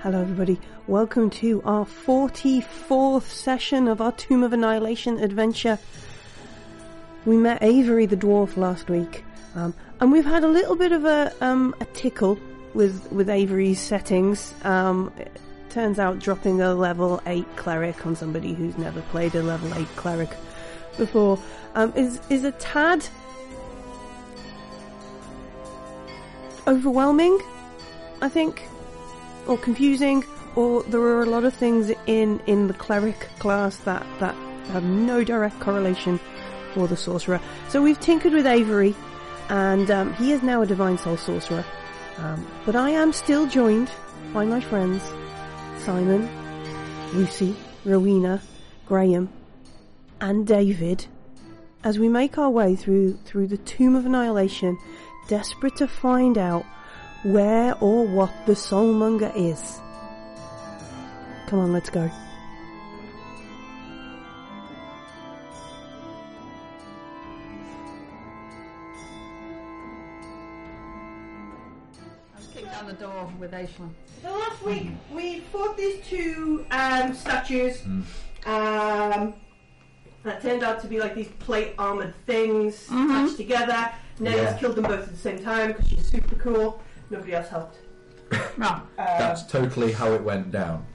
Hello, everybody. Welcome to our 44th session of our Tomb of Annihilation adventure. We met Avery the dwarf last week, um, and we've had a little bit of a, um, a tickle with, with Avery's settings. Um, it turns out dropping a level 8 cleric on somebody who's never played a level 8 cleric before um, is, is a tad overwhelming, I think, or confusing, or there are a lot of things in, in the cleric class that, that have no direct correlation for the sorcerer. So we've tinkered with Avery, and um, he is now a divine soul sorcerer. Um, but I am still joined by my friends Simon, Lucy, Rowena, Graham, and David as we make our way through through the tomb of annihilation, desperate to find out where or what the soulmonger is. Come on, let's go. Just kick down the door with Aisling. So last week we fought these two um, statues Hmm. um, that turned out to be like these plate armored things attached together. Nelly's Yeah. killed them both at the same time because she's super cool. Nobody else helped. No. Uh, That's totally how it went down.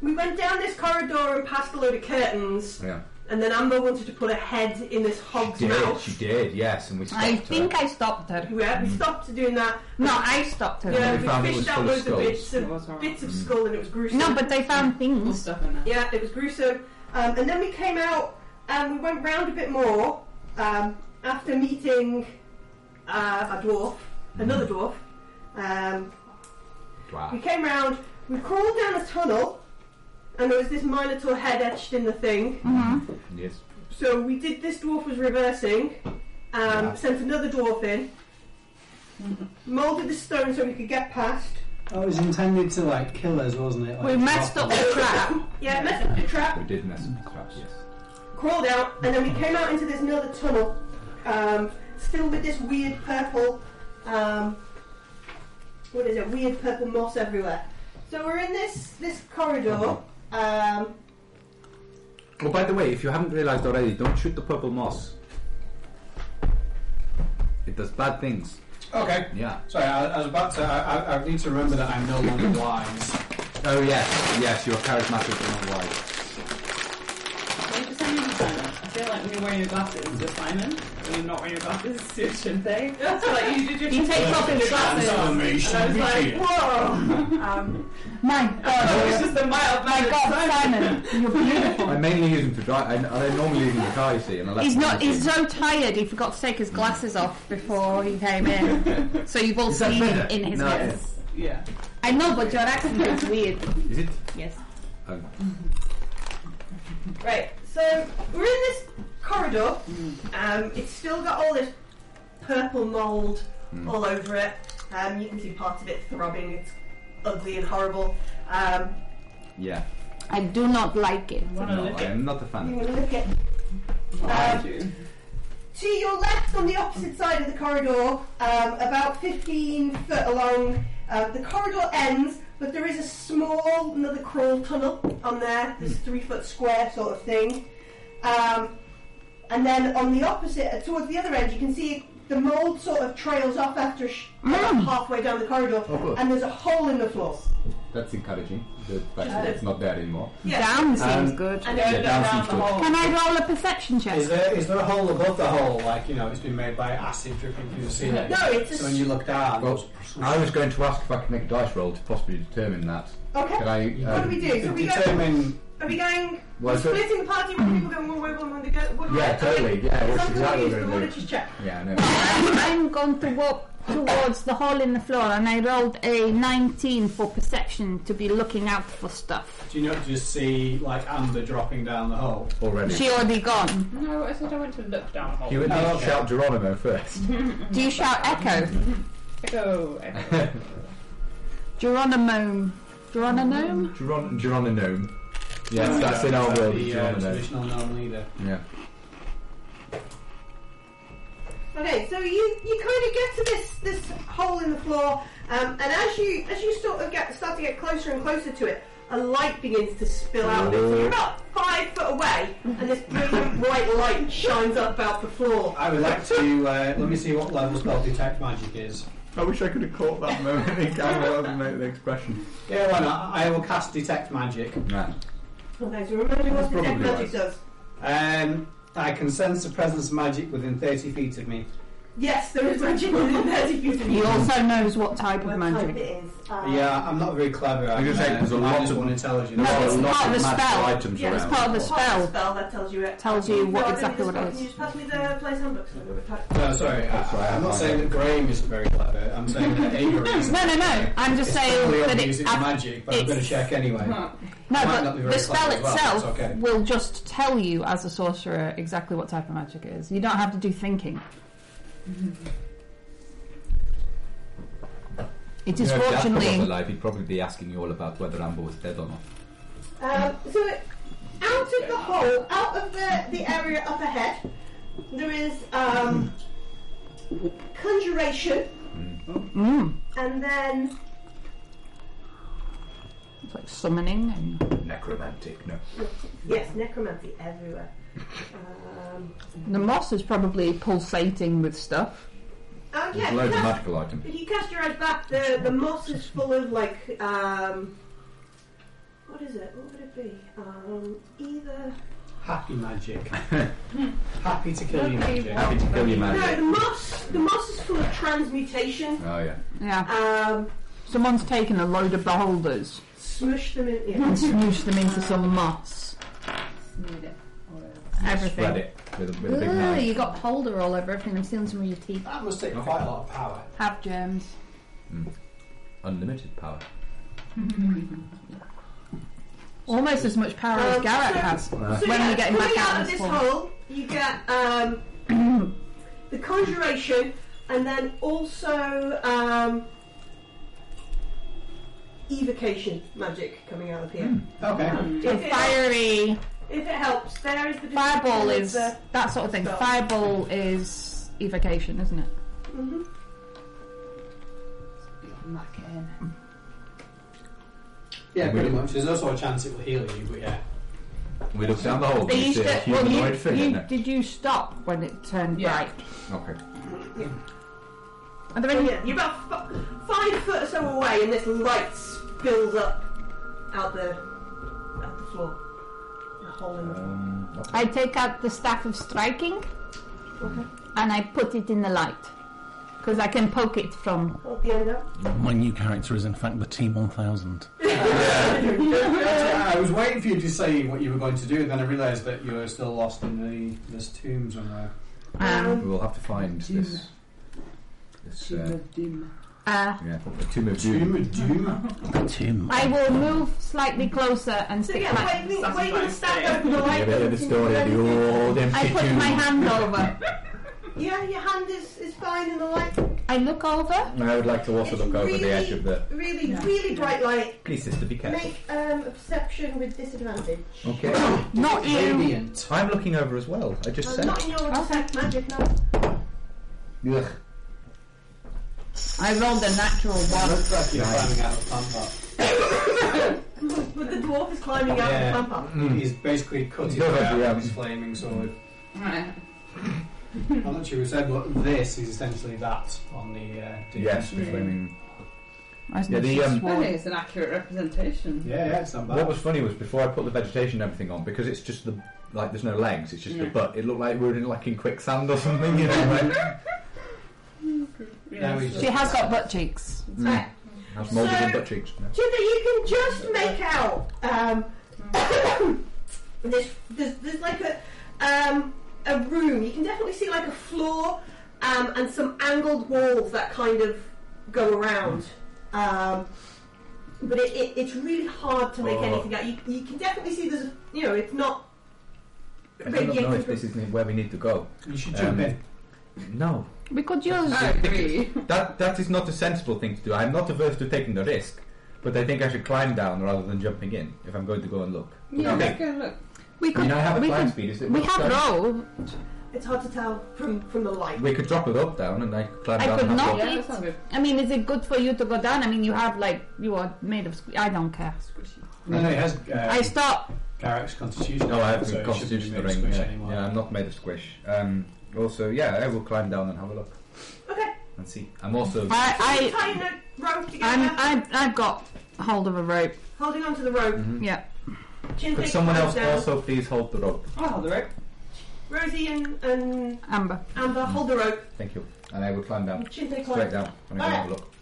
we went down this corridor and past a load of curtains, Yeah. and then Amber wanted to put a head in this hog's Did she mouth. did? Yes, and we stopped I her. think I stopped her. Yeah, we stopped doing that. No, I stopped her. Yeah, they we found it fished was out full of loads of skulls. bits of, bits of skull, and it was gruesome. No, but they found things. stuff in there. Yeah, it was gruesome. Um, and then we came out and we went round a bit more um, after meeting uh, a dwarf, another dwarf. Um, we Wow. came round, we crawled down a tunnel, and there was this minotaur head etched in the thing. Mm-hmm. Yes. So we did this dwarf was reversing, um, Yeah. sent another dwarf in, moulded the stone so we could get past. Oh, it was intended to like kill us, wasn't it? We Like, messed up the trap. Yeah, messed up the trap. We did mess with the traps, yes. crawled out, and then we came out into this another tunnel, um, still with this weird purple, um, what is it? Weird purple moss everywhere. So we're in this this corridor. Um, Oh, by the way, if you haven't realised already, don't shoot the purple moss. It does bad things. Okay. Yeah. Sorry, I, I was about to. I, I, I need to remember that I'm no longer blind. Oh, yes. Yes, you're charismatic and wise. Like, for some reason, Simon, I feel like when you're wearing your glasses, you're Simon. When you're not wearing your glasses, you're Shinte. So, like, you did your He takes off his glasses. And I was like, whoa! Um, My oh, God, it's just a mild my man. God, Simon, you're beautiful. I mainly use them to drive. I, I normally use them to car, you see. And I left He's them not. in the He's so tired. He forgot to take his glasses off before he came in. So you've all Is that seen better? it in his No, it eyes. Yeah. I know, but your accent is weird. kitchen. Is it? Yes. Oh. right, so we're in this corridor. Um, it's still got all this purple mould all over it. Um, you can see parts of it throbbing. It's ugly and horrible. Um, Yeah. I do not like it. Wanna No, lick I it? am not a you fan. want to look at Why would you? Um, To your left, on the opposite side of the corridor, um, about 15 foot along, uh, the corridor ends, but there is a small, another crawl tunnel on there, this three foot square sort of thing. Um, and then on the opposite, uh, towards the other end, you can see the mould sort of trails off after sh- about halfway down the corridor, Oh, good. and there's a hole in the floor. That's encouraging. The fact that it's not there anymore. Down seems Um, good. And Yeah, then go down down seems the good. hole. Can I roll a perception check? Is there is there a hole above the hole? Like you know, it's been made by acid dripping through the ceiling. No, Oh, it's a So when you look down, Well, I was going to ask if I could make a dice roll to possibly determine that. Okay. Can I? um, what do we do? So you we go, determine. are we going, Well, we're so- splitting the party when people going one way, one way, one way, one way. Yeah, totally. Yeah, Sometimes that's we exactly use what the we water do. to check. Yeah, I know. I'm, I'm going to walk towards the hole in the floor, and I rolled a 19 for perception to be looking out for stuff. Do you not just see like amber dropping down the hole? Already. She already gone. No, I said I want to look down the hole. You would need Oh, to okay. shout Geronimo first. Do you shout echo? Echo, echo. Geronimo. Geronimo? Geron- Geronimo. Yes, that's in our Is that world. The uh, Geronimo. traditional known leader. Yeah. Okay, so you, you kind of get to this, this hole in the floor, um, and as you as you sort of get start to get closer and closer to it, a light begins to spill out of it. So you're about five foot away, and this brilliant white light shines up out the floor. I would like to. Uh, let me see what level spell detect magic is. I wish I could have caught that moment in camera and made the expression. Yeah, why not? I will cast detect magic. Nah. Okay, so remember what the Probably tech magic right. does. Um, I can sense the presence of magic within 30 feet of me. Yes, there is magic within there to use He also knows what type of Type it magic. is. Uh, Yeah, I'm not very clever. was gonna say, I'm, uh, there's a minus lot of- one intelligence. No, There are it's a lot part of of the magical spell. items Yeah, it's around. part of the spell. Spell that tells you it. Tells you what No, I didn't exactly what it spell. Can is. you just pass me the player's handbook? So we've got- No, sorry. Sorry, I, I I'm have not my saying that hand. Graham isn't very clever. I'm saying that Avery is. No, no, no. I'm just It's saying probably that obvious it. it's I've- magic, but I'm it's- going to check anyway. No, Might not but be very the spell clever as well, but itself it's okay. will just tell you, as a sorcerer, exactly what type of magic it is. You don't have to do thinking. Mm-hmm. It is Yeah, if Jasper was fortunately. alive, he'd probably be asking you all about whether Amber was dead or not. Um, so it- out of the hole, out of the, the area up ahead, there is um, conjuration, Mm, and then it's like summoning and Necromantic, no. yes, necromancy everywhere. Um, the moss is probably pulsating with stuff. oh There's yeah, if you loads of cast- magical items. if you cast your eyes back, the the moss is full of like um, what is it? What would it be? Um, either Happy magic. Happy to kill you Okay. magic. Happy to kill you, no, man. the moss. The moss is full of transmutation. Oh, yeah. Yeah, Um, someone's taken a load of beholders smush them in. Yeah. and smooshed them into some moss. Need it. Spread Everything. it with a, with a big Ugh, knife. you got beholder all over everything. I'm stealing some of your teeth. That must take quite a lot of power. Have germs. Unlimited power. Almost as much power as Um, Garrett so- has. So When yeah, we get him coming back out out of of this this hole. hole, you get um, the conjuration, and then also um, evocation magic coming out of here. Hmm. Okay. If, it helps, Fiery if it helps, there is the fireball description is of the- that sort of thing. spell. Fireball is evocation, isn't it? Mm-hmm. Mhm. Yeah, pretty much. There's also a chance it will heal you, but yeah. We look down the hole and Are we you see a sti- well, humanoid you- figure. you- no? did you stop when it turned Yeah. bright? Okay. Are there So any? yeah, you're about f- five foot or so away, and this light spills up out the out the floor, the hole in the floor. Um, okay. I take out the staff of striking, and I put it in the light because I can poke it from. Hold the end up. My new character is, in fact, the T1000. Yeah, I was waiting for you to say what you were going to do, and then I realised that you were still lost in the this tomb somewhere. Um, We will have to find this. This, uh, uh, yeah, the Tomb of Doom. of doom. Tim. I will move slightly closer and So stick yeah, my. wait, wait, Sounds wait, Um, like wait, stand fire. up for the You light. ever heard the doesn't story seem of to the old empty I put tomb? my hand over. Yeah, your hand is, is fine in the light. I look over. And I would like to also It's look over really- the edge of the. Really, really bright light. Please, sister, be careful. Make um, a perception with disadvantage. Okay. Not you. Radiant. I'm looking over as well. I just Oh, Well, not said. in Oh. your detect magic, no. Ugh. I rolled a natural I one. looked like you were climbing out of plant pot. But the dwarf is climbing out Yeah. the clamp up. He's basically cutting Go it ahead, out Hmm. yeah. with his flaming sword. I'm not sure who said, but this is essentially that on the uh, demon Yes, screen. the flaming. I Yeah, the, um, Well, it's an accurate representation. Yeah, yeah, it's not bad. What was funny was before I put the vegetation and everything on, because it's just the like there's no legs, it's just the Yeah. butt. It looked like we were in like in quicksand or something, you know. Like, Now he's she has got butt cheeks. mm. That's moulded in butt cheeks. Do you think you can just make out um, there's, there's, there's like a um, a room. You can definitely see like a floor um, and some angled walls that kind of go around. Um, but it, it, it's really hard to make Oh. anything out. You, you can definitely see there's a, you know it's not I don't know radiating if from this is where we need to go. You should jump Um, in. No, We could use. I agree. That that is not a sensible thing to do. I'm not averse to taking the risk, but I think I should climb down rather than jumping in if I'm going to go and look. Yeah, Okay. okay. look. We I could. mean, I have a we climb could. speed. Is it? We what's have that? rolled. It's hard to tell from, from the light. We could drop it up down and I could climb I down. could and have not a Yeah, eat. that sounds good. I mean, is it good for you to go down? I mean, you have like you are made of. Sque- I don't care. Squishy. No, no, it has I uh, stop. Garrick's constitution. look. No, I have so the it shouldn't constitution be made of ring. squish Yeah. anymore. yeah, I'm not made of squish. Um, also, yeah, I will climb down and have a look Okay. and see. I'm also. I, I, Tying a rope together, I'm, I, I've got hold of a rope. holding onto the rope. Yeah. Chin Could takes someone hands else down. also please hold the rope? I'll hold the rope. Rosie and, and Amber. Amber hold the rope. Thank you. And I will climb down. Chin takes Straight hold. down. I'm gonna have a look.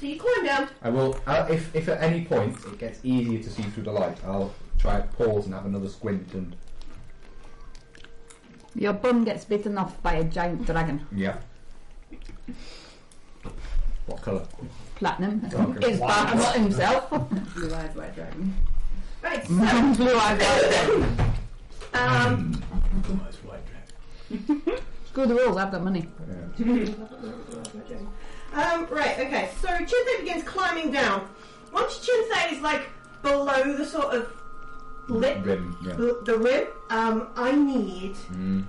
So you climb down. I will. Uh, if, if at any point it gets easier to see through the light, I'll try and pause and have another squint and Your bum gets bitten off by a giant dragon. yeah. What colour? Platinum Dragon. is Bartamot himself. Blue eyed white dragon. Right. So Blue eyes. um, Screw the rules. I've got money. Yeah. um, right. Okay. So Chintay begins climbing down. Once Chintay is like below the sort of lip, Rim. Yeah. the, the rim, um, I need. Mm.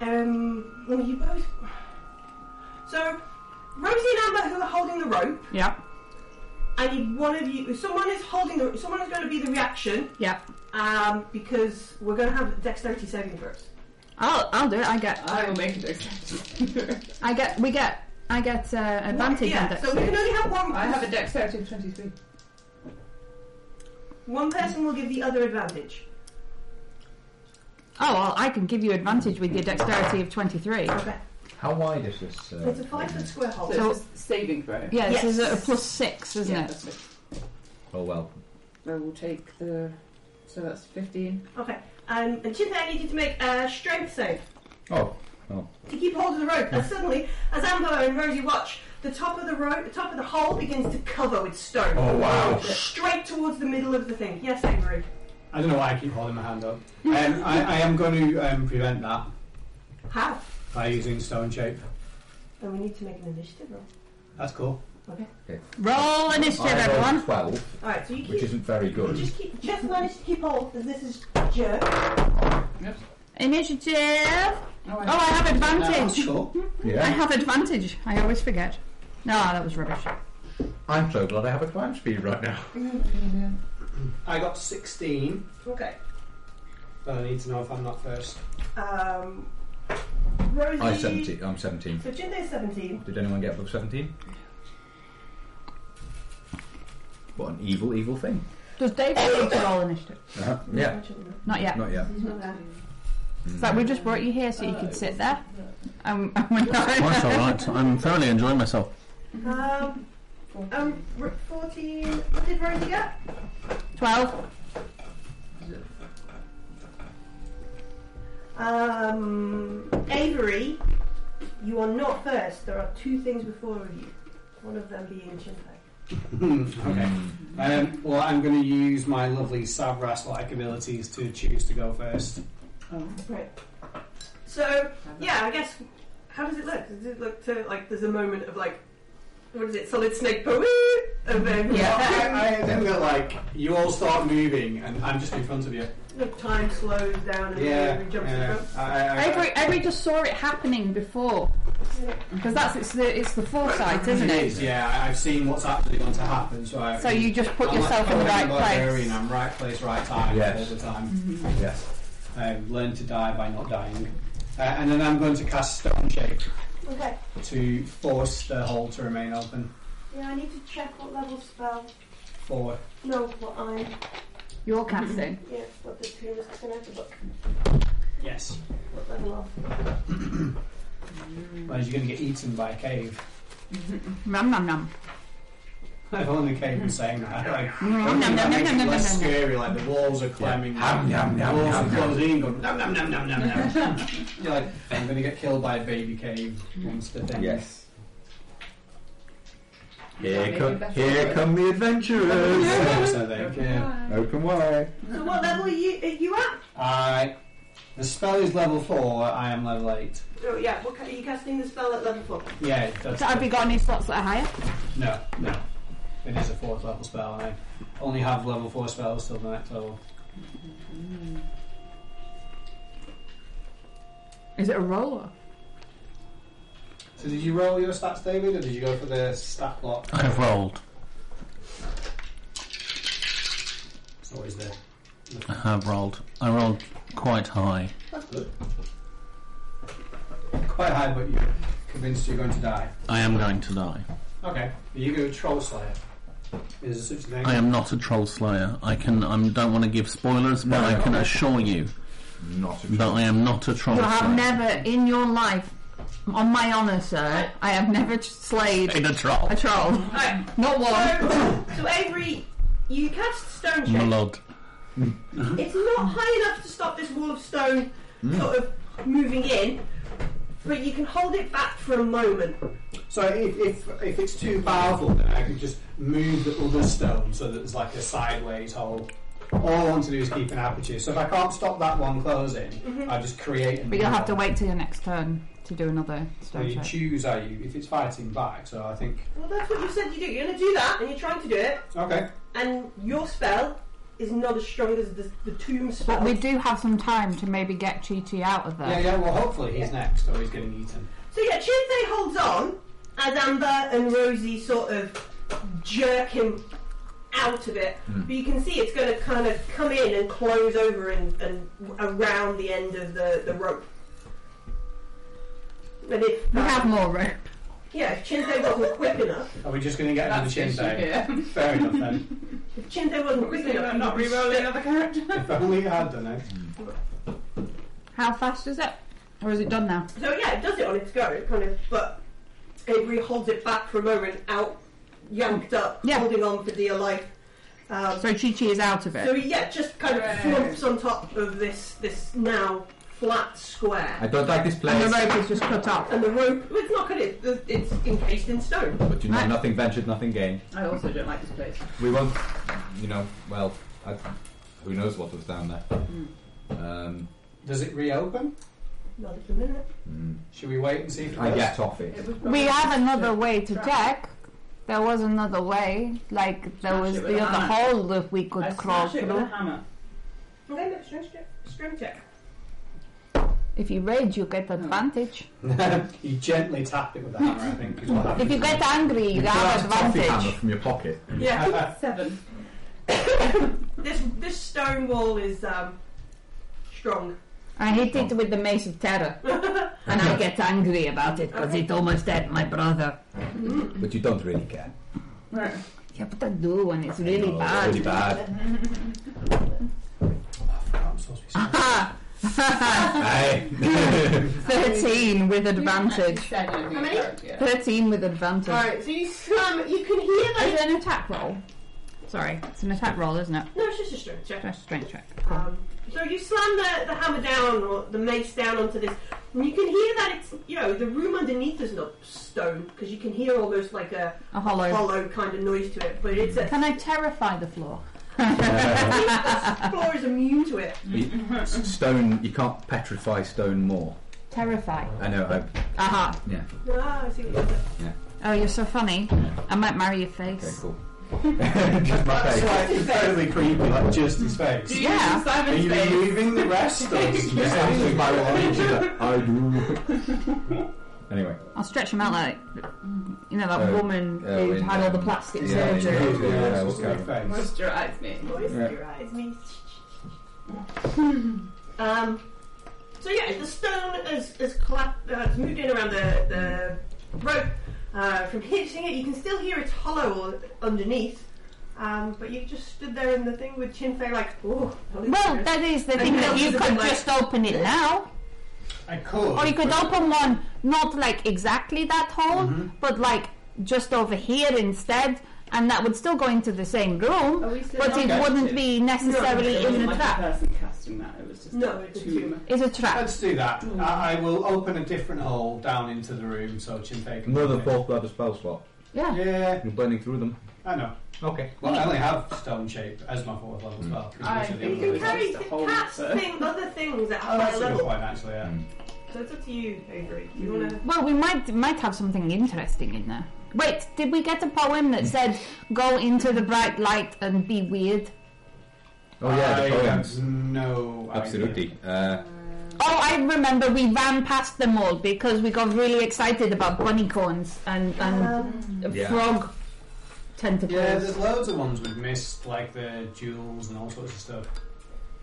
Um, well, you both. So Rosie and Amber, who are holding the rope, Yeah. I need one of you. Someone is holding the. Someone is going to be the reaction. Yeah. Um, because we're going to have dexterity saving throws. I'll, I'll do it. I get, I will make a dexterity. I get, we get, I get uh, advantage on Yeah, that. so we can only have one. I have a dexterity of 23. One person will give the other advantage. Oh, well, I can give you advantage with your dexterity of 23. Okay. How wide is this? Uh, It's a five foot square So, hole. So- it's just saving throw. Yeah, Yes. this is a plus 6, isn't Yeah, it? that's it. Oh well. I will take the. So that's 15. Okay. Um, and Chinta, I need you to make a strength save Oh, to keep hold of the rope. And suddenly, as Amber and Rosie watch, the top of the rope, the top of the hole begins to cover with stone. Oh, wow. Straight towards the middle of the thing. Yes, Avery. I don't know why I keep holding my hand up. I am, I, I am going to um, prevent that How? by using stone shape. And we need to make an initiative roll. That's cool. Okay. Roll initiative, I rolled everyone. twelve, All right. So you keep. which isn't very you good. just keep. Just manage to keep hold. 'cause This is jerk. Initiative! Oh, I have advantage. cool. I Yeah. have advantage. I always forget. No, that was rubbish. I'm so glad I have a climb speed right now. I got 16, Okay. but I need to know if I'm not first. Um, Rosie. I seventeen. I'm seventeen. So Chinta is seventeen. Did anyone get above seventeen? What an evil, evil thing. Uh-huh. Does Dave need to roll initiative? Yeah. Not yet. Not yet. Hmm. So we just brought you here so you could sit there. Um, and we're Quite not- all right. I'm thoroughly enjoying myself. Um, um, r- 14. What did Rosie get? 12. Um, Avery, you are not first. There are two things before you. One of them being Chintai. okay. Mm. Um, well, I'm going to use my lovely Savras like abilities to choose to go first. Oh. Right. So, yeah, I guess. How does it look? Does it look to, like, there's a moment of, like, what is it? Solid snake poo? Of um, I, I think that, like, you all start moving, and I'm just in front of you. the time slows down and Yeah. Avery jumps in yeah. front. I, I, I, Every, every just saw it happening before. Because that's it's the, it's the foresight, isn't It it? is, yeah. I- I've seen what's actually going to happen, so I. So you just put I'm yourself like, in the right I'm like Arian, place. Mm-hmm. I'm right place, right time Yes. all the time. Yes. I've learned to die by not dying. Uh, and then I'm going to cast Stone Shape Okay. to force the hole to remain open. Yeah, I need to check what level spell. Four. No, what I'm. You're casting. Yeah, what the two is going to have to book. Yes. What level off? Mm. Otherwise, you're going to get eaten by a cave. Nom nom nom. I've only cave was saying that. Like, Mm. Nom nom that nom makes nom it nom less nom. nom. scary. Like the walls are climbing. Yum, yum, the yum, walls yum, are closing in. Going nom nom nom nom nom nom. you're like, I'm going to get killed by a baby cave Mm. monster thing. Yes. Does that Here make come, it better? here come the adventurers. Yes, I think. Yeah. Open wide. So what level are you, are you at? I. The spell is level four. I am level eight. Oh, yeah, what, ca- are you casting the spell at level 4? Yeah, that's So have you got any slots that are higher? No, no. It is a fourth level spell, and I only have level four spells till the next level. Is it a roller? So did you roll your stats, David, or did you go for the stat block? I have rolled. It's always there. I have rolled. I rolled quite high. That's good. Quite high, but you're convinced you're going to die. I am going to die. Okay. Are you going to troll slayer? Is there such a thing? I am not a troll slayer. I can. I don't want to give spoilers, but I can assure you Not a that troll. I am not a troll You have slayer. never in your life, on my honour, sir, I have never t- slayed Ain't a troll. a troll. Right. Not one. So, so Avery, you cast stone shape. Blood. It's not high enough to stop this wall of stone sort of moving in, but you can hold it back for a moment. So if, if if it's too powerful, then I can just move the other stone so that it's like a sideways hole. All I want to do is keep an aperture. So if I can't stop that one closing, I just create. Mm-hmm. But you'll have to wait till your next turn to do another So stone you check. choose, are you? If it's fighting back, so I think Well, that's what you said you do. You're going to do that, and you're trying to do it, okay. and your spell is not as strong as the, the tomb spell. But we do have some time to maybe get Chi Chi out of there. Yeah, yeah. Well, hopefully he's next, or he's getting eaten. So yeah, Tuesday holds on as Amber and Rosie sort of jerk him out of it. But you can see it's going to kind of come in and close over and, and around the end of the, the rope. And if We have more rope. yeah, if Chinze wasn't quick enough, Are we just going to get another That's the chin issue day? here. Fair enough then. if Chinze wasn't quick um, Obviously, enough, I'm not he would re-rolling another character. if only I had done it. How fast is it? Or is it done now? So yeah, it does it on its go, it kind of. But Avery holds it back for a moment, out, yanked up, Yeah. holding on for dear life. Um, So Chi Chi is out of it. So yeah, just kind of Right. flumps on top of this this now flat I square, don't like this and the place. rope is just cut off. and the rope. Well, it's not cut. It's, it's encased in stone. But you know, Right. nothing ventured, nothing gained. I also don't like this place. We won't, you know, well, I, who knows what was down there. Hmm. Um, Does it reopen? Not at the minute. mm, Should we wait and see if it I does? get off it. It would We probably- have another way to check. There was another way, like there Smash was it with the a other hammer. hole that we could I crawl smash it with a through. hammer. Okay, let's strength check. Strength check. If you rage, you Hmm. get advantage. you gently tap it with a hammer, I think, is what If happens. you get angry, you pull out have a coffee hammer advantage. from your pocket. Yeah, Seven. this this stone wall is um, strong. I hit it with the mace of terror, and I get angry about it because it almost had my brother. But you don't really care. Right. Yeah, but I do when it's really No, bad. Really bad. Oh, I'm supposed to be sorry. Hey. Thirteen with Actually advantage. said anything How many? about- yeah. Thirteen with advantage. Alright, so you um, you can hear Is that. it an attack roll? Sorry, it's an attack roll, isn't it? No, it's just a strength check. Just strength check. Um, so you slam the, the hammer down or the mace down onto this, and you can hear that it's you know the room underneath is not stone because you can hear almost like a A hollow. hollow kind of noise to it, but it's a Can I terrify the floor? the floor is immune to it. S- stone, Uh, you can't petrify stone more. Terrify. I know, I, Aha. yeah, Ah, I see what you did Oh, you're so funny. I might marry your okay, face. cool. Just my That's face. like incredibly creepy, like just his Do face. you Yeah. use Are Simon's you face? removing the rest or is Yes, that was my one. She's like, I do. Anyway, I'll stretch him out like, you know, that Oh, woman oh, who in, had all the um, plastic yeah, surgery. in- Yeah, we'll just your go. face. Moisturize me. there. Yeah. Moisturise me. um, so yeah, the stone has, has, clap, uh, has moved in around the, the rope. Uh, from hitching it, you can still hear it's hollow underneath. Um, but you just stood there in the thing with Chin Fei like, oh. Well, that is the thing that you could just open it now, I could. or you could but- open one not like exactly that hole, but like just over here instead, and that would still go into the same room, Are we still but not it going wouldn't to? be It necessarily wasn't in the like trap. person casting that. It was just No, a it's a tomb. It's a trap. Let's do that. I, I will open a different hole down into the room so Chinfei can. more than fourth level spell slot. Yeah. Yeah, You're burning through them. I know. Okay. Well, I only have stone shape as my fourth level spell. 'cause I most of the think other You ones- carry Just a hole, cast so. thing, other things at Oh, higher that's a good level. point, actually, yeah. Mm. So it's up to you, Avery. Do you Mm-hmm. want to? Well, we might might have something interesting in there. Wait, did we get a poem that said "Go into the bright light and be weird"? Oh yeah, the I poems. have no idea. Absolutely. Uh, Oh, I remember we ran past them all because we got really excited about bunny corns and, Uh-huh. and Mm. Yeah. frog tentacles. Yeah, there's loads of ones we've missed, like the jewels and all sorts of stuff.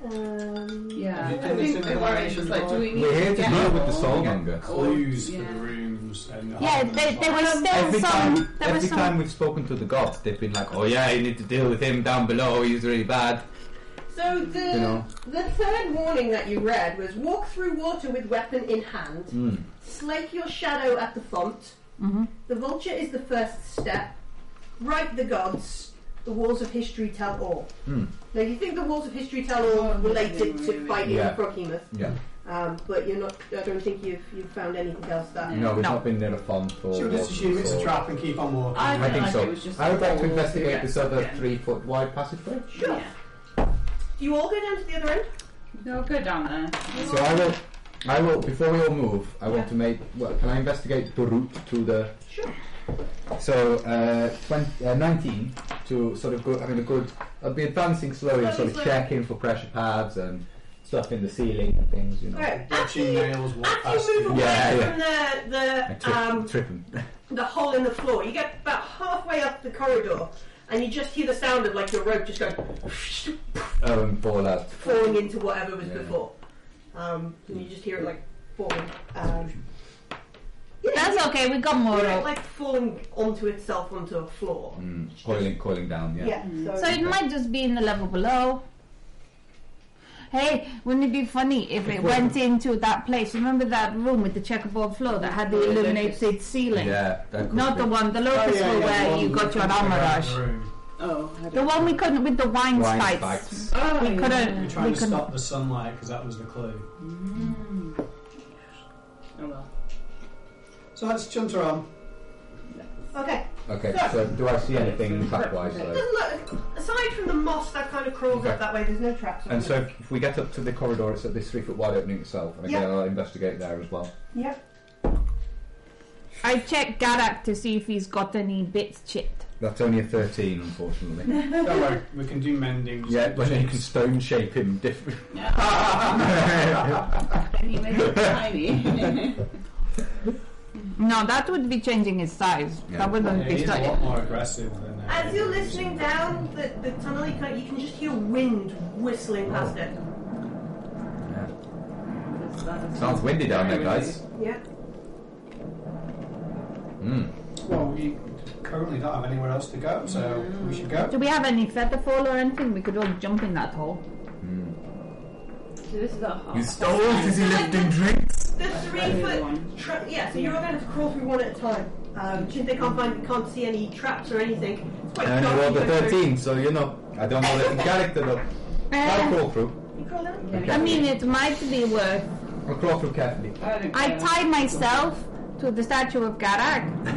Um, Yeah, Have you done I think this they in were. an It's just like, do we need We're here to to get deal with the home? soulmonger. Clues for Yeah. the rooms and Yeah, there, there was still Every some. time, there was every some. time we've spoken to the gods, they've been like, "Oh yeah, you need to deal with him down below. He's really bad." so the You know. the third warning that you read was walk through water with weapon in hand. Mm. Slake your shadow at the font. Mhm. The vulture is the first step. Write the gods. The walls of history tell all. Hmm. Now you think the walls of history tell all related to fighting Yeah. the Prokimus, Yeah. um, but you're not. I don't think you've you've found anything else that. No, we've No. not been near a font for. Should we just assume it's a trap and keep on walking? I I think Like so. it was just I would like all to investigate through this that other again. three-foot wide passageway. Sure. Yeah. Do you all go down to the other end? No, go down there. So I will, I will. Before we all move, I want to make. Well, can I investigate the route to the? Sure. So uh, 20, uh, 19 to sort of go. I mean, a good. I'll be advancing slowly, and sort of Slowly, slowly. checking for pressure pads and stuff in the ceiling and things. You know. Right. After Watching you, nails walk after past you move away you. Yeah, from I the the trip, um, tripping. the hole in the floor, you get about halfway up the corridor, and you just hear the sound of like your rope just going Oh, and fall out. falling into whatever was Yeah. before. Um, and you just hear it like falling. Um, That's okay. We got more. You know, rope. like falling onto itself onto a floor. Mm, coiling, coiling down. Yeah. Yeah. So, So it might just be in the level below. Hey, wouldn't it be funny if it went into that place? Remember that room with the checkerboard floor that had the illuminated ceiling? Yeah, that could Not be. the one, the Oh, locust floor where you got your armorage. Oh, I don't The one we couldn't with the wine, Wine spikes. spikes. Oh, We yeah. couldn't. We're trying we to couldn't. Mm. stop the sunlight because that was the clue. Oh well. So let's chunter on. okay. Okay. So, do I see anything clockwise? It Like? doesn't look aside from the moss that kind of crawls Okay. up that way. There's no traps. on And it. so, if we get up to the corridor, it's at this three-foot wide opening itself, and again, Yeah. I'll investigate there as well. Yep. I checked Garak to see if he's got any bits chipped. That's only a 13, unfortunately. Don't worry, we can do mending. yeah, but you can stone shape him different. And he made it tiny. No, that would be changing his size. Yeah. That Yeah, wouldn't be he's a lot studying. more aggressive than. uh, As you're listening down the, the tunnel, you can, you can just hear wind whistling past it. Sounds windy down there, guys. Yeah. Mm. Well, we currently don't have anywhere else to go, so we should go. Do we have any feather fall or anything? We could all jump in that hole. This is a hot. stole fizzy lifting drinks? The three foot. Tra- yeah. So you're all going to have to crawl through one at a time. Um, since they can't find, can't see any traps or anything. It's quite And you dark rolled a going through. 13, so you know, I don't know that in character though. I'll Eh, crawl through. You crawl down. I mean, it might be worth. I'll crawl through carefully. I tied myself to the statue of Garak.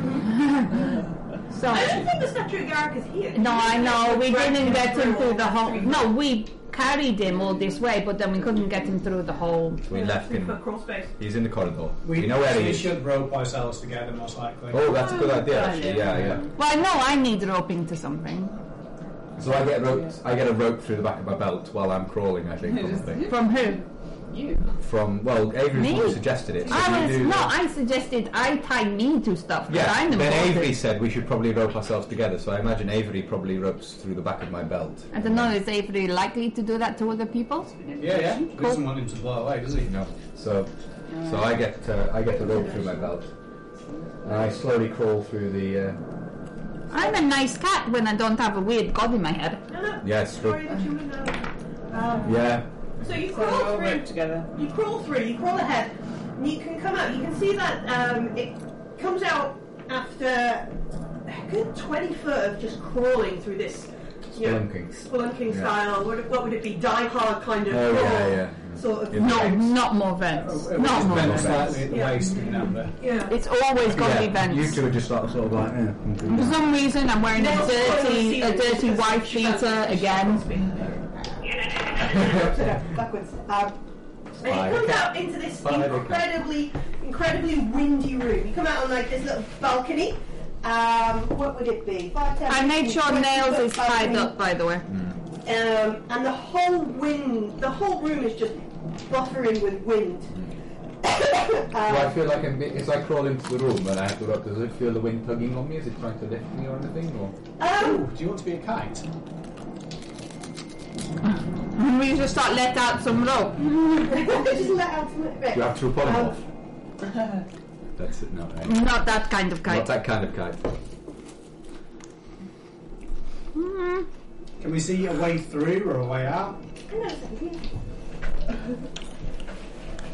so I don't think the statue of Garak is here. no, I know we didn't get him through the hole. No, we carried him all this way, but then we couldn't get him through the hole. We left Three foot him. crawl space. He's in the corridor. We, We know where he we is. should rope ourselves together, most likely. Oh, that's a good idea, actually. Yeah, yeah. Well, no, I need roping to something So I get roped. I get a rope through the back of my belt while I'm crawling. I think probably from who? You. from well, Avery's the one who Me? Ah, suggested it. So I you was do no, that. I suggested I tie me to stuff. 'cause Yeah, I'm then important. Avery said we should probably rope ourselves together, so I imagine Avery probably ropes through the back of my belt. I don't know. Is Avery likely to do that to other people? Yeah, yeah. He doesn't want him to blow away, does he? No, so so I get uh, I get the rope through my belt, and I slowly crawl through the uh, I'm a nice cat when I don't have a weird god in my head. No, no. Yeah, it's true. Sorry that you would know. yeah So you So we crawl all through. work together. You crawl through. You crawl ahead. And you can come out. You can see that um, it comes out after a good twenty foot of just crawling through this. You know, Spelunking. spelunking Yeah. style. What, what would it be? Die hard kind of. Oh, yeah, crawl, yeah. Sort of. Yeah. No, not more vents. It Not was more. bent vents. slightly at the Yeah. waist in amber. Yeah. It's always got to be yeah. vents. You two are just like sort of like yeah. For some reason, I'm wearing a No, dirty, it's a dirty just- white beater again. So, no, backwards. Um, And Spider you come cat. out into this Spider cat. incredibly, incredibly windy room. You come out on like this little balcony. Um, what would it be? Five, ten, I made 15, sure 20 nails foot is tied balcony. up, by the way. Um, and the whole wind, the whole room is just buffering with wind. Do Uh, I feel like I'm being, as I crawl into the room and I have to rock, does it feel the wind tugging on me? Is it trying to lift me or anything? Or Um, Ooh, Oh, do you want to be a kite? We just start let out some rope. just let out some of you it. have to polymorph. Uh, That's it, no, right? Not that kind of Not kite. that kind of kite. Can we see a way through or a way out?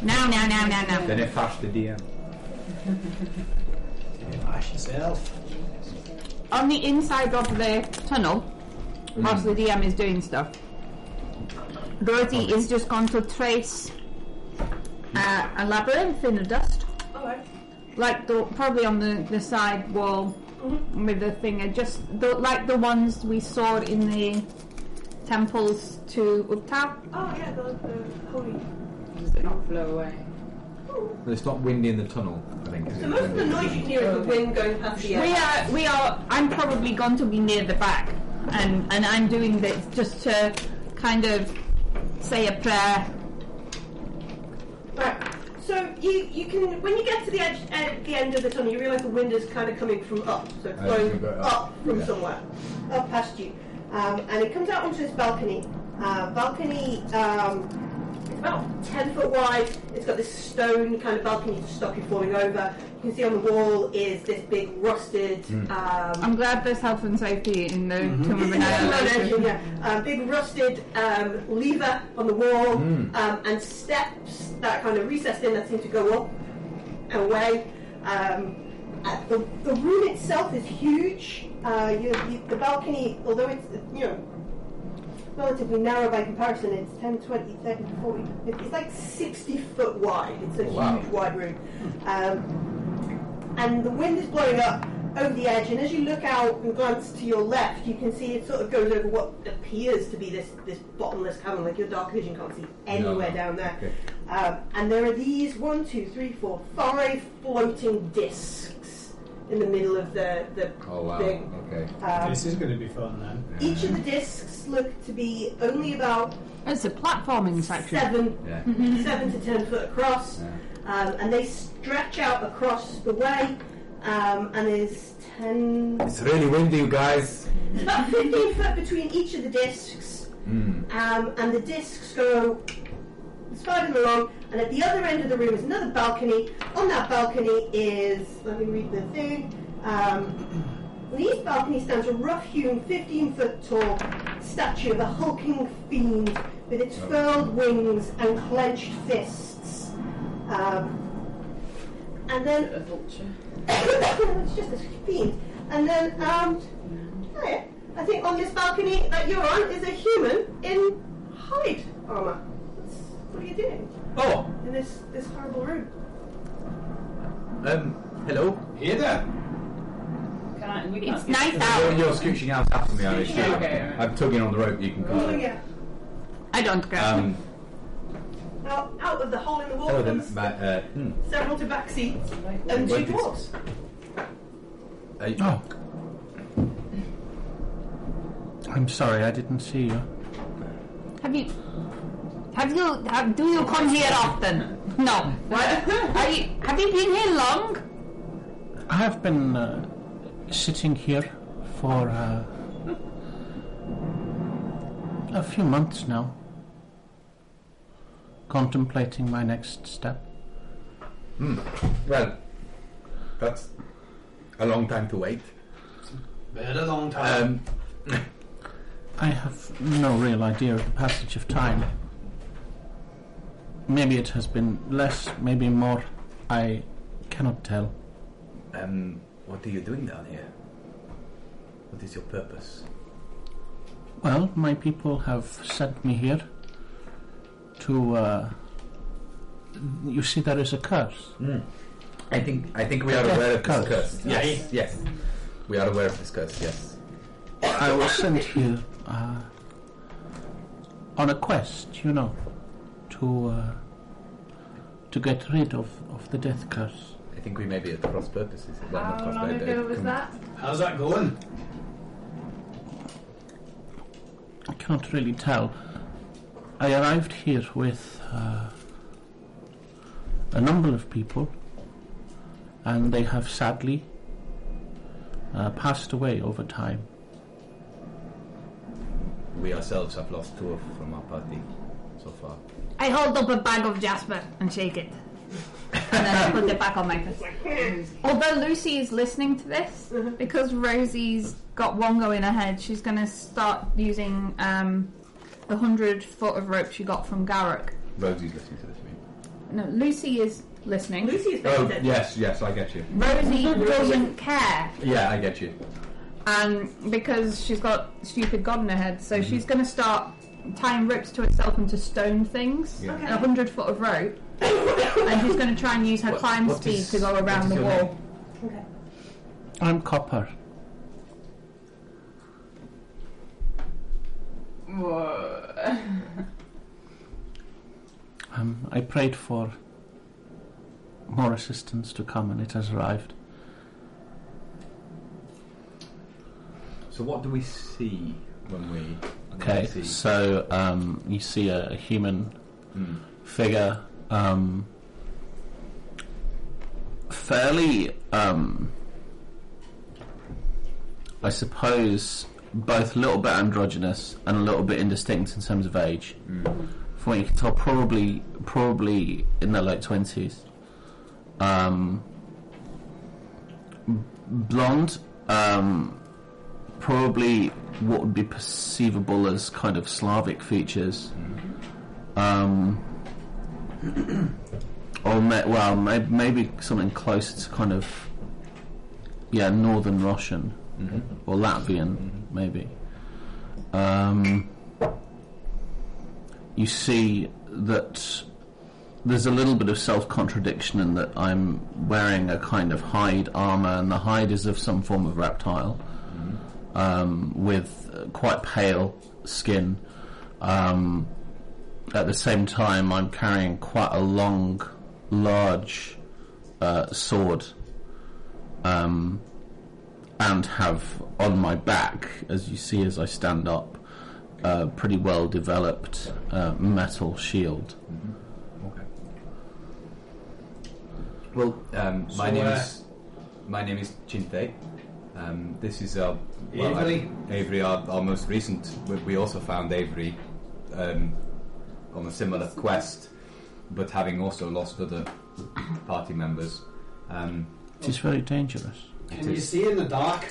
No, no, no, no, no. Then it fast the DM. Ash yourself. On the inside of the tunnel, whilst the DM is doing stuff, Dorothy is just going to trace uh, a labyrinth in the dust. Alright. like the probably on the, the side wall with the thing, uh, just the, like the ones we saw in the temples to Upta. Oh yeah, the, the holy. Does it not flow away? It's not windy in the tunnel, I think. Is So most of the it? noise you hear is the wind going past the We air. are we are. I'm probably going to be near the back, and and I'm doing this just to kind of say a prayer. Right. So you, you can when you get to the edge at the end of the tunnel, you realise the wind is kind of coming from up, so it's Uh, blowing from the- up, from yeah. somewhere, up past you, um, and it comes out onto this balcony. Uh, balcony. Um, it's about ten foot wide. It's got this stone kind of balcony to stop you falling over. You can see on the wall is this big rusted. Um, I'm glad there's health and safety in the Tomb of Annihilation. Mm-hmm. yeah, um, big rusted um, lever on the wall um, and steps that kind of recessed in that seem to go up and away. Um, uh, the, the room itself is huge. Uh, you, you, the balcony, although it's you know relatively narrow by comparison, it's 10, 20, 30, 40, it's like 60 foot wide. It's a Wow. huge wide room. Um, and the wind is blowing up over the edge. And as you look out and glance to your left, you can see it sort of goes over what appears to be this, this bottomless cavern. Like your dark vision can't see anywhere No. down there. Okay. Um, and there are these one, two, three, four, five floating discs in the middle of the, the Oh wow, thing. okay. Um, This is going to be fun then. each of the discs look to be only about It's a platforming section. seven Yeah. seven to ten foot across, um, and they stretch out across the way, um, and there's ten, It's really windy, you guys. there's about fifteen foot between each of the discs, um, and the discs go it's five of them along, and at the other end of the room is another balcony. On that balcony is let me read the thing. Um, on the east balcony stands a rough-hewn, 15-foot-tall statue of a hulking fiend with its furled wings and clenched fists. Um, and then A vulture. it's just a fiend. And then, um, oh yeah, I think on this balcony that you're on is a human in hide armor. That's, what are you doing Oh, in this this horrible room? um, hello. Here there. Can I, we can't It's see nice it. You're, out. you're scooching out after me, Irish. Scooching out, okay. I'm tugging on the rope. You can come. Rolling out, I don't care. Um, out, out of the hole in the wall hello then. comes My, uh, hmm. several tobacco seats and two Wait, it's- dwarves. Uh, Oh. I'm sorry, I didn't see you. Have you? Have you? Have, do you come here often? No. What? Are you, have you been here long? I have been uh, sitting here for uh, a few months now, contemplating my next step. Well, that's a long time to wait. Been a long Oh. time. Um, I have no real idea of the passage of time. Maybe it has been less, maybe more. I cannot tell. um, what are you doing down here? What is your purpose? Well, my people have sent me here to. Uh, you see, there is a curse. Mm. I think I think we are aware of this Curse. curse. Yes, yes, we are aware of this curse. Yes. I was sent here uh, on a quest, you know, to uh, to get rid of, of the death curse. I think we may be at cross purposes. Well, not How cross, long but, uh, ago was com- that? How's that going? I cannot really tell. I arrived here with uh, a number of people, and they have sadly uh, passed away over time. We ourselves have lost two of- from our party so far. I hold up a bag of jasper and shake it. and then I put it back on my fist. Although Lucy is listening to this, Mm-hmm. because Rosie's got Wongo in her head, she's going to start using um, the 100 foot of rope she got from Garrick. Rosie's listening to this meeting. No, Lucy is listening. Lucy's Oh, better. yes, yes, I get you. Rosie doesn't care. Yeah, I get you. and because she's got stupid god in her head, so she's going to start tying ropes to herself and to stone things. Yeah. A hundred foot of rope, and she's going to try and use her What- climb what speed is- to go what around is the your wall. name? I'm Copper. Um, I prayed for more assistance to come, and it has arrived. So what do we see when we when Okay, we see? so um, you see a, a human Hmm. figure, um, fairly, um, I suppose, both a little bit androgynous and a little bit indistinct in terms of age. From what you can tell, probably, probably in their late twenties. Um, blonde, um, probably what would be perceivable as kind of Slavic features. Um, or ma well, may- maybe something closer to kind of yeah, Northern Russian Mm-hmm. or Latvian, maybe. Um, you see that there's a little bit of self contradiction in that I'm wearing a kind of hide armor, and the hide is of some form of reptile um, with uh, quite pale skin. Um, at the same time, I'm carrying quite a long, large uh, sword, um, and have on my back, as you see as I stand up, a pretty well developed uh, metal shield. Mm-hmm. Okay. Well, um, my So, name uh, is my name is Chinte. Um, this is our well, Avery. I- Avery, our, our most recent. We, we also found Avery um, on a similar quest, but having also lost other party members. Um, It is very dangerous. Can you see in the dark?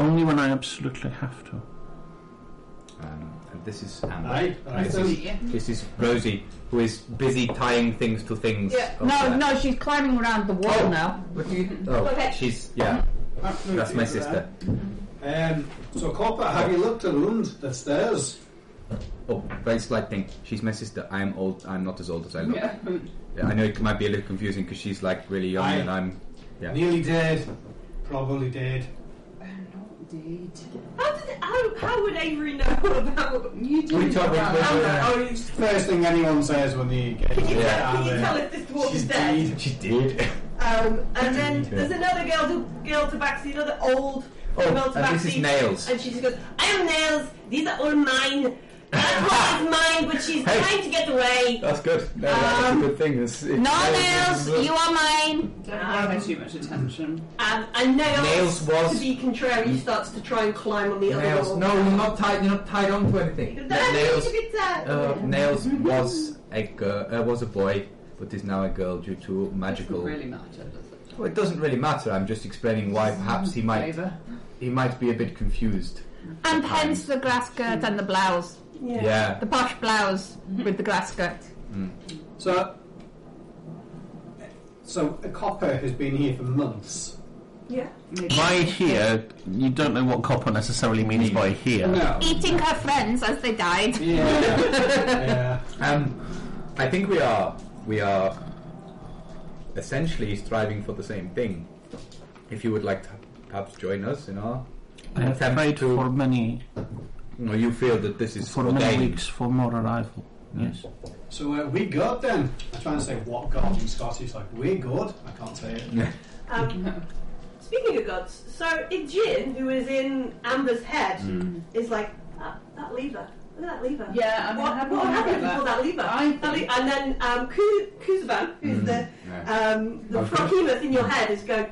Only when I absolutely have to. um, and this is Amber. Aye, And this, is, Yeah. this is Rosie, who is busy tying things to things. Yeah. over No, there. no, she's climbing around the Oh. wall now. What do you? Oh, Okay. she's yeah. That's my uh, sister. Um, so, Copper, have you looked around the stairs? Oh, very slight thing. She's my sister. I'm old. I'm not as old as I look. Yeah. Yeah, I know it might be a little confusing because she's like really young Aye. and I'm. Yeah. Nearly dead. Probably dead. Indeed. How, did, how, how would Avery know about? You do. We talk- we- well. we- How, Yeah. how you, First thing anyone says when they get can you, Yeah. tell, can you tell Yeah. if this dwarf She's is dead? dead. She did. Um, and then Yeah. there's another girl, to, girl Tabaxi, another old girl Oh, and this is Tabaxi, nails. and she just goes, "I am nails. These are all mine. That one is mine, but she's Hey. trying to get away." That's good. No, Um, good thing. It's, it's No nails, you are mine. Don't pay her too much attention. Um, and nails, Nails to was- be contrary, starts to try and climb on the other nails. wall. No, you're not tied. You're not tied onto anything. That nails. needs to be said. Uh, nails was a girl. Uh, was a boy, but is now a girl due to magical. Doesn't really matter, does it? Well, it doesn't really matter. I'm just explaining why perhaps he might Flavor. he might be a bit confused. And hence the glass skirt and the blouse, Yeah. Yeah. the posh blouse with the glass skirt. So, so a copper has been here for months. Yeah. Maybe. By here, you don't know what copper necessarily means by here. No. Eating her friends as they died. Yeah. yeah. Um, I think we are we are essentially striving for the same thing. If you would like to perhaps join us in our I have attempt prayed to, for many or you feel that this is for many ordained. weeks for more arrival. Yes. So uh, we good then. I'm trying to say what god in Scottish, like we good. I can't say it. Um, speaking of gods, so Ijin, who is in Amber's head, is like that, that lever. Look at that lever. Yeah, I'm What, happy what to happened hear before that. that lever? I That think- le- and then um, Ku- Kuzban, who's Mm. the Yeah. um, the Okay. behemoth in your head, is going,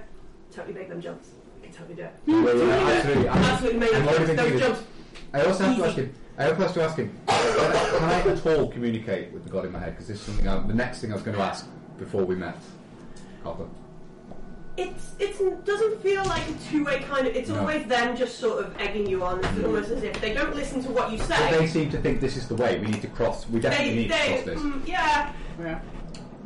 totally make them jumps. I can totally do it. Yeah, yeah, absolutely. I, Absolutely make I'm already them those thinking this. jumps. I also have to ask him. I also have to ask him. Can I at all communicate with the god in my head? Because this is something. I, the next thing I was going to ask before we met, Copper. It's it's it doesn't feel like a two way kind of. It's No. always them just sort of egging you on. It's almost as if they don't listen to what you But say. they seem to think this is the way we need to cross. We definitely need to cross this. mm, yeah. Yeah.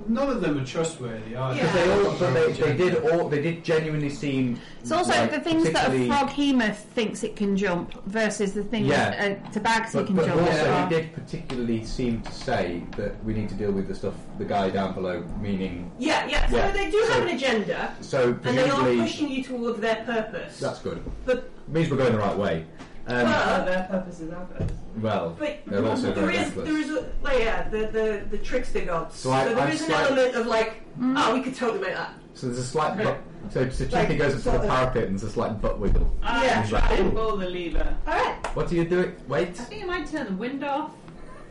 None of them are trustworthy, are Yeah. Because they all, but they, they did all, they did genuinely seem. It's also like, the things that a particularly- frog hemoth thinks it can jump versus the thing Yeah. that a tabaxi But, can but jump. also, as well. they did particularly seem to say that we need to deal with the stuff, the guy down below, meaning. Yeah, yeah. So Yeah. they do have So- an agenda, So and they are presumably pushing you toward their purpose. that's good. But means we're going the right way. Um, but their purpose is our purpose. well, But they're also there very is reckless. there is a, like, yeah the, the the trickster gods. So I- so there I'm is an slight- element of like oh we could totally make that. so there's a slight. But, so so Like, Chippy goes up to sort the of- parapet and there's a slight butt wiggle. I Yeah. try and pull the lever. All right, What are you doing? Wait. I think you might turn the wind off.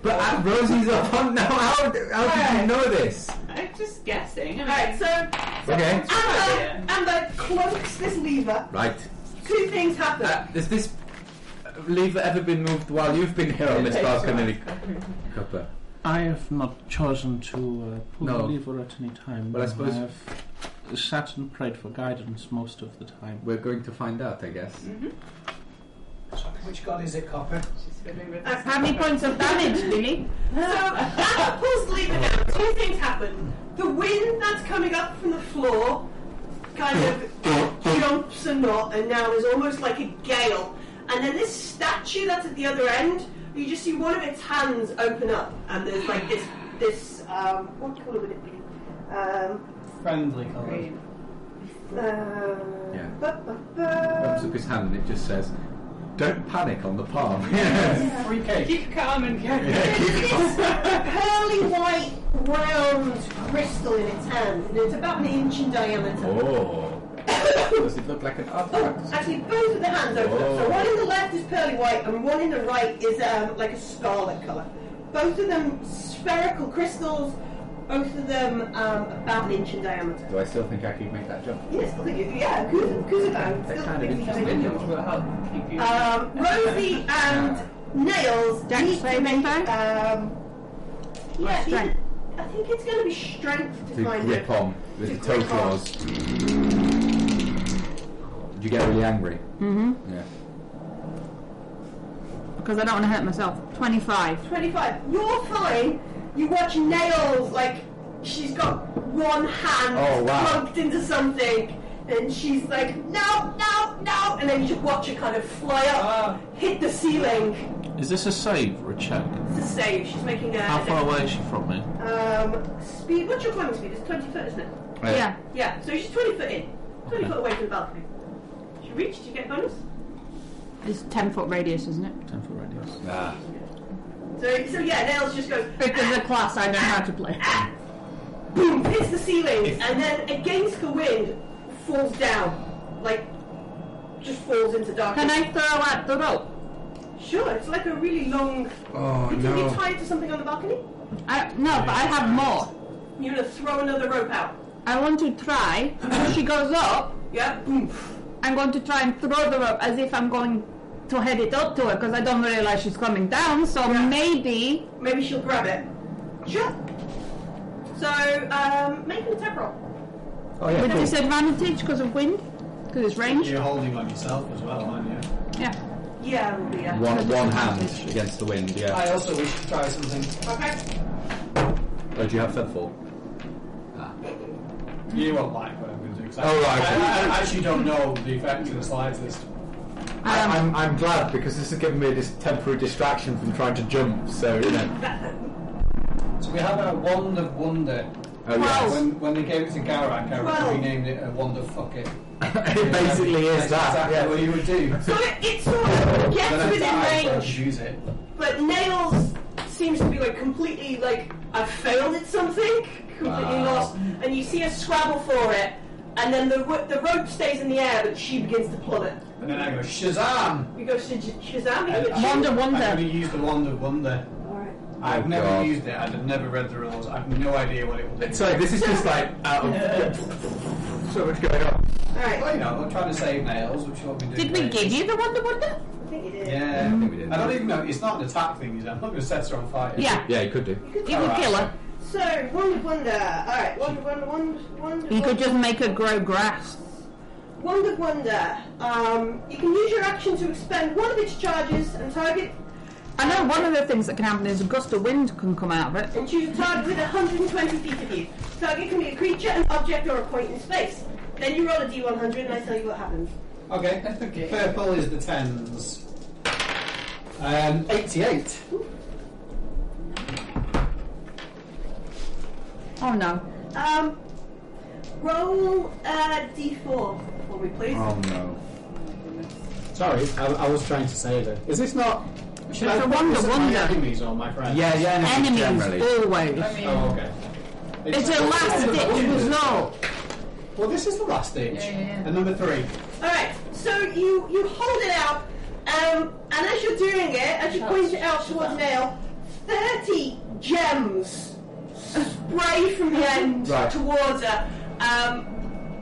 But Aunt Rosie's up on now. How, how did you know this? I'm just guessing. I all right. mean, So Okay. Amber Amber clunks this lever. Right. Two things happen. Uh, has this lever ever been moved while you've been here on this balcony? Copper. I have not chosen to uh, pull No. the lever at any time. Well, I suppose- have sat and prayed for guidance most of the time. We're going to find out, I guess. Mm. Which god is it, Copper? She's fiddling with Uh, this. How many points of damage, Billy? So Amber pulls the lever down. Two things happen. The wind that's coming up from the floor kind of jumps a knot, and now is almost like a gale. And then this statue that's at the other end, you just see one of its hands open up, and there's like this this um, what colour would it be? Um, Friendly colour. Green. uh, Yeah. ba- ba- ba. Comes up his hand and it just says, "Don't panic on the palm." Free cake. Keep calm and careful. Pearly white round crystal in its hand, and it's about an inch in diameter. oh. Does it look like an Oh, artifact? actually, both of the hands open. up. So Oh. one in the left is pearly white, and one in the right is um, like a scarlet colour. Both of them spherical crystals. Both of them um, about an inch in diameter. Do I still think I could make that jump? Yes, I think it- yeah, good, good about. They're Still kind of think we can interesting. do it. Windows will help keep you. Um, Rosie and Nails Dex need to saving make. throw? Um, yeah, strength? either- I think it's going to be strength to, To find grip it. on with To the toe grip on. claws. Do you get really angry? Mm-hmm. Yeah. Because I don't want to hurt myself. 25. 25. You're fine. You watch Nails, like, she's got one hand Oh, wow. plugged into something, and she's like, no, no, no, and then you just watch her kind of fly up, hit the ceiling Is this a save or a check? to save. She's making a. How far away is she from me? Um, speed. What's your climbing speed? It's 20 foot, isn't it? Yeah. Yeah, so she's 20 foot in. 20 Okay. foot away from the balcony. She reached, you get bonus. It's 10 foot radius, isn't it? Uh, Ten foot radius. Ah. So, so yeah, Nails just goes, Because the class I know how to play. boom, hits the ceiling, and then against the wind, falls down. Like, just falls into darkness. Can I throw out the rope? Sure, it's like a really long. Oh you can be tied to something on the balcony. I, no, but I have more. You're gonna throw another rope out. I want to try. When she goes up, Yeah, boom. I'm going to try and throw the rope as if I'm going to head it up to her because I don't realize she's coming down. So Yeah. maybe Maybe she'll grab it. Sure. So, um, make an attack roll. Oh yeah. with disadvantage because of wind, because it's range. You're holding on yourself as well, aren't you? Yeah. Yeah, it'll be a. One one hand against the wind. Yeah. I also wish to try something. Okay. Oh, do you have for? You won't like what I'm going to do. 'cause I, Oh, right, I- okay. I, actually don't know the effect in the slightest. Um, I, I'm, I'm glad because this has given me this temporary distraction from trying to jump. So you know. So we have a wand of wonder. Oh yes. When, when they gave it to Garak, I Well. we named it a wand of fuck it. it basically is That's that. Exactly Yeah. what you would do. So it, it sort of Then gets I within died, but I range. could use it. But Nails seems to be like completely like I failed at something, completely Wow. lost, and you see her scrabble for it, and then the, ro- the rope stays in the air, but she begins to plummet. And then I go, Shazam! We go Shaz- Shazam, And but I'm- she- Wonder, wonder. I'm going to use the Wand of Wonder. Alright. I've Oh, never God. used it, I've never read the rules, I've no idea what it will do. It's like this is just like out Oh, of so much going on. Alright. well, you know, I'm trying to save nails, which I'll be doing. Did we later. give you the Wonder Wonder? I think you did. Mm. Yeah. I think we did. I don't even know, it's not an attack thing, is it? I'm not going to set her on fire. Yeah. Yeah, you could do. You could kill her. So, Wonder Wonder. Alright, Wonder Wonder Wonder Wonder You could just make her grow grass. Wonder Wonder. Um, you can use your action to expend one of its charges and target I know one of the things that can happen is a gust of wind can come out of it. and choose a target within 120 feet of you. Target can be a creature, an object, or a point in space. Then you roll a d100 and I tell you what happens. Okay. Purple is the tens. Um, 88. Oh no. Um, roll a d4 for me, please. Oh no. Sorry, I, I was trying to save her. Is this not? Should It's a put wonder, this as my wonder. enemies or my friends? Yeah, yeah. Enemies generally. always. I mean, Oh, okay. It's a last ditch result. Well, this is the last ditch. Yeah, yeah, yeah. And number three. Alright, so you, you hold it out, um, and as you're doing it, as you point it out towards Nail, 30 gems spray from the end Right. towards her. Um,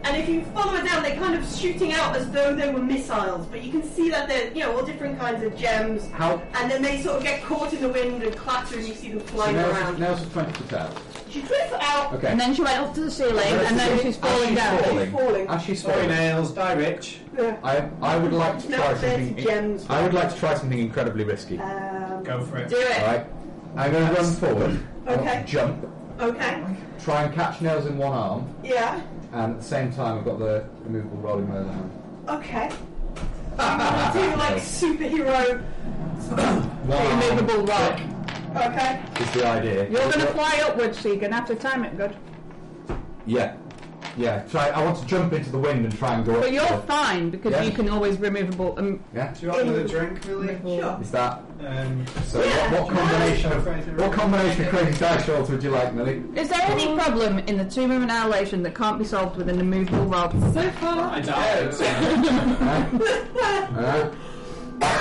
and if you follow it down, they're kind of shooting out as though they were missiles, but you can see that they're, you know, all different kinds of gems. How And then they sort of get caught in the wind and clatter, and you see them so flying nails, around. nails are twenty foot out. She twists it out, Okay. And then she went up to the ceiling and then she's as falling she's down. Falling, Falling. As she's Sorry, falling, nails. Die rich. I I would like to No, try there's something. gems. I would like to try something incredibly risky. Uh, um, Go for it. do it. All right, I'm going to run forward. I want to Okay. Jump. Okay, Try and catch nails in one arm, yeah, and at the same time I've got the removable roll in my other hand. okay. Do like superhero. One arm Immovable rock. Okay. is the idea. You're going to fly upwards, so you're going to have to time it good. Yeah. Yeah, try. I want to jump into the wind and try and go up. But you're to the- fine because Yeah. you can always removable. Um, Yeah. Do you want another drink, really? Sure. Is that Um, so? What, what combination of what combination of crazy dice rolls would you like, Millie? is there any problem in the tomb of annihilation that can't be solved with an immovable rod? Um, so far, I doubt it. Huh?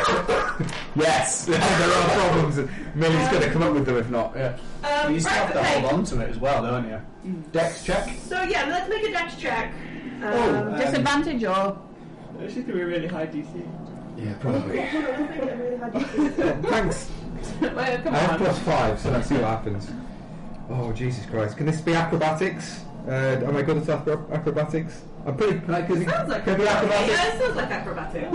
yes, there are problems. and Millie's going to come up with them if not. Yeah. Um, You still right, have to okay. hold on to it as well, don't you? Dex check. So yeah, let's make a dex check. Um, Oh. Disadvantage or she's going to be really high DC. Yeah, probably. hold on, I think I really had to- Thanks. Well, come I have on. plus five, so let's see what happens. Oh Jesus Christ! Can this be acrobatics? Uh, am I good at acro- acrobatics? I'm pretty. Like, is it, Sounds like can it be acrobatics? Yeah, it sounds like acrobatic.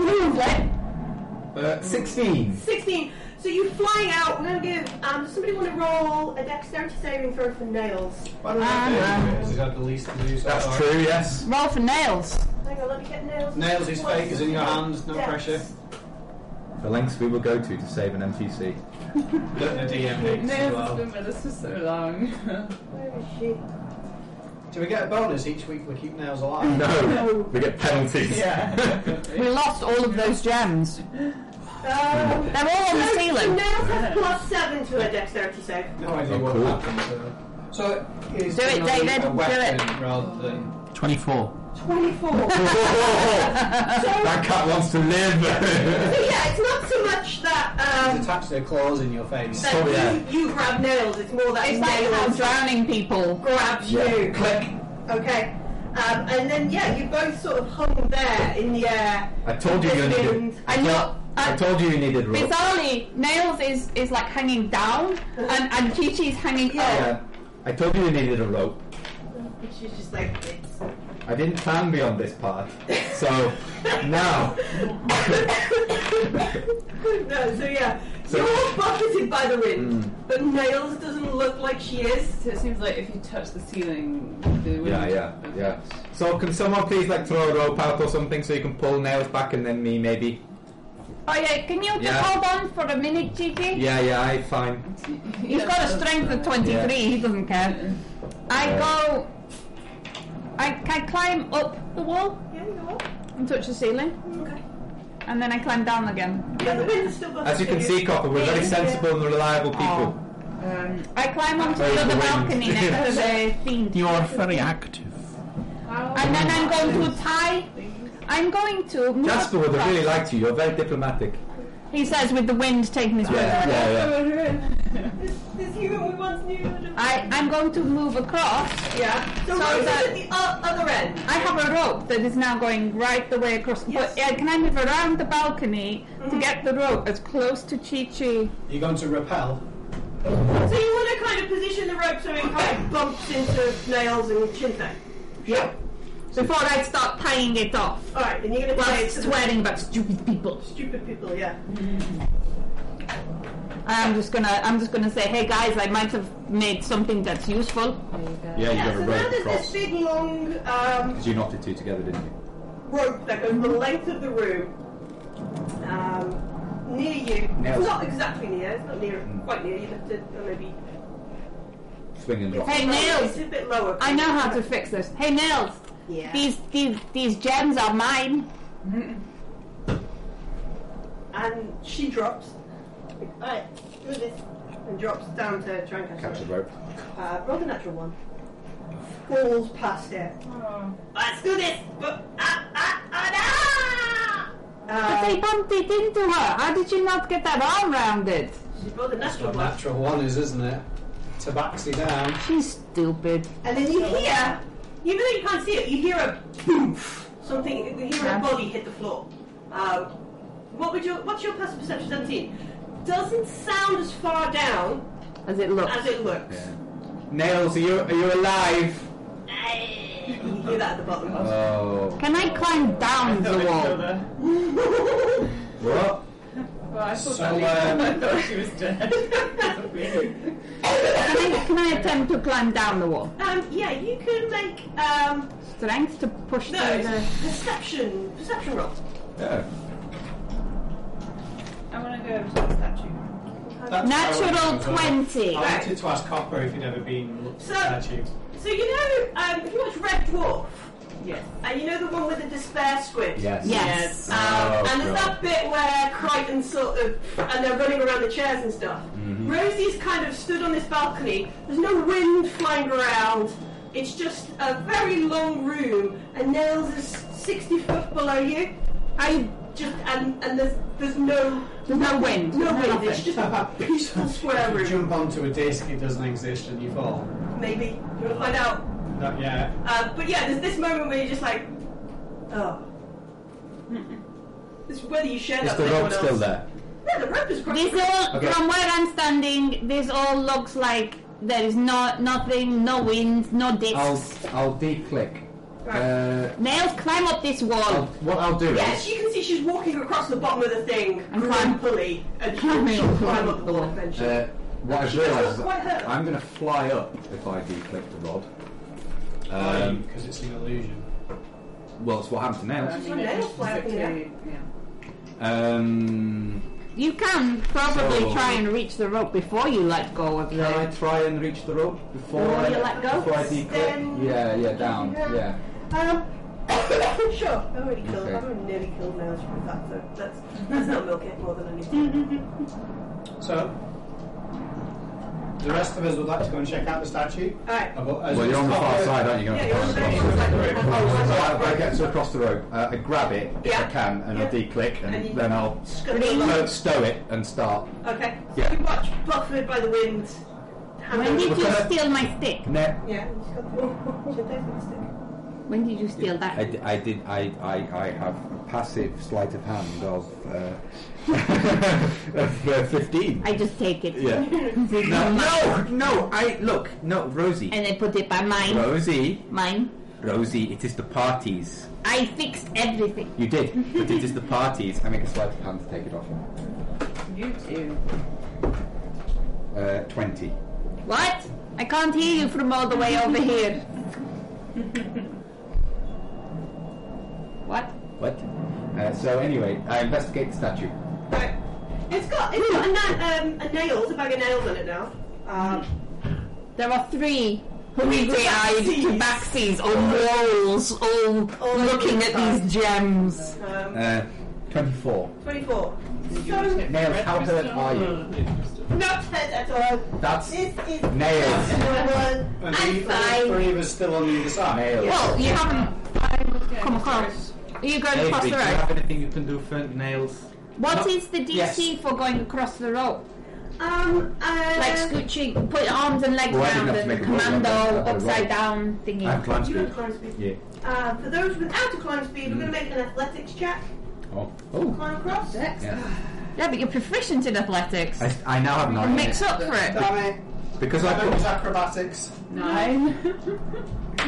Uh, Sixteen. Sixteen. So you flying out. We're gonna give. Um, does somebody want to roll a dexterity saving throw for nails? Well, I don't know, David, has he had the least to do so far? Yes. Roll for nails. Hang on, let me get nails. Nails is fake, is in your hands, no Dex. pressure. The lengths we will go to to save an MTC. The, the DM hates as Nails has well. been with us for so long. Where is she? Do we get a bonus each week we keep nails alive? No, we get penalties. yeah. We lost all of those gems. Um, They're all on the so ceiling. Nails has plus seven to her dexterity save. No idea Oh, what cool. happened. So, so it's Do it, generally David, a do weapon it. Rather than 24. Twenty-four. so that cat wants to live. yeah, it's not so much that. Um, it's attached to claws in your face. that Oh, yeah. you, you grab nails. It's more that It's like how nails drowning people. grabs you. Click. Okay. Um, and then yeah, you both sort of hung there in the air. I told you you needed. I know. I Uh, told you you needed. rope. bizarrely, nails is, is like hanging down, and and Chi Chi's hanging up. Yeah. I told you you needed a rope. And She's just like, it's, I didn't plan beyond this part, so now no, so yeah, you're all buffeted by the wind, but Nails doesn't look like she is. So it seems like if you touch the ceiling, the wind. Yeah, yeah, yeah. So can someone please like throw a rope out or something so you can pull nails back and then me maybe? Oh yeah, can you just Yeah. hold on for a minute, Chi Chi? Yeah, yeah, I fine. He's got a strength of 23, Yeah. he doesn't care. I Yeah. go. I, I climb up the wall Yeah, you know what? and touch the ceiling, Okay. and then I climb down again. Yeah, the wind's still buffeting. As you can see, Copper, we're very sensible and reliable people. Oh. Um, I climb onto Where's the other the wind? balcony next to the fiend. You are very active. And then I'm going to tie. I'm going to. move Jasper would have across. really liked you. You're very diplomatic. He says with the wind taking his word. Yeah, yeah. This, this human we once knew. I, I'm going to move across. Yeah. So, So Rose is that- at the o- other end. I have a rope that is now going right the way across. But uh, can I move around the balcony to get the rope as close to Chi Chi? You're going to repel. So you want to kind of position the rope so it kind of bumps into nails and shinte. Yeah. Before I start tying it off. All right, and you're going to While tie it to the swearing about stupid people. stupid people. Yeah. I'm just gonna I'm just gonna say, hey guys, I might have made something that's useful. Yeah, you Yeah, got so a rope now there's this across. big long um, Because you knotted two together, didn't you? Rope that goes the length of the room. Um, near you. Nails. It's not exactly near. It's not near. Quite near. You have to or maybe. Swing and drop. Hey It's Nails! a bit lower. I know how to fix this. Hey Nails! Yeah. These these these gems are mine. And she drops. Alright, do this. And drops down to try and catch, Catch the it. rope. Uh, roll the natural one. Falls past it. Oh. Let's do this! But, ah, ah, ah, ah! But Uh, they bumped it into her. How did you not get that arm round it? she rolled a That's natural what one. natural one is, isn't it? Tabaxi down. She's stupid. And then you hear, even though you can't see it, you hear a boom. Something, you hear a Yeah. body hit the floor. Um, what would your, what's your passive perception 17? Doesn't sound as far down As it looks. as it looks. Nails, are you, are you alive? You can hear that at the bottom. Oh. Can I climb down the wall? What? Well, I thought So, that lady- um, I thought she was dead. Can I, can I attempt to climb down the wall? Um, yeah, you can make um, Strength to push no through the. it's perception perception roll. Yeah. I want to go over to the statue. That's how Oh, Natural it goes. 20. I wanted to ask Copper if he'd ever been So- at you. So you know, um, if you watch Red Dwarf, Yes. and you know the one with the despair squid. Yes. Yes. Um, Oh, and there's God. that bit where Crichton sort of, and they're running around the chairs and stuff. Mm-hmm. Rosie's kind of stood on this balcony. There's no wind flying around. It's just a very long room, and Nails is 60 foot below you. I just and and there's there's no There's no wind. no wind. nothing. It's just a peaceful square If you room. jump onto a disc, it doesn't exist and you fall. Maybe you'll find out. Not yet. Uh, but yeah, there's this moment where you're just like, oh. It's whether you share Is that the with rope anyone else. still there? Yeah, the rope is great. This all, Okay. from where I'm standing, this all looks like there is no nothing, no wind, no discs. I'll, I'll de-click. Uh, Nails, climb up this wall. I'll, what I'll do Yes, is... you can see she's walking across the bottom of the thing, And climb- grumpily, and climbing. she'll climb up the wall eventually. Uh, what I've realised is quite hurt. that I'm going to fly up if I de-click the rod. Um, Because it's an illusion. well, it's what happened to Nails. Your nails fly up in the air. Um, You can probably So- try and reach the rope before you let go of Can I the. try and reach the rope before Before I you let go? Before I declip? Then- Yeah, yeah, down. Yeah. Um, sure, I've already killed, Okay. I've already nearly killed nails with that, so let's, let's not milk it more than I need to. So, the rest of us would like to go and check out the statue. Alright. Uh, but as Well, you're on the far Copper- side, aren't you? You're Yeah, you're on gonna the very have to cross side. the rope. So Oh, I, I get to across the rope. Uh, I grab it if Yeah. I can, and I Yeah. declick, and, And you- then I'll Scream. stow, stow it and start. Okay, so Yeah. you watch, buffered by the wind. When did you Because- steal my stick? Ne- Yeah, she's got the, she's got the stick. When did you steal I, that? d- I did. I, I, I have a passive sleight of hand of, uh, of uh, fifteen. I just take it yeah. No, no, no. I look. No, Rosie. and I put it by mine. Rosie. Mine. Rosie. It is the parties. I fixed everything. You did, but it is the parties. I make a sleight of hand to take it off him. You too. Uh, 20. What? I can't hear you from all the way over here. what? What? Uh, so anyway, I investigate the statue. Right. It's got it's got a, na- um, a nails, a bag of nails on it now. Um, There are three hungry-eyed tabaxis on walls, all All looking over the at these gems. um, Uh, 24. 24. So, Nails, how hurt are you? Interesting. not hurt at all. That's This is nailed. normal. And I'm the fine. three of us still on the other side. Nailed. Well, you haven't come across. Are you going across the road? anything you can do for nails? What No. is the DC for going across the road? Um, uh, Like scooching, put your arms and legs Well, I down didn't have to the make a roll, commando I had a roll. upside down I have thingy. climb you don't speed. climb speed. Yeah. Uh, for those without a climb speed, we're going to make an athletics check. Oh. Oh. Climb across. Yeah. Yeah, but you're proficient in athletics. I, I now have nine. Mix up for it. Damn it. Because I I know it was put, acrobatics. Nine. You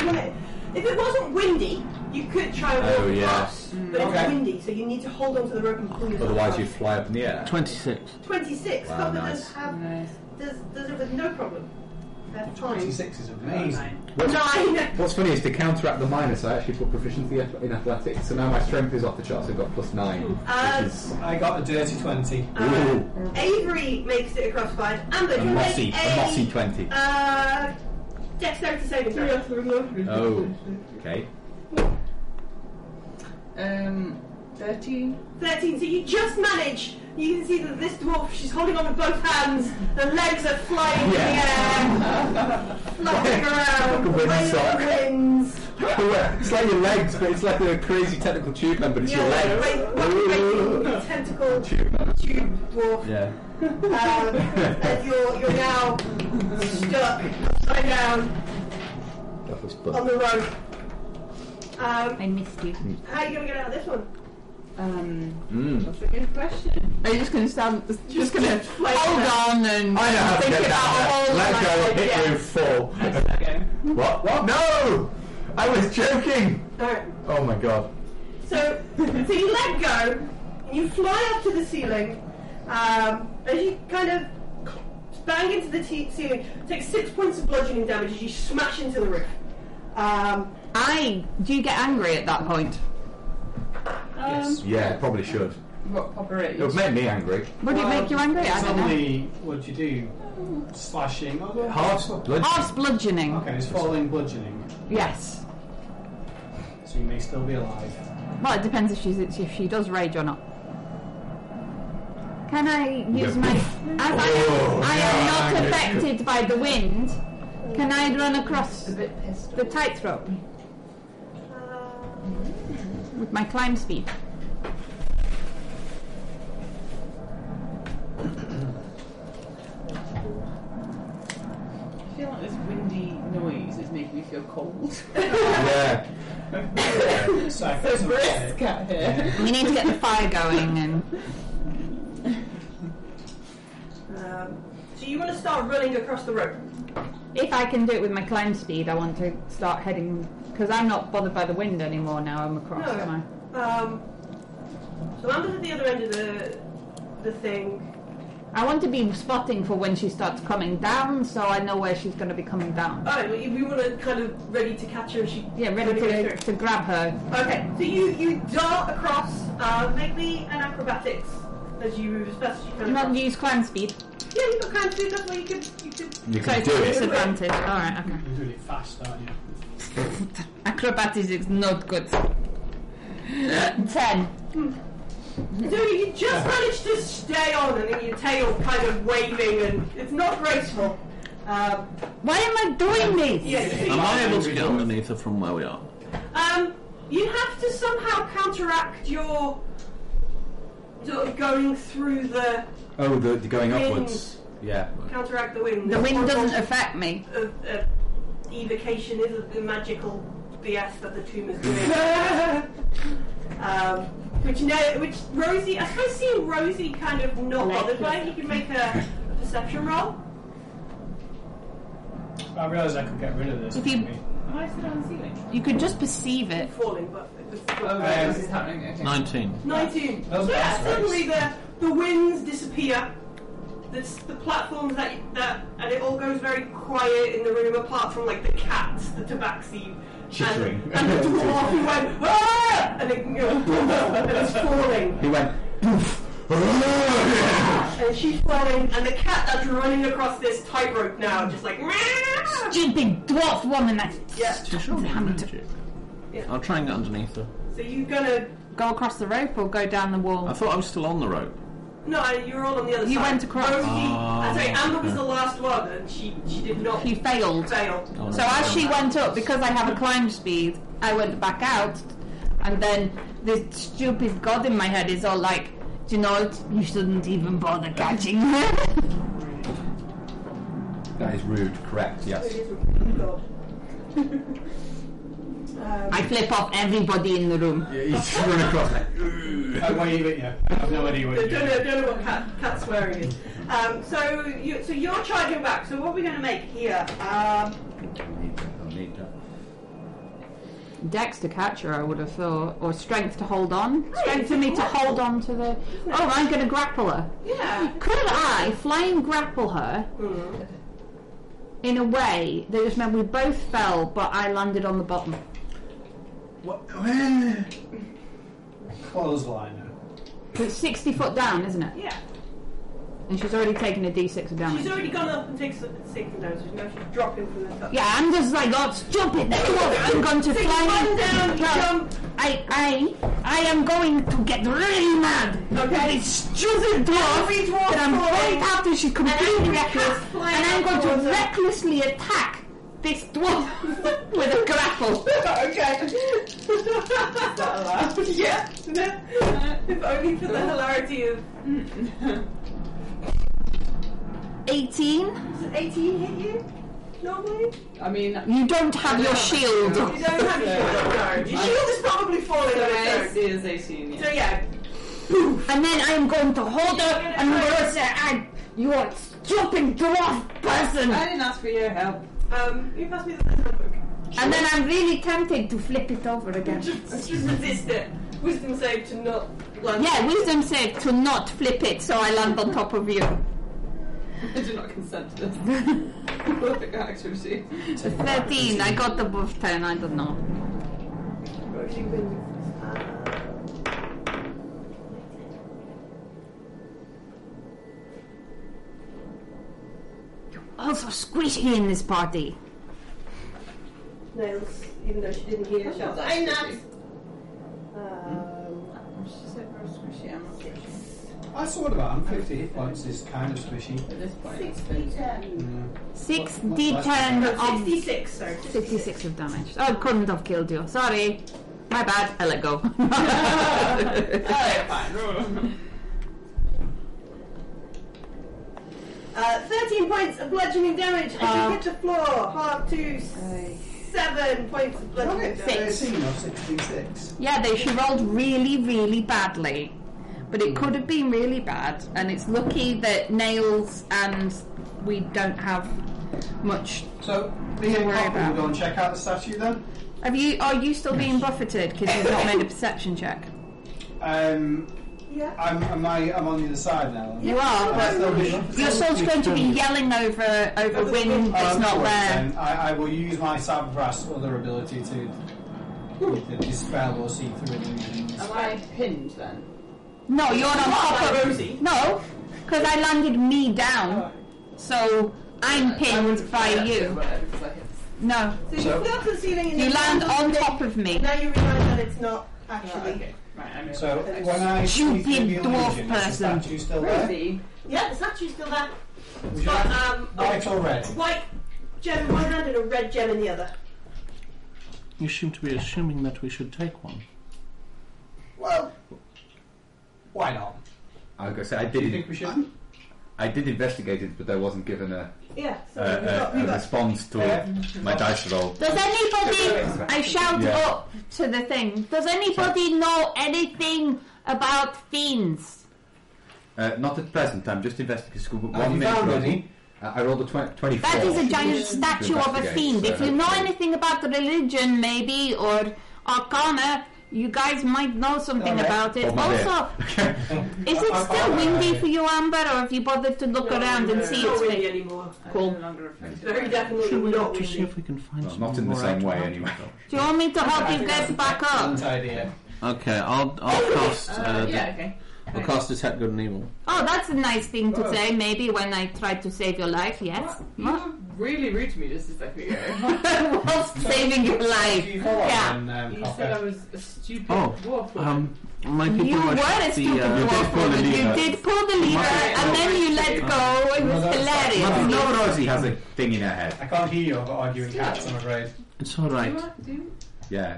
wanna- If it wasn't windy, you could try and walk Oh, yeah. across, Mm. but Okay. it's windy, so you need to hold onto the rope and pull yourself. otherwise up. you fly up in the air. 26. 26. Wow, Copper nice. does have Nice. does, does it with no problem. That's time. 26 is amazing. Nine. What's, Nine. what's funny is to counteract the minus, I actually put proficiency ath- in athletics, so now my strength is off the charts. I've got plus nine, Uh, which is I got a dirty Um, 20. Uh, Avery makes it across five. Amber, a you mossy, make a mossy a twenty. uh, dexterity saving throw. Oh, okay. Um, thirteen. 13. So you just manage. You can see that this dwarf, she's holding on with both hands. The legs are flying in the air, flopping around, Like a wind waving sock. the winds. it's like your legs, but it's like a crazy technical tube man, but it's your Yeah, like legs. waving tentacle Tube man. tube dwarf. Yeah. Um, and you're you're now stuck upside down That was on fun. the road. Um, I missed you. how are you gonna get out of this one? Um, Mm. that's a good question. Are you just gonna stand? Just gonna hold on and I know how to think get about down all there. of Let go, my- I'll hit you, fall. Okay. what? What? No! I was joking! Alright. Oh my god. So, so you let go, and you fly up to the ceiling, um, and you kind of bang into the te- ceiling. Take six points of bludgeoning damage as you smash into the roof. Um, I do you get angry at that point? Um, Yeah, probably should. what proper It would make me angry. Would it make you angry? I It's don't know. only, what do you do? Slashing. Oh, well, Hard blood. Arse bludgeoning. Okay, it's falling bludgeoning, Yes. so you may still be alive. Well, it depends if she's if she does rage or not. Can I use Yeah. my? As I, Oh, I am no, not I'm good. affected by the wind. Can I run across the tightrope with my climb speed? I feel like this windy noise is making me feel cold. Yeah. So I got some Brisk out here. We need to get the fire going, and um, so you want to start running across the rope. if I can do it with my climb speed, I want to start heading because I'm not bothered by the wind anymore. Now I'm across. No. Am I? Um, so Amber's at the other end of the the thing. I want to be spotting for when she starts coming down, so I know where she's going to be coming down. Oh, you, you want to kind of ready to catch her. as She Yeah, ready go to, through. to grab her. Okay, so you you dart across. Uh, make me an acrobatics as you move as fast as you can. Not across. use climb speed. Yeah, you got kind of food. That's why you could you could. You So can it's do a it. disadvantage. Alright, okay. You're doing it fast, aren't you? Acrobatics is not good. Ten. Dude, you just managed to stay on, and then your tail kind of waving, and it's not graceful. Um, Why am I doing this? yeah, you see- Am I able to get underneath her from where we are? um, you have to somehow counteract your sort of going through the Oh, the, the going Wind. upwards. Yeah. counteract the wind. The wind doesn't Of, affect me. of evocation is the magical BS that the tomb is doing. um, which no, which Rosie, I suppose seeing Rosie kind of not bothered by it, you can make a perception roll. I realised I could get rid of this. If you- couldn't Am I still on the ceiling? You could just perceive it. falling, but it was Oh, right, this this is is happening. Okay. 19. 19. That was yeah, fast, right? suddenly the, the winds disappear. The, s- the platforms that, that, and it all goes very quiet in the room, apart from like the cats, the tabaxi, Chittering. and, and the dwarf who went, ah! and it, you know, and it's falling, He went. "Poof." yeah. and she's falling, and the cat that's running across this tightrope now, just like, "Meow." Stupid dwarf woman that's yeah. She's short, isn't she? Yeah. I'll try and get underneath her. So you're gonna go across the rope or go down the I wall. Oh. thought I was still on the rope. No, I- you were all on the other You side. went across. Rosie, Ah, I'm sorry, Amber was the last one, and she, she did not He failed. fail. Oh, So no. as she went up, because I have a climb speed, I went back out, and then this stupid god in my head is all like, "Do you know what? You shouldn't even bother catching her." That is rude, correct, yes. I flip off everybody in the room. Yeah, he's run across like, I wave at you. I have no idea what Don't you're know, doing. don't know what cat, cat's wearing is. Um, so, you, so you're charging back. So what are we going to make here? Um, Don't need that, don't need that. Dex to catch her, I would have thought, or strength to hold on. Strength for me to hold on to the. Oh, I'm going to grapple her. yeah. Could I flying grapple her in a way that just meant we both fell, but I landed on the bottom? Clothesline. It's 60 foot down, isn't it? Yeah. And she's already taken a d6 of damage. She's already gone up and taken some six of those. Now she's dropping from the top. Yeah, I'm just like, oh, stop it, there you are. I'm going to Six, fly. one down, No, jump. I, I, I am going to get really mad. Okay. This stupid dwarf Every dwarf that I'm falling. right after she's completely And I can reckless, cast flying and I'm going towards to her. recklessly attack this dwarf with a grapple. okay. Is that allowed? yeah. if only for the hilarity of 18. does 18 hit you normally. I mean, You don't have your shield. You don't have your shield. No. Your shield is probably falling on the its AC own. is 18. So Yeah. yeah, And then I am going to hold her and Marissa, I, you are a stupid dwarf person. I didn't ask for your help. um, you pass me the handbook. And then I'm really tempted to flip it over again. Just resist it. Wisdom save to not land. Yeah, wisdom save to not flip it so I land on top of you. I do not consent to this. Perfect character sheet. 13, I got above 10, I don't know. Rosie wins. Also squishy in this party. Nails, even though she didn't hear shots. I'm not. Um, She said we're squishy, I'm not squishy. I sort of am. 50 hit points is kind of squishy. At this point, it's been... 6 d10 of 66, um, sorry. 66 of damage. Oh, couldn't have killed you. Sorry. My bad, I let go. Uh, 13 points of bludgeoning damage as you hit the floor. Half to 7 points of bludgeoning Right, damage. Six. 66. yeah, they, she rolled really, really badly. But it could have been really bad, and it's lucky that nails and we don't have much So, me Don't and worry Copper about will go it. and check out the statue then. Have you? Are you still being buffeted because you've not made a perception check? Um, Yeah. I'm, am I, I'm on the other side now. You are, Am I but still being- your soul's going to be yelling over over wind that's Um, not sorry, there. then. I, I will use my Sabras other ability to with the dispel or see through illusions. Am I pinned then? No, you're on top like of Rosie. No, because I landed me down, so I'm pinned by you. No, So you fell to the ceiling and you you land on top of me. Now you realise that it's not actually. Okay, right, I'm So when I see Stupid through the dwarf illusion, is the person. statue still there? Rosie, Yeah, the statue's still there. Would you But, like um, white a or red? white gem in one hand and a red gem in the other. You seem to be assuming that we should take one. Well, why not? I was going to say, I Do you did, think we should? I did investigate it, but I wasn't given a, Yeah, so a, we've got, a, we've a got Uh, response Yeah. to my dice roll. Does anybody? I shout Yeah. up to the thing. Does anybody know anything about fiends? Uh, not at present, I'm just investigating school, but Have one you minute. found roll. any? Uh, I rolled a 20, 24. That is a giant statue of a investigate, fiend. so If you know hopefully- anything about religion, maybe, or arcana, you guys might know something Alright. about it. Oh, my also, dear. is it I- I- still I- windy for you, Amber, or have you bothered to look around and see not it's windy me? anymore. Cool. no longer affected. Very definitely Should we not look to see windy. if we can find Well, something not in the more same out way, about anyway. Do you want me to help you guys back up? Excellent idea. Okay, I'll I'll cast. Uh, Uh, yeah, de- okay. I'll cast detect good and evil. Oh, that's a nice thing to say, maybe, when I try to save your life, yes? What? really rude to me just a second ago. Whilst saving your Do life. you follow Yeah. and, um, You Cocker? said I was a stupid Oh, dwarf. Um, my people You were watched a stupid the, uh, dwarf woman. You lever. did pull the lever and then you let go. It was Mother- hilarious. No, Rosie has a thing in her head. I can't hear you over arguing cats, I'm afraid. It's all right. Do you- do you- Yeah.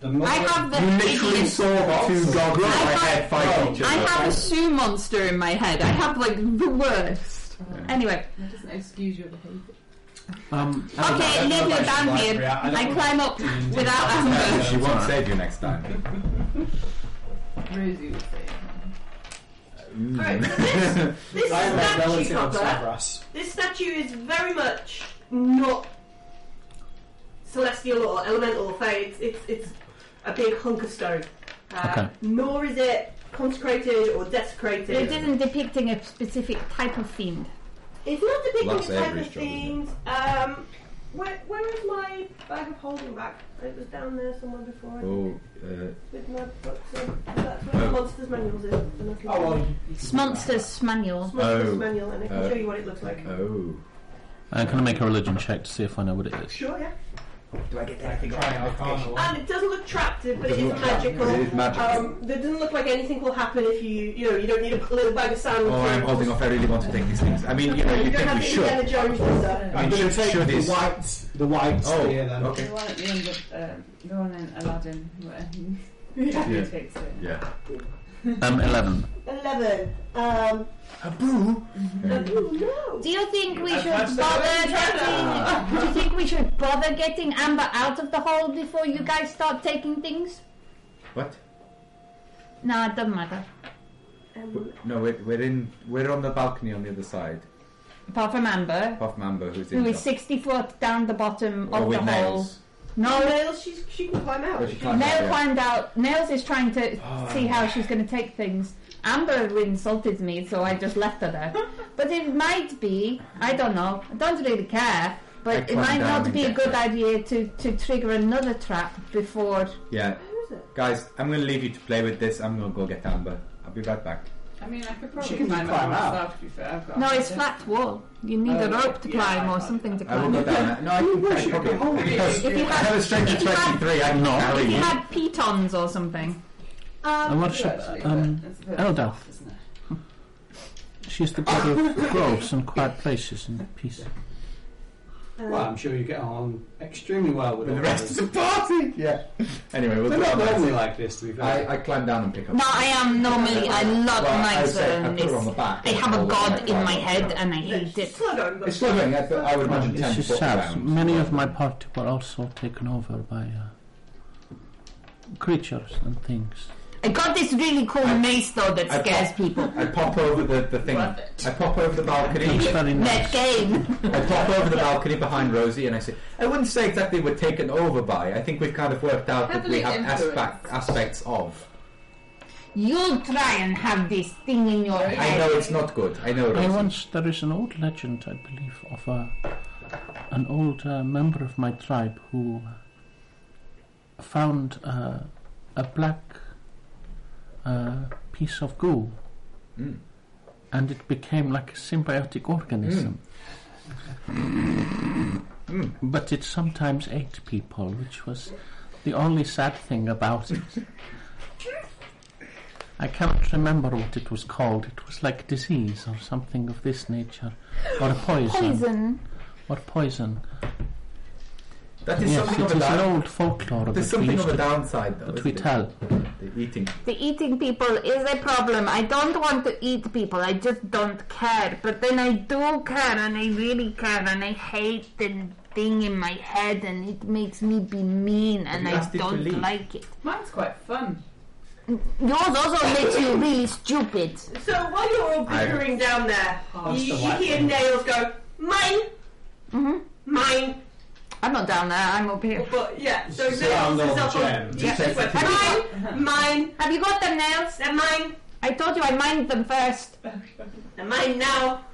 The mother, I have the You literally idiot. saw the two dogs in my I have- head Oh, fight each I other. have a shoe monster in my head. I have like the worst. Anyway, That doesn't excuse your behaviour. Um, okay, Niv, know if I you're should down like here. react. I don't I know. climb up without Yeah, ambush. she won't save you next time. Rosie would say. Alright, so this, this I have a statue, relative of Copper, Savras. this statue is very much not celestial or elemental or fairy. It's, it's, it's a big hunk of stone. Uh, Okay. Nor is it consecrated or desecrated. It isn't depicting a specific type of fiend. It's not Well, depicting that's the type Avery's of job, isn't things. Um, where, where is my bag of holding back? It was down there somewhere before. I Oh, uh, With my books in. That's where the Oh. monsters manuals is. And I can Oh, well, you- It's monster's manual. monsters Oh. manual, and I can Oh. show you what it looks like. oh. uh, can I make a religion check to see if I know what it is? Sure, yeah. I can try it, I can't. And it doesn't look attractive, but it Doesn't is look attractive, magical. it is magical. Um, there doesn't look like anything will happen if you, you know, you don't need a little bag of sand. Oh, I'm holding off. I really want to take these things. I mean, you know, you don't think have we the should. Indiana Jones stuff. I'm going Should- to take should the is- white, the white Oh, spear then. okay. The one at the end of uh, the one in Aladdin where he Yeah. takes it. Yeah. Um, 11. Eleven. Um, Boo! oh, Do you think we As should much as bother I getting? try Do you think we should bother getting Amber out of the hole before you guys start taking things? What? No, it doesn't matter. no. Um, W- No, we're, we're in. We're on the balcony on the other side. Apart from Amber, Puff Mambo, who's in. who is top. sixty foot down the bottom Or of the with hole. nails. Oh, No, Nails, she's, she can climb out. But she can't. Nail yeah. climbed out. Nails is trying to Oh. see how she's going to take things. Amber insulted me, so I just left her there. but it might be, I don't know, I don't really care, I but it climbed might down not and be a get good her. idea to, to trigger another trap before. Yeah. Where is it? Guys, I'm going to leave you to play with this. I'm going to go get Amber. I'll be right back. I mean, I She could probably can climb climb up out. myself to be fair. I've got No, it's ideas. flat wall. You need a Oh, rope to yeah, climb I or can't- something to I will climb. go down. there. No, I can. I She can can probably. hold If it. you I have had, a strength of if you had- 23. I can No. carry if you you. had pitons or something. I Yeah, worship actually, um, but it's a bit- Eldath. isn't it? She's the god of groves and quiet places and peace. Um, Well, I'm sure you get on extremely well with, With the all rest these. of the party. Yeah. Anyway, we'll They're go not down there. normally like this, to be fair. I, I climb down and pick up. No, I am normally a lot Well, I nicer say- I than put her on this. the back. I have a Hold her god like in that. my head and I hate It's it. slow going, but It's swimming. I, I would imagine It's 10 just foot sad. round. Many of my party were also taken over by uh, creatures and things. I got this really cool mace though that I- scares people. I pop over the, the thing. Worth I pop over the It's balcony. That very nice. game. I pop over the balcony behind Rosie and I say, I wouldn't say exactly we're taken over by. I think we've kind of worked out that we Heavily have aspect, influenced. aspects of. You'll try and have this thing in your I head. know it's not good. I know I Rosie. once there is an old legend, I believe, of a an old uh, member of my tribe who found uh, a black uh, piece of goo, Mm. and it became like a symbiotic organism. Mm. But it sometimes ate people, which was the only sad thing about it. I cannot remember what it was called. It was like disease or something of this nature, or a Poison. or poison. That is Yes, er something it of a is an down, old folklore There's that we something used of a to, downside though. that we isn't it? tell. The eating. The eating people is a problem. I don't want to eat people. I just don't care. But then I do care, and I really care, and I hate the thing in my head, and it makes me be mean, and you I asked it to leave? don't like it. Mine's quite fun. Yours also makes you really stupid. So while you're all bickering down there, Oh, you, you hear nails go, mine, hmm mine. I'm not down there. I'm up here. But yeah, so Just nails round is all the up on. gems. Yeah, Just went, mine, mine, Have you got them nails? they're mine, I told you I mined them first. they're mine now.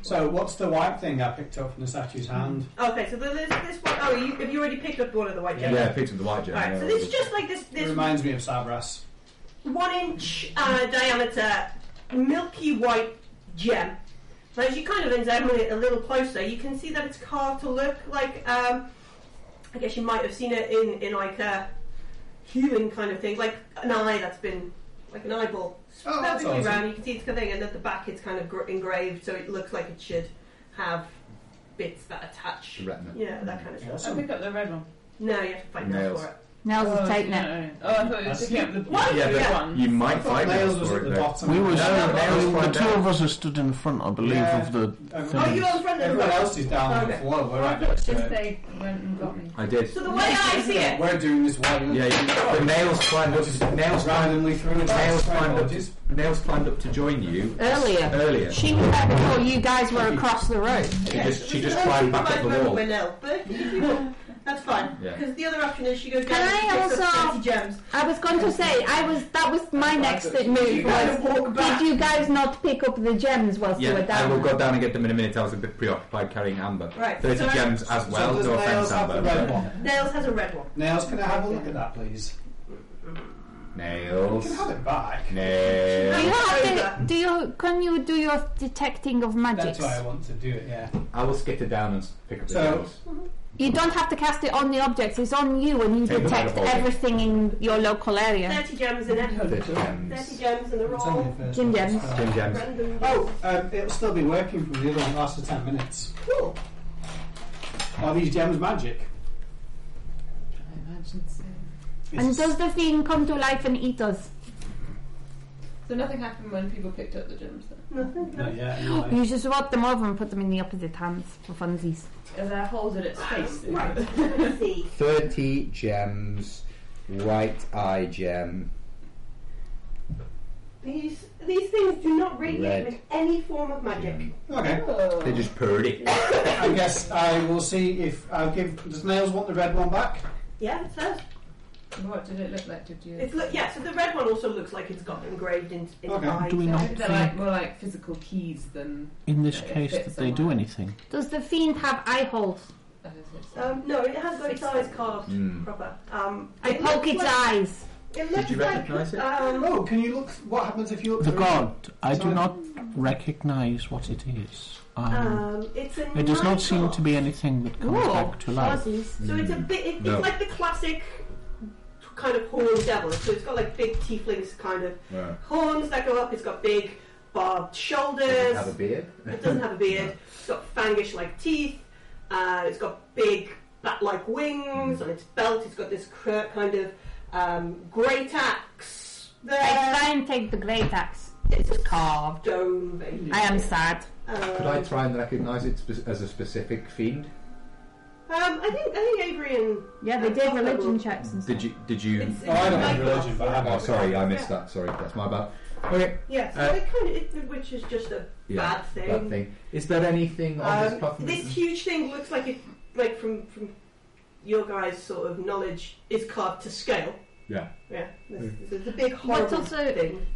So, what's the white thing I picked up from the statue's hand? Okay, so there's this one oh you, have you already picked up one of the white Yeah, gems? yeah pigs with the white gem. Alright, so this is just like this, It this reminds me of Sabras. one inch uh, diameter milky white gem So as you kind of examine it a little closer, you can see that it's carved to look like um, I guess you might have seen it in, in like a human kind of thing, like an eye that's been like an eyeball. It's Oh, that's perfectly awesome. round. You can see it's kind of thing, and at the back it's kind of gr- engraved, so it looks like it should have bits that attach. The retina. Yeah, that kind of stuff. I'll pick up the red one. No, you have to find nails Nails. for it. Nails is taken no, it. no, no. Oh, I thought you were That's- picking up the What? blue Yeah, one. You might thought find Nails it was for at it the there. bottom. We were No, no, Nails the front two down. of us are stood in front, I believe, Yeah. of the. Everyone Oh, you're else- on front of the Everyone room. else is down on the Okay. floor. We're right I thought next since to it. they went and got me. I did. So the way I see it, We're doing this one. Yeah, you, the nails climbed up. Nails climbed. randomly through. Nails climbed up. To, nails climbed up to join you Earlier. earlier. She She was there before you guys were across the road. just she just climbed back up the wall. Now, but that's fine. Yeah. Because the other option is she goes. Can down and I picks up also- 30 gems? I was going to say, I was that was my next move. Was, did you guys not pick up the gems whilst you were Yeah, I down? will go down and get them in a minute. I was a bit preoccupied carrying Amber. Right, Thirty so I- gems as well. does no offense, Nails have the Amber. red one? Nails has a red one. Nails, can I have a look at that, please? You Nails. can have it back. Do you Nails. have to, do you can you do your detecting of That's magics? why I want to do it. Yeah. I will skitter down and pick up the So- nails. You don't have to cast it on the objects. It's on you, and you Take the detect metaphor. everything in your local area. Thirty gems in it. The Thirty gems. gems in the It's only roll. the first Jim one. Jam. Uh, Jim Gems. Random. Oh, um, it'll still be working from the other one. Lasts for ten minutes. Cool. Are these gems magic? I imagine so. And does the thing come to life and eat us? So nothing happened when people picked up the gems. Then. Not yet, anyway. You should swap them over and put them in the opposite hands for funsies. As I hold it at space. Let's see. Thirty gems. White eye gem. These these things do not radiate Red. with any form of Hmm. magic. Okay. Oh. They're just purdy. I guess I will see if I give. Does Nails want the red one back? Yeah, it says. what did it look like? Did you? It's look. Yeah. So the red one also looks like it's got engraved in. in Okay. the eye, Do we so- not They're like more like physical keys than. In this Yeah, it case, fits that they do somewhere. anything? Does the fiend have eye holes? as it's- Um, no, it has got its eyes carved Mm. proper. Um, I it poke looks its like- eyes. It looks you recognise like, it? Um, Oh, can you look? What happens if you look? The through? god, I do Sorry. not recognize what it is. Um, um, it's a it does not nice seem art. to be anything that comes Ooh, back to life. Oh, Mm. fuzzies. So it's a bit. It, No. It's like the classic kind of horned devil. So it's got like big tieflings kind of Yeah. horns that go up. It's got big barbed shoulders. Have a beard. It doesn't have a beard. It's got fangish like teeth. Uh, it's got big bat like wings on its belt. It's got this cr- kind of um, great axe I there. try and take the great axe. It's a Carved. stone basically. I am sad. Um, Could I try and recognise it spe- as a specific fiend? um, I think I think Adrian. Yeah, they did religion checks and stuff. Did you? Did you? It's, it's Oh, I don't like have religion, but I have. oh, sorry, I missed that. Sorry, that's my bad. Okay. Yeah, so Uh, they kind of, it, which is just a bad thing. Bad thing. Is there anything on this Um, platform? this huge thing looks like it, like from from your guys' sort of knowledge, is carved to scale. Yeah. Mm. Yeah, this, this is a big But horrible also- thing.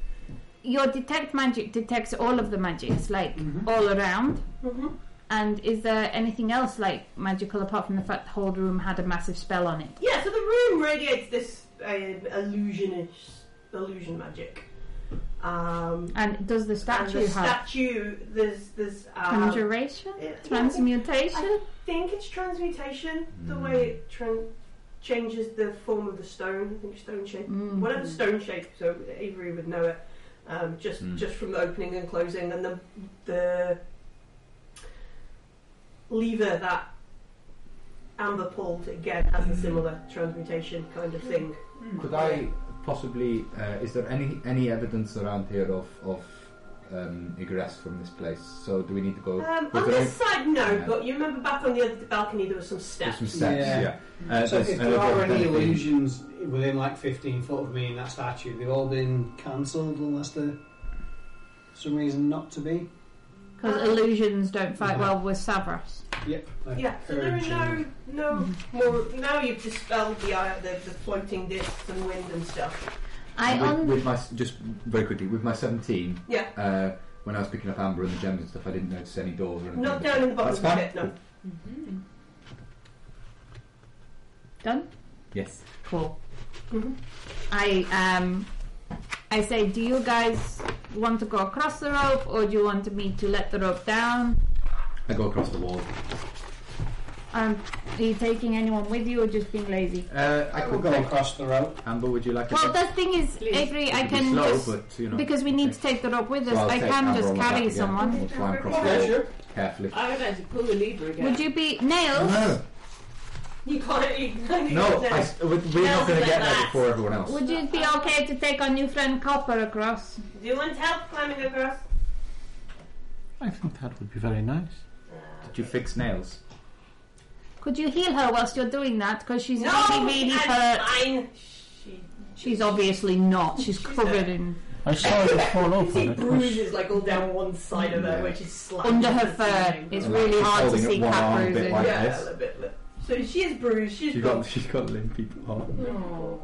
Your detect magic detects all of the magics, like Mm-hmm. all around. hmm And is there anything else like magical apart from the fact the whole room had a massive spell on it? Yeah, so the room radiates this uh, illusionish illusion magic. Um, And does the and statue the have statue, there's there's um, conjuration, it- transmutation? I think it's transmutation. The way it tran- changes the form of the stone. I think stone shape. Mm. Whatever stone shape. So Avery would know it. Um, just Mm. just from the opening and closing, and the the lever that Amber pulled again has a similar transmutation kind of thing. Could I possibly? Uh, is there any any evidence around here of of um, egress from this place? So do we need to go? Um, was on there this side, no. Yeah. But you remember back on the other balcony, there were some any- steps. some steps. Yeah. Yeah. Uh, So there's- if I don't there know are if any anything- illusions within like 15 foot of me in that statue, they've all been cancelled unless they're some reason not to be. Because illusions don't fight well with Savras. Yep. like Yeah, so there are courage no and- no more. Now you've dispelled the uh, the, the floating discs and wind and stuff. I with, on with my s- just very quickly with my seventeen. Yeah. Uh, when I was picking up amber and the gems and stuff, I didn't notice any doors or anything. Not down in the bottom That's of the fine. pit, no. Mm-hmm. done. Yes. Cool. I um, I say, do you guys want to go across the rope, or do you want me to let the rope down? I go across the wall. Um, are you taking anyone with you, or just being lazy? Uh, I I will could go take across the rope. Amber. Would you like to? Well, take- the thing is, Avery, I It'd be can slow, just but, you know, because we need okay. to take the rope with us. So I'll I take can Amber just on my back carry again. someone. We'll climb across the Okay, wall sure. carefully. I would actually pull the lever again. Would you be nails? You can't ignite No, I s- we- we're not going to get there before everyone else. Would it be okay to take our new friend Copper across? Do you want help climbing across? I think that would be very nice. Did you fix nails? Could you heal her whilst you're doing that? Because she's No, really, really I'm hurt. fine. She She's obviously not. She's covered in I saw it fall off. see and it was- bruises like all down one side of her where she's slapped under her fur. It's really She's hard to holding up see one cat arm a bit bruising. like- yeah, this. a little bit. li- So she is bruised. She's She's got, she's got limpy arm.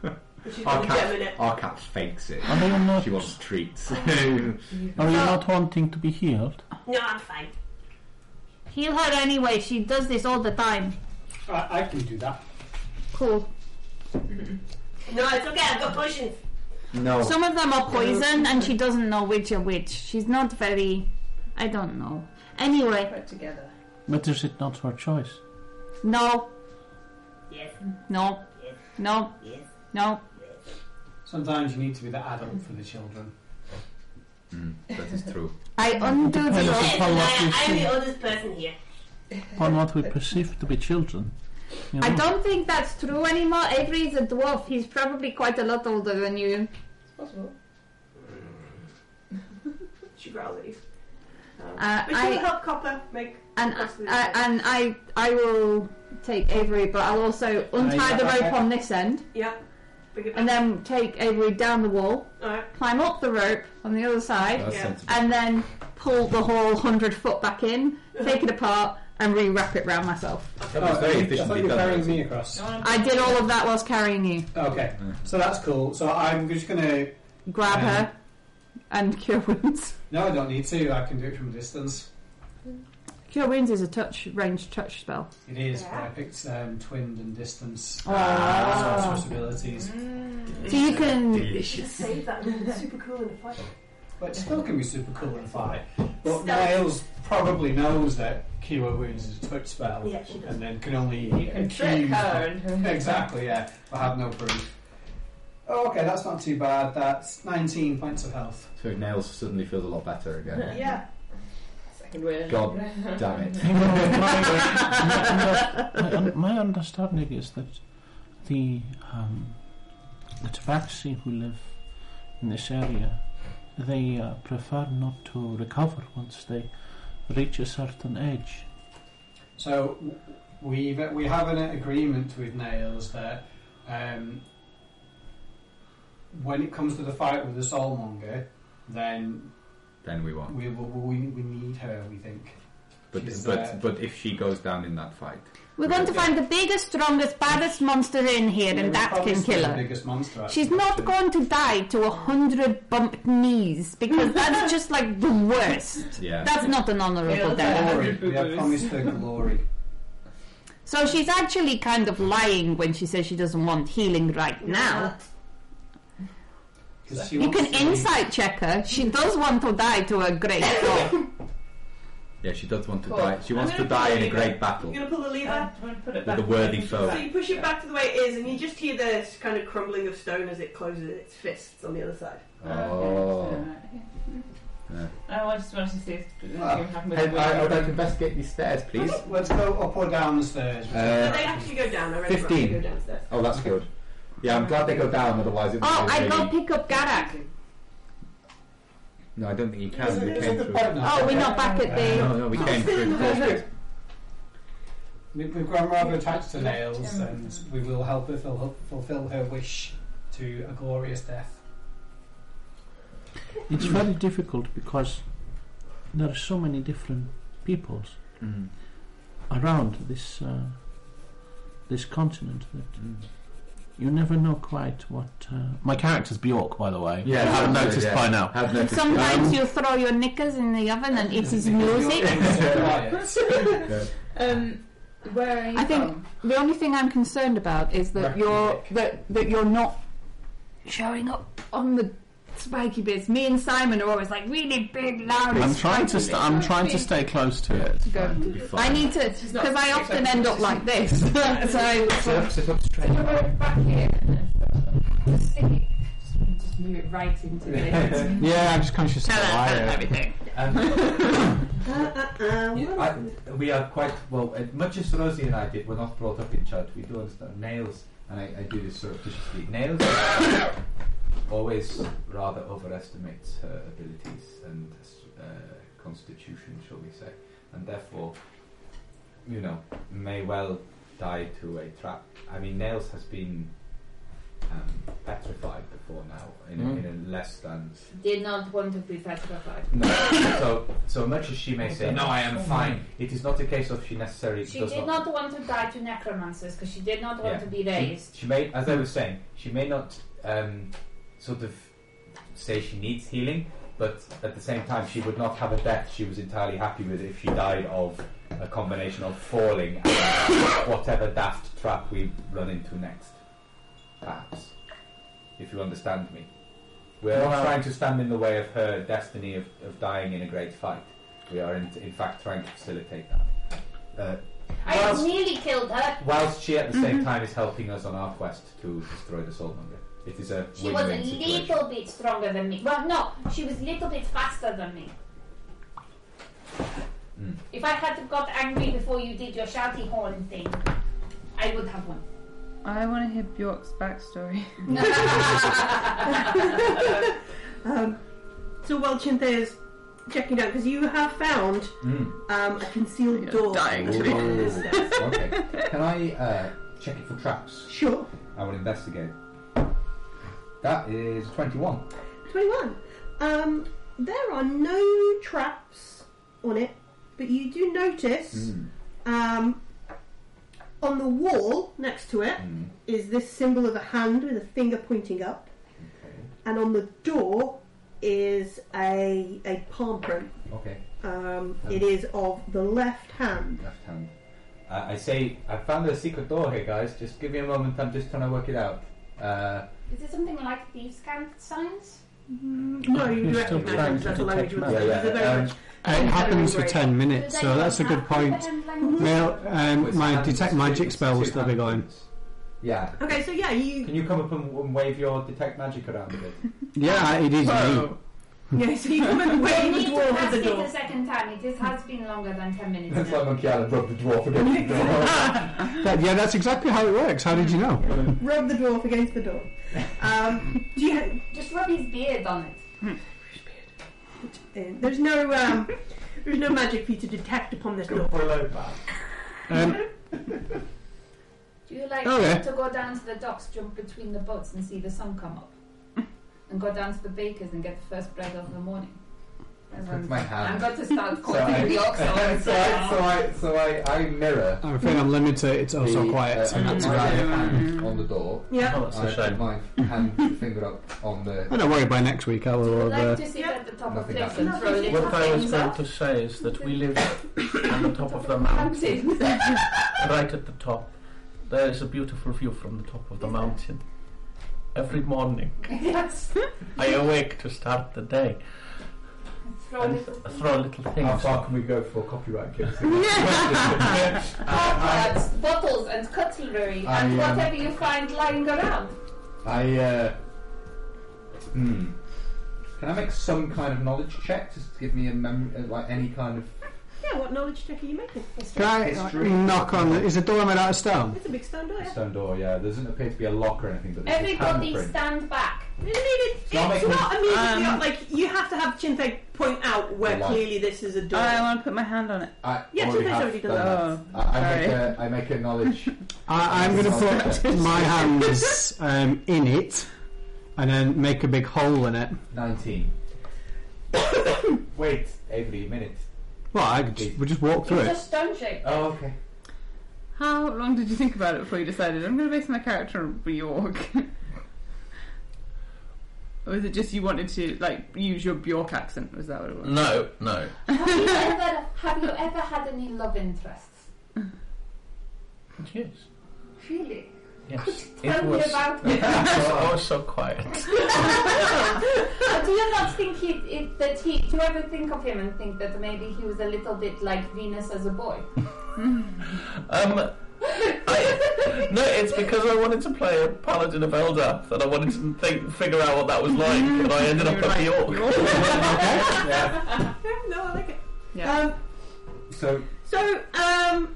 But she's Our got a cat, minute. our cat fakes it. Are you not? She wants treats. Are you not wanting to be healed? No, I'm fine. Heal her anyway. She does this all the time. I, I can do that. Cool. No, it's okay. I've got potions. no. Some of them are poison, and she doesn't know which are which. She's not very. I don't know. Anyway, put together? But is it not her choice? no, Yes, no, no, yes. no. Sometimes you need to be the adult for the children. Mm, That is true. I undo the Depends rope. Yes, upon what we I, I'm see, the oldest person here. upon what we perceive to be children. you I know. don't think that's true anymore. Avery is a dwarf. He's probably quite a lot older than you. She growls at you. Um, Uh, but she I- will help Copper make. And I, I- and I I will take Avery, but I'll also untie yeah, the rope okay. on this end, Yeah. Bring it and back. then take Avery down the wall, Alright. climb up the rope on the other side, That's Yeah. sensible. and then pull the whole hundred foot back in, take it apart, and re-wrap it round myself. That was very Oh, I thought efficiently you were carrying done. me across. I did all of that whilst carrying you. Okay, so that's cool. So I'm just gonna. Grab Yeah. her and cure wounds. No, I don't need to. I can do it from a distance. Cure wounds is a touch range touch spell. It is. but I picked um, twinned and Oh, distance. Uh, sorts of possibilities. So you can. Delicious. Save that. It's super cool in a fight. But it still can be super cool and fly. But Niles probably knows that Cure Wounds is a touch spell. Yeah, she does. And then can only And trick infuse her that. into Exactly, yeah. I have no proof. Oh, okay, that's not too bad. That's 19 points of health. So nails suddenly feels a lot better again. Yeah. second wind. God damn it. You know, my, my, my, un- my understanding is that the um, the Tabaxi who live in this area, they uh, prefer not to recover once they reach a certain age. So w- we've, we have an agreement with Nails that um, when it comes to the fight with the Soulmonger, then Then we won. we, will- we, we need her, we think. But She's, uh, but but if she goes down in that fight, We're going to find the biggest, strongest, baddest monster in here, Yeah, and we've that probably can still kill the her. biggest monster, She's actually. not going to die to a hundred bumped knees because that's just like the worst. yeah. That's not an honourable Yeah, death. Glory. We have promised her glory. So she's actually kind of lying when she says she doesn't want healing right now. 'Cause she You wants can to be- insight check her. She does want to die to a great goal. Yeah, she does want to Cool. die. She I'm wants to gonna die pull in a you great back. battle. You're gonna pull the lever. Uh, do you want to put With it back a worthy foe. So you push it back to the way it is, and you just hear the kind of crumbling of stone as it closes its fists on the other side. Oh. Yeah. Oh, I just wanted to see if anything Well, happened with Hey, the I, I would wind. like to investigate these stairs, please. Let's go up or down the stairs. But Uh, they actually go down. I read them up, they 15. go downstairs. oh, that's good. Yeah, I'm glad they go down, otherwise it would Oh, be I go really- pick up Garak. No, I don't think you can. Isn't- We isn't came the through. point now? Oh, we're not back at the. No, no, we came through. We- We've grown rather attached to Nails, and we will help her fill, fulfill her wish to a glorious death. It's very difficult because there are so many different peoples Mm. around this uh, this continent that you never know quite what. Uh, My character's Bjork, by the way. Yeah, I haven't yeah, noticed yeah. by now. Have noticed. Um, Sometimes you throw your knickers in the oven and it is music. Um, where are you I think- from? The only thing I'm concerned about is that Right. you're that that you're not showing up on the spiky bits. Me and Simon are always like really big, loud. I'm and trying spiky to. St- bits. I'm trying to stay close to it. It's Go. fine. I need to because I often end up like this. so I, Sit up, sit up straight. back here. Just stick it. Just move it right into this. Yeah, I'm just conscious uh, of the wire. everything. Um, I, we are quite well. uh, Much as Rosie and I did, we're not brought up in church. We do understand nails, and I, I do this surreptitiously. Nails always rather overestimates her abilities and uh, constitution, shall we say, and therefore, you know, may well die to a trap. I mean, nails has been. Um, petrified before now in, a, Mm. in a less than Did not want to be petrified. no. so, Oh, so much as she may say, "No, I am fine," it is not a case of she necessarily She does did not want to die to necromancers because she did not want Yeah. to be raised. She, she may, as I was saying, she may not um, sort of say she needs healing, but at the same time, she would not have a death. She was entirely happy with if she died of a combination of falling and whatever daft trap we run into next. Perhaps, if you understand me, we're not trying to stand in the way of her destiny of, of dying in a great fight. We are, in, in fact, trying to facilitate that. Uh, I whilst- nearly killed her. Whilst she at the Mm-hmm. same time is helping us on our quest to destroy the soulmonger. It is a She was win-win a situation. little bit stronger than me. Well, no, she was a little bit faster than me. Mm. If I had got angry before you did your shouty horn thing, I would have won. I want to hear Bjork's backstory. Um, so while Chinthe is checking down, because you have found Mm. um, a concealed door. Ooh. okay. Can I uh, check it for traps? Sure. I will investigate. That is 21. 21. Um, there are no traps on it, but you do notice Mm. Mm-hmm. um, on the wall next to it is Mm. this symbol of a hand with a finger pointing up, and on the door is a, a palm print. Okay. Um, Mm. it is of the left hand. Left hand. Uh, I say, I found a secret door here, guys. Just give me a moment. I'm just trying to work it out. Uh, Is it something like thieves' camp signs? No, you Mm, You're still trying recognise it. to That's a language you would detect say. It's a very um, much- It happens for Right. 10 minutes, so that's a good point. Well, um, it's my hands, detect magic it's spell two is still be going. hands. Yeah. Okay, so yeah, you Can you come up and, and wave your detect magic around a bit? Yeah, it is me. yeah, so you come and We wave need the to dwarf at cast the it a door. second time. It is, has been longer than ten minutes That's now. like Monkey Island rubbed the dwarf against the door. That- yeah, that's exactly how it works. How did you know? Rub the dwarf against the door. Um, do you, Just rub his beard on it. uh, there's no um, there's no magic for you to detect upon this door. Um, Do you like Okay. to go down to the docks, jump between the boats, and see the sun come up? and go down to the baker's and get the first bread of the morning? As That's I'm, my I'm hand. going to start So I, calling the ox. so I, so I, so I, I mirror. I'm afraid I'm limited. It's oh so the, quiet. so Uh, that's my right. hand on the door. Yeah. Oh, that's I a put shame. my hand finger up on Oh, the. don't worry. By next week, I will I'd have. like Uh, to sit at the top of Nothing cliffs and throw little What I was things going up. to say is that we live on the top of the mountain, Mountain. right at the top. There is a beautiful view from the top of the mountain. Every morning, yes. I awake to start the day Throw and little throw little How things. far can we go for copyright? claims? cards, bottles, and cutlery, I, and um, whatever you find lying around. I. Uh, hmm. Can I make some kind of knowledge check? Just to give me a mem- uh, like any kind of. Yeah, what knowledge check are you making? can I uh, knock on? The, is the door made out of stone? It's a big stone door. Yeah. Stone door, yeah. There doesn't appear to be a lock or anything, but there's Everybody a handprint. stand back. I mean, it's, it's Shall I not, make one? immediately up. like you have to have Chinthe point out where The light. clearly this is a door. I want to put my hand on it. I Yeah, already Tuesday's have already done done Oh, that. I, I, make sorry. a, I make a knowledge. I, I'm going to put my hands um, in it, and then make a big hole in it. 19. Wait, Avery, a minute. Well, I could just, we'll just walk through It's a it. stone shape. Oh, okay. How long did you think about it before you decided I'm going to base my character on Bjork? or was it just you wanted to like use your Bjork accent? Was that what it was? No, no. Have you ever have you ever had any love interests? Yes. Really? Yes. Tell me about it. I was so quiet. But do you not think he, it, that he? Do you ever think of him and think that maybe he was a little bit like Venus as a boy? Um, I, no, it's because I wanted to play a paladin of Eldath that I wanted to think, figure out what that was like, and I ended up at the York. no, I like it. Um, So so, um,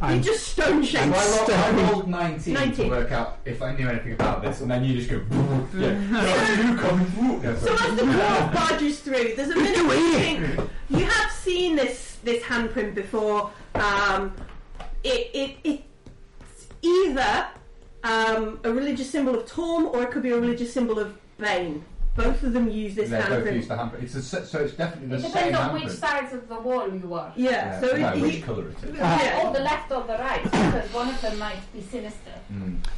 I'm you just stone I shaped. rolled, I rolled 19, to 19. work out if I knew anything about this, and then you just go. Yeah, no, you come. and- No, So sorry. as the claw barges through, there's a minute where you think you have seen this this handprint before. Um, it, it it's either um, a religious symbol of Torm or it could be a religious symbol of Bane. Both of them use this They both use handprint. the handprint. It's a, se- so it's definitely It the same depends on which handprint. sides of the wall you are. Yeah, Yeah, so no, it, which you- colour it is. Like, Or the left or the right, because one of them might be sinister.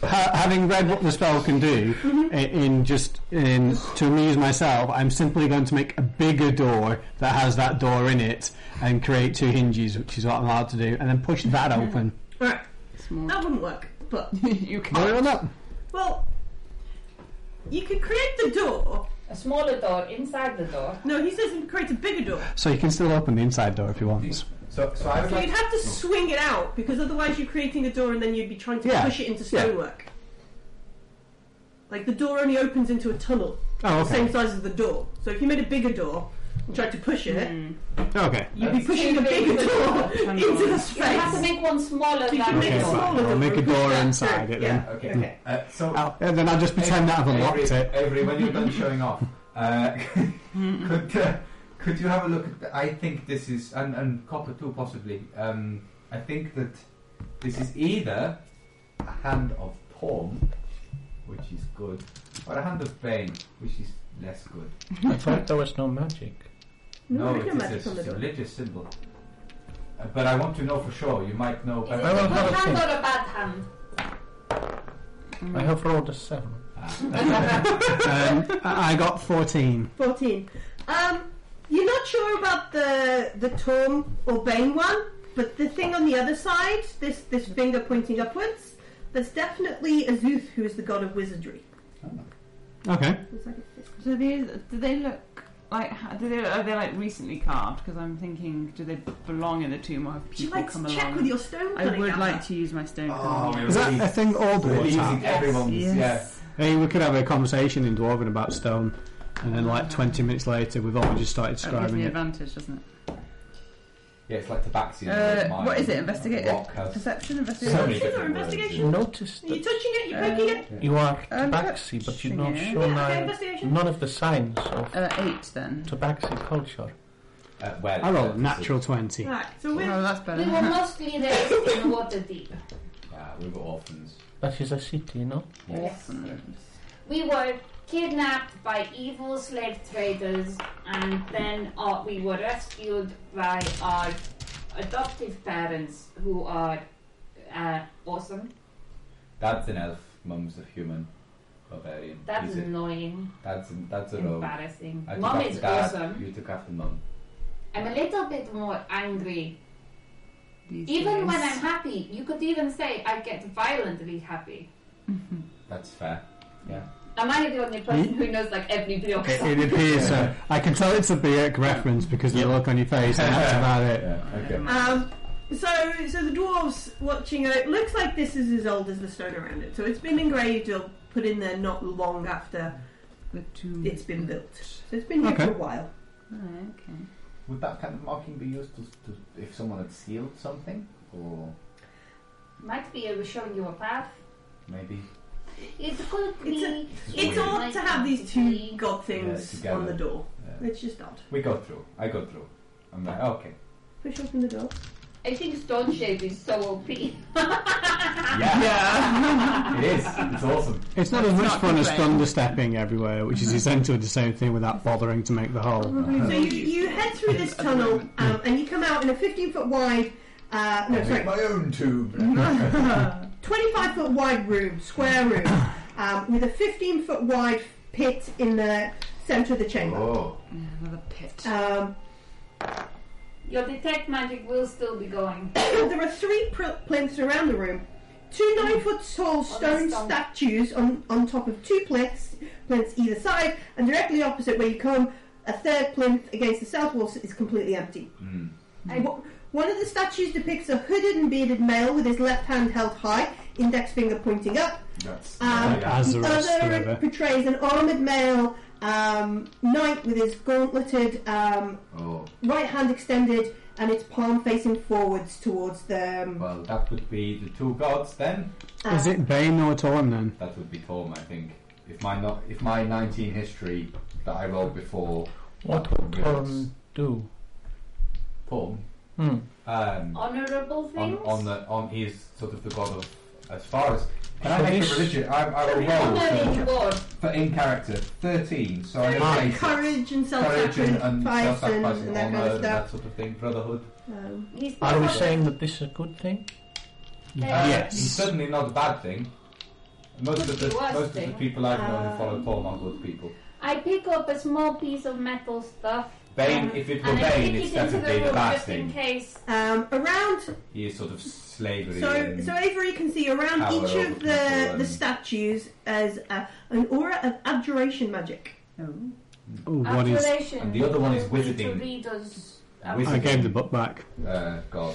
Ha- having read what the spell can do, Mm-hmm. i- in just in to amuse myself, I'm simply going to make a bigger door that has that door in it and create two hinges, which is what I'm allowed to do, and then push that open. right, Smart. that wouldn't work. But you Will can't. it or not? well, you could create the door. A smaller door inside the door. No, he says you could create a bigger door. So you can still open the inside door if you want. So, so I would So like you'd have to swing it out because otherwise you're creating a door and then you'd be trying to Yeah. push it into Yeah. stonework. Like the door only opens into a tunnel, Oh, the same okay. size as the door. So if you made a bigger door and tried to push Mm. it, Okay. you'd be Mm. That's pushing the too big bigger for door the into the You have to space. make one smaller You than can make Okay, it fine. smaller. I'll than make a the- door inside it then. Yeah. Okay. Okay. Uh, so I'll- Oh, and then I'll just pretend that I've unlocked Avery, it. Avery, when you're done showing off, uh, could uh, could you have a look at? The, I think this is and and copper too possibly. Um, I think that this is either a hand of Torm, which is good, or a hand of Bane, which is less good. I thought there was no magic. No, we it can is a magic on the s- door. religious symbol. Uh, but I want to know for sure. You might know Is it a better. I will good have a hand think. or a bad hand? I have rolled a seven. Um, I I got 14. 14. Um, you're not sure about the the Tom or Bane one, but the thing on the other side, this this finger pointing upwards, that's definitely Azuth, who is the god of wizardry. Okay. Do these? Do they look like? ha- Do they? Are they like recently carved? Because I'm thinking, do they belong in the tomb or have Would you people like come to check along? with your stone I cutting would hammer? like to use my stone. Oh, cutting we're Is that really- a thing really all dwarves have? using everyone's. Yes. Yeah. Hey, we could have a conversation in Dwarven about stone, and then like 20 minutes later, we've all just started That gives describing me it. advantage, doesn't it? Yeah, it's like tabaxi. Uh, what is it? Investigate Rock has perception. Investigate. so many Is it different for words. investigation? You noticed You're that touching it, you're poking it. you are Um, tabaxi, but you're not yeah. sure Yeah, okay, now investigation. none of the signs of Uh, eight then. tabaxi culture. Uh, well, I rolled uh, a natural 20. Right, so we're Oh, that's We were better. mostly raised in water deep. Yeah, we were orphans. That is a city, no? Awesome. We were kidnapped by evil slave traders, and then uh, we were rescued by our adoptive parents, who are uh, awesome. Dad's an elf, mum's a human, barbarian. That's He's a- annoying, That's a, that's a rogue. embarrassing. I took Mom after is dad, awesome. You took after mum. I'm a little bit more angry. Even when I'm happy, you could even say I get violently happy. That's fair. Am I the only person who knows like every block? It, it appears so. I can tell it's a Beak reference because of the look on your face, and that's about it. Yeah. Okay. Um, so, so the dwarves watching it, it looks like this is as old as the stone around it. So it's been engraved or put in there not long after The tomb. it's been built. So it's been here Okay. for a while. Oh, okay. Would that kind of marking be used to, to if someone had sealed something, or Might be uh, showing you a path. maybe It could be. It's It's weird. odd to have these two god things Yeah, on the together. door. Yeah. It's just odd. we go through? I go through. I'm like, okay, Push open the door. I think stone shape is so OP. yeah, it is. It's awesome. It's not as much not Mm-hmm. fun as different. thunderstepping everywhere, which is essentially the same thing without bothering to make the hole. Hmm. So you, you head through this tunnel um, and you come out in a 15 foot wide, uh, no, I sorry, make my own tube. 25 foot wide room, square room, um, with a 15 foot wide pit in the centre of the chamber. oh, Another pit. Um, Your detect magic will still be going. there are three pr- plinths around the room, Two nine foot Oh, tall stone stone. statues on, on top of two plinths, plinths either side, and directly opposite where you come, a third plinth against the south wall is completely empty. Mm. Hmm. And wh- One of the statues depicts a hooded and bearded male with his left hand held high, index finger pointing up. That's Um, Like Azarus the other forever. portrays an armoured male um, knight with his gauntleted um, Oh, right hand extended and its palm facing forwards towards the. Um, well, that would be the two gods then. uh, Is it Bane or Torn then? That would be Torm, I think. If my not, if my 19 history that I rolled before, What would Torn do? Torm, Hmm. um, Honorable on, things? on the on he is sort of the god of as far as. Can I So make a this- religion? I, I will roll Honoring for- Oh God. for in character 13, so I'm like going to courage and courage and, self-sacrifice and and, self-sacrifice and and that honor kind of and that stuff. sort of thing, brotherhood. Um, He's the Are we God. saying that this is a good thing? Uh, Yes. It's certainly not a bad thing. Most Could of the be worse most of the thing. people I've known who follow Um, Paul are good people. I pick up a small piece of metal stuff. Bane, um, if it were and I Bane, stick it's it into the definitely the room bad just in thing. case. um, around He is sort of slavery. So, and so Avery can see around um, Power each over of people the, the and- statues as a, an aura of abjuration magic. Oh, what is? Abjuration and the other one is would be To wizarding. read us I wizard, gave the book back. uh, god,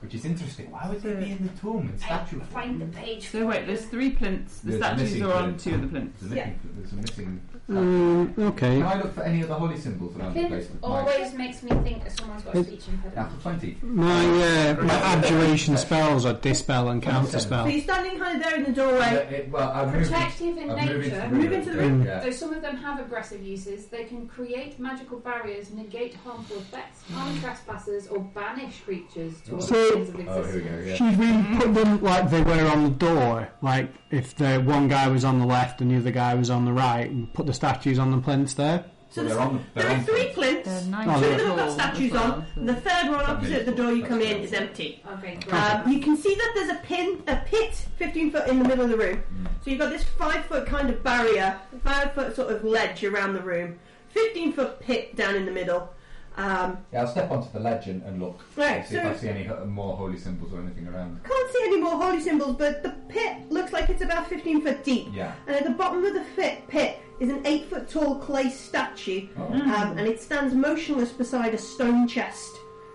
which is interesting. Why would they be in the tomb and statue? find the page. So wait, there's three plinths. The There's statues missing are on plinth. two of the plinths. There's a missing. There's a missing Mm, okay. Can I look for any other holy symbols around the place? Plinth With my, always makes me think that someone's got a speech impediment. after twenty. My uh, my abjuration spells are dispel and counter So spell. you're standing kind of there in the Uh, doorway. it- well, I'm moving. Protective in I'm moving nature. Move into the room. Yeah. Though some of them have aggressive uses, they can create magical barriers, negate harmful effects, harm trespassers, or banish creatures to other So- planes of Oh, here we existence. go. Yeah. Should we put them like they were on the door? Like if the one guy was on the left and the other guy was on the right, and put the statues on the plinths there? So Well, the- they're on the- there they're are on three plinths. They're plinths. nine Oh, Two they're of them have got tall as statues well, on. so- And the third one opposite the door you come in is empty. Okay, great. Um, you can see that there's a pin, a pit, 15 foot in the middle of the room. Mm. So you've got this five foot kind of barrier, five foot sort of ledge around the room, 15 foot pit down in the middle. Um, Yeah, I'll step onto the ledge and, and look. Right, See if I so- see any ho- more holy symbols or anything around. Can't see any more holy symbols, but the pit looks like it's about 15 foot deep. Yeah. And at the bottom of the fit pit is an 8 foot tall clay statue, Oh. Mm. Hmm. um, and it stands motionless beside a stone chest.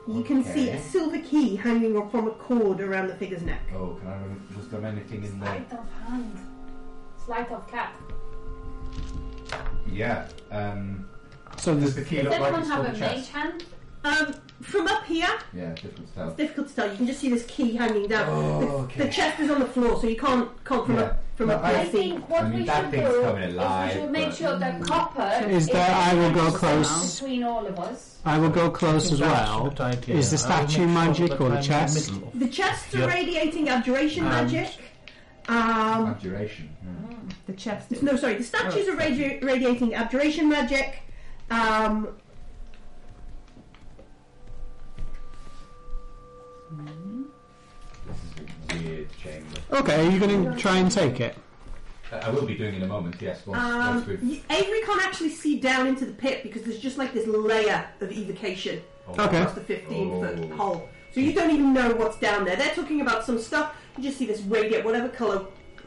You can see a Okay. silver key hanging from a cord around the figure's neck. Oh, can I remember? Was there anything in there? Sleight of hand. Sleight of cap. Yeah. Um, So does there's the key Does look like everyone it's have full a of mage chest? hand? Um, from up here, Yeah, different it's stuff. difficult to tell. You can just see this key hanging down. Oh, the, okay. the chest is on the floor, so you can't, can't from Yeah. up, from No, up I here I see. think what I mean, we that should thing's do coming alive, is we should make but- sure that copper Is there- I will go matched close. between all of us. I will go close as That's well. a good idea. Is the I will make statue sure magic that or the I'm in chest? middle of- The chests are Yep. radiating abjuration And- magic. Oh, Um, Abjuration. Yeah. The chest. No, sorry, the statues Oh. are radi- radiating abjuration magic. Um, This is a weird chamber. Okay, are you going to try and take it? Uh, I will be doing in a moment. Yes. Once, um, once we've. y- Avery can't actually see down into the pit because there's just like this layer of evocation Oh, Okay. across the 15 foot Oh. hole. So you don't even know what's down there. They're talking about some stuff. You just see this radiate, whatever colour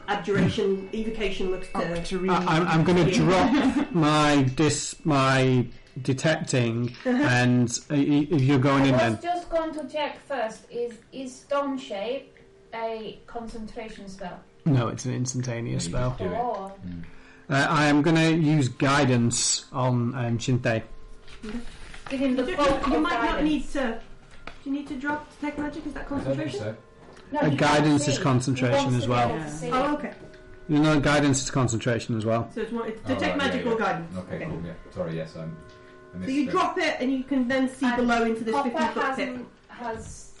evocation evocation looks Oh, to. I, I'm, I'm going to Yeah. drop my dis my detecting, and uh, y- y- you're going I in was then. just going to check first is is stone shape a concentration spell? No, it's an instantaneous spell. Do it. Or Uh, I am going to use guidance on um, Shinte. give him the You bulk don't- you of might not guidance. need to. Do you need to drop detect magic? Is that I don't think concentration? so. No, A he can't guidance see. is concentration He wants as to well. be able to see. Oh, okay. You know, guidance is concentration as well. So it's, one, it's Oh, right, detect yeah, magic yeah. or guidance. Okay, Cool. Yeah. Sorry. Yes. I'm. I So you misspoke. drop it and you can then see And below into this 15 Copper foot has, pit. has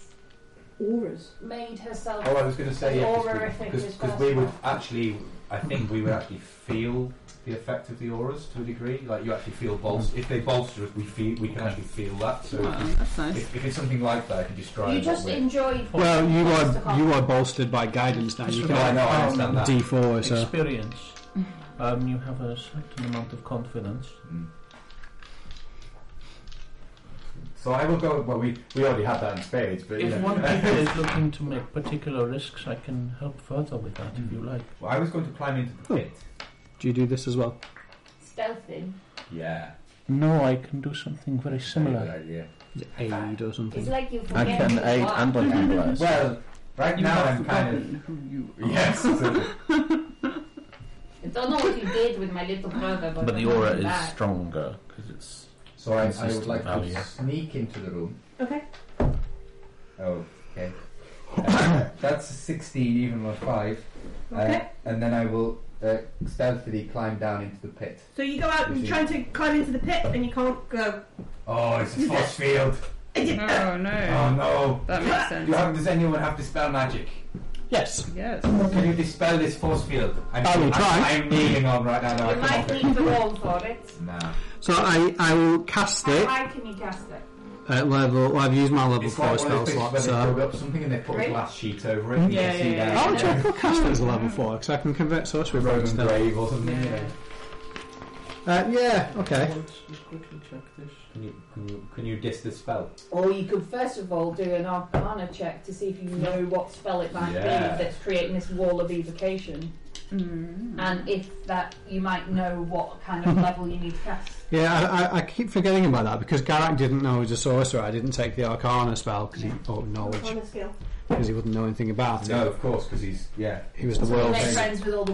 Auras. made herself. Oh, I was going to say yeah, Aura effect as because well. we would actually, I think we would actually feel the effect of the auras to a degree. Like you actually feel bolster. If they bolster us, we feel we can actually feel that. So Wow, that's nice. if, if it's something like that, I can describe. you what just we're- enjoyed. Well, you Monster are Copper. you are bolstered by guidance now. You Just can I add remember, know, I um, understand that. D4, so Experience. Um, you have a certain amount of confidence. Mm. So I will go. Well, we we already had that in spades, but you If know. one people is looking to make particular risks, I can help further with that if you like. Well, I was going to climb into the pit. Do you do this as well? Stealthy. Yeah. No, I can do something very similar. idea. Aid or something. It's like you I forget can who you aid are. and I can bless. Well, right You now have I'm kind forgotten of. who you are. Yes. so- I don't know what you did with my little brother, but, But the I'm not aura in is that. stronger because it's. So I, I would consistent like value. to sneak into the room. Okay. Oh, okay. Uh, that's a 16, even with 5. Uh, Okay. and then I will uh, stealthily climb down into the pit. So you go out and Is you're trying to climb into the pit and you can't go. Oh, it's a force field. No, Oh no. no. That makes sense. You have, does anyone have dispel magic? Yes. Yes. Can you dispel this force field? I'm, I will I'm- try. I'm kneeling on right now. No, I You might can't. need to roll for it. Nah. So I, I will cast How it high can you cast it? at level. Well, I've used my level It's four like one spell of those slot, places where they so. build up something and they put a Right. glass sheet over it. and you Yeah, can yeah, see yeah, I'll that. check for cast it as a level four because I can convert sorcery points Roman now. grave or something. you know. Uh, yeah. Okay. Let's just quickly check this. Can you can you can you dis the spell? Or you could first of all do an arcana check to see if you know what spell it might Yeah. be that's creating this wall of evocation. Hmm. And if that, you might know what kind of level you need to cast. Yeah, I, I, I keep forgetting about that because Garak didn't know he was a sorcerer. I didn't take the Arcana spell because he or knowledge on a skill. because he wouldn't know anything about No, it. of course, because he's yeah. He was the So you world's make friends with all the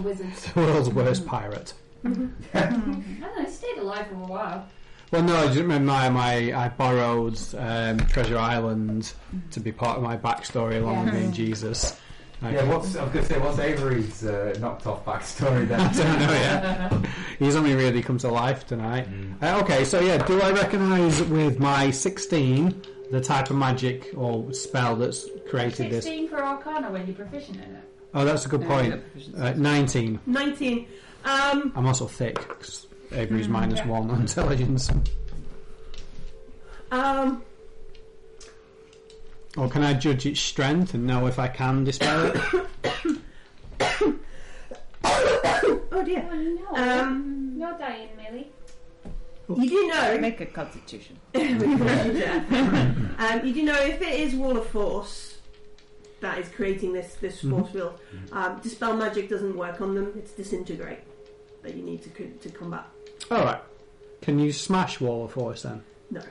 wizards. the world's worst pirate. I don't know, he stayed alive for a while. Well, no, I just remember my, my I borrowed um, Treasure Island to be part of my backstory along with me and Jesus. I, Yeah, what's I was gonna say? What's Avery's uh, knocked off backstory I then? don't know yet. He's only really come to life tonight. Mm. Uh, okay, so yeah, do I recognise with my sixteen the type of magic or spell that's created this? 16 for Arcana when you're proficient in it. Oh, that's a good point. Uh, Nineteen. 19. Um, I'm also thick 'cause Avery's minus one on intelligence. um, Or can I judge its strength and know if I can dispel it? oh dear. Oh, no. Um, no dying, Millie. you do know. Make a constitution. Um, you do know if it is wall of force that is creating this this Mm-hmm. force field. Um, dispel magic doesn't work on them. It's disintegrate that you need to co- to combat. All right. Can you smash wall of force then? No.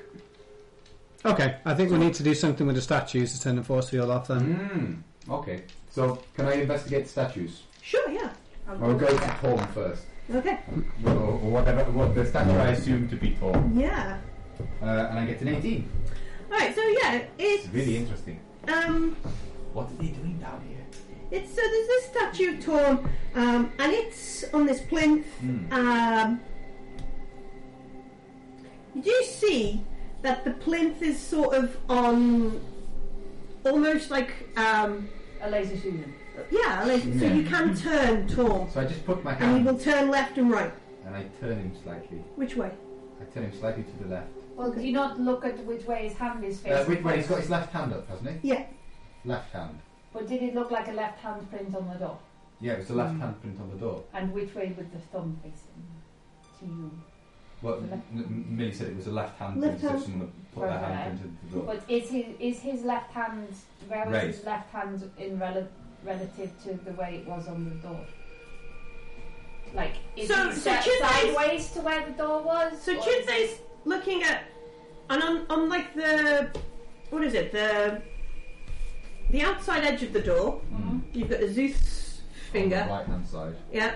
Okay, I think we need to do something with the statues to turn the force field off then. Mm. Okay. So can I investigate statues? Sure. Yeah. I'll go to Torm first. Okay. Or or whatever. What the statue I assume to be Torm. Yeah. Uh, and I get an 18. All right. So yeah, It's really it's interesting. um. What are they doing down here? It's so there's this statue of Torm, um, and it's on this plinth. Hmm. Um, you do see that the plinth is sort of on, almost like um, A laser Susan. yeah, like, so Yeah. you can turn Torm, So I just put my and he hand will turn left and right. and I turn him slightly. Which way? I turn him slightly to the left. Well, do you not look at which way his hand is facing? Uh, wait, wait, he's got his left hand up, hasn't he? Yeah. Left hand. But did it look like a left hand print on the door? Yeah, it was the left hand print on the door. And which way would the thumb facing? To you. Well, The M- left- M- Millie said it was the left hand Left print, so hand. someone put their Right. hand print into the door. But is his is his left hand where is Raised. his left hand in rel- relative to the way it was on the door? Like is So- he so set Chin's eyes- sideways to where the door was? So or is Chinsei's looking at, and on, on like the, what is it? The, the outside edge of the door. Mm. You've got a Zeus On the finger. right hand side. Yeah.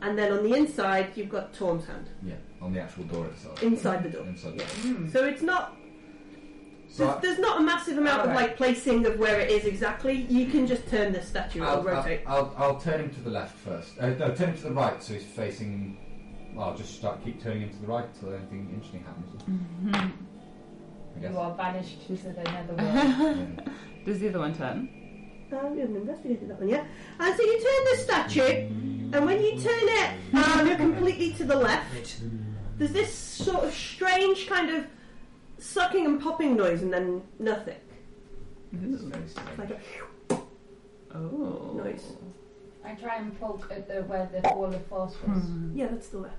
And then on the inside, you've got Torm's hand Yeah, on the actual door itself. inside the door. Inside the Yeah. door. So it's not. So There's, there's not a massive amount of Alright. like placing of where it is exactly. You can just turn this statue I'll, or I'll, rotate. I'll, I'll turn him to the left first. Uh, no, turn him to the right so he's facing. Well, I'll just start, keep turning him to the right until anything interesting happens. I you guess. are banished to the Uh-huh. netherworld? Yeah. Does the other one turn? Oh, we haven't investigated that one yet. And Uh, so you turn the statue, and when you turn it um, completely to the left, there's this sort of strange kind of sucking and popping noise, and then nothing. It's very strange. It's like a Oh. noise. Hmm. I try and poke at the where the wall of force was. Yeah, that's the way.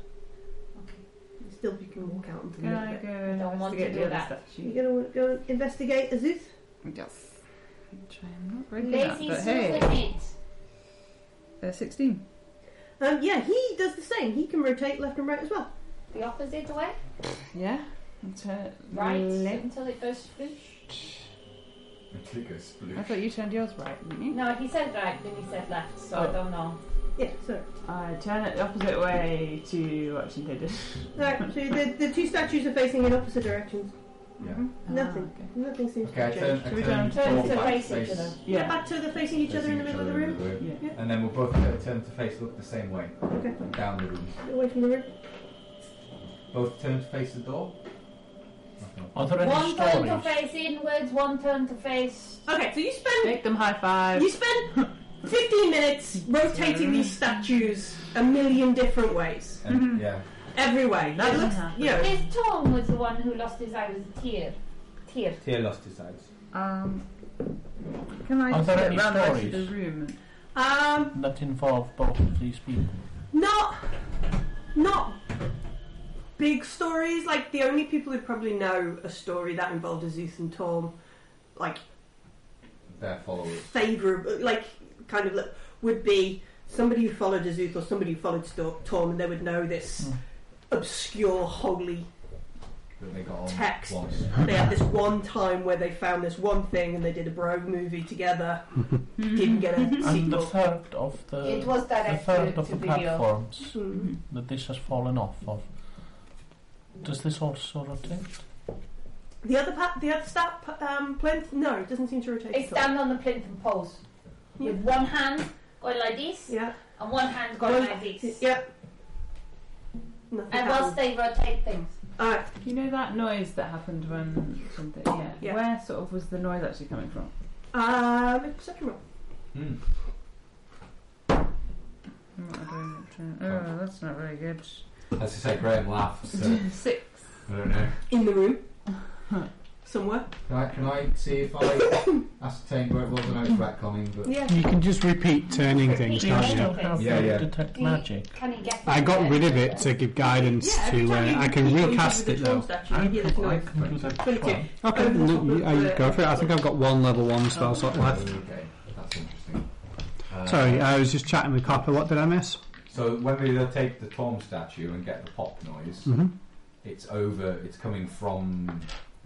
Okay. still you can walk out into the Can middle I of it. go and Don't want to investigate do the other that. statue? You're going to go and investigate Aziz? Yes. Which I'm not very good at, Lazy but hey. Uh, 16. Um, yeah, he does the same. He can rotate left and right as well. The opposite way? Yeah. And turn Right? Mm, left. Until it goes sploosh? I thought you turned yours right, didn't you? No, he said right, then he said left, so I Oh. don't know. Yeah, so. I turn it the opposite way to Option they did. Right, so the, the two statues are facing in opposite directions. Yeah. Ah, Nothing. Nothing seems Okay, I to turn, change. I turn, forward back, face- Yeah, back to the facing each other in the middle of the room. Yeah. And then we'll both uh, turn to face look the same way. Okay. Down the room. Away from the room. Both turn to face the door. Mm-hmm. Are there any One turn to stories? face inwards, one turn to face. Okay, so you spend. Make them high five. You spend 15 minutes rotating these statues a million different ways. And, yeah. Every way. It looks, you know, His Tom was the one who lost his eye with a tear. Tear. Tear lost his eyes. Um, can I Are just there get any round the rest of stories? the room? Um, That involve both of these people. not not big stories. Like the only people who probably know a story that involved Azuth and Tom, like Their followers. favourable, like kind of like, would be somebody who followed Azuth or somebody who followed Sto- Tom, and they would know this obscure holy That they got on text. once. They had this one time where they found this one thing and they did a bro movie together. Didn't get Mm-hmm. a And the sequel. third of the It was the directed third of to the video. platforms Mhm. that this has fallen off of. Does this also rotate? The other pa- the other stat pa- um, plinth? No, it doesn't seem to rotate. They at all. stand on the plinth and pose. With one hand going like this, Yeah. and one hand going like this. Yeah. Nothing Uh, And whilst they rotate things. Alright. You know that noise that happened when something. Yeah. Where sort of was the noise actually coming from? Uh, make a perception roll. Hmm. I'm not doing it. Oh, that's not very good. As I say, Graham laughs. So Six. I don't know. In the room. Somewhere. Can I, can I see if I ascertain where it was when I was retconning? But Yeah. You can just repeat turning things, Do you can't still you? have Yeah, the yeah. detect magic? Can he get I got rid of it to give guidance Yeah, to. Uh, I can recast it though. Statue. Yeah, there's noise. Can do that as 22. well. Okay, no, you, uh, you go for it. I think I've got one level one spell slot left. Okay, that's interesting. Uh, Sorry, I was just chatting with Copper. What did I miss? So when we rotate the Tom statue and get the pop noise, Mhm. it's over. It's coming from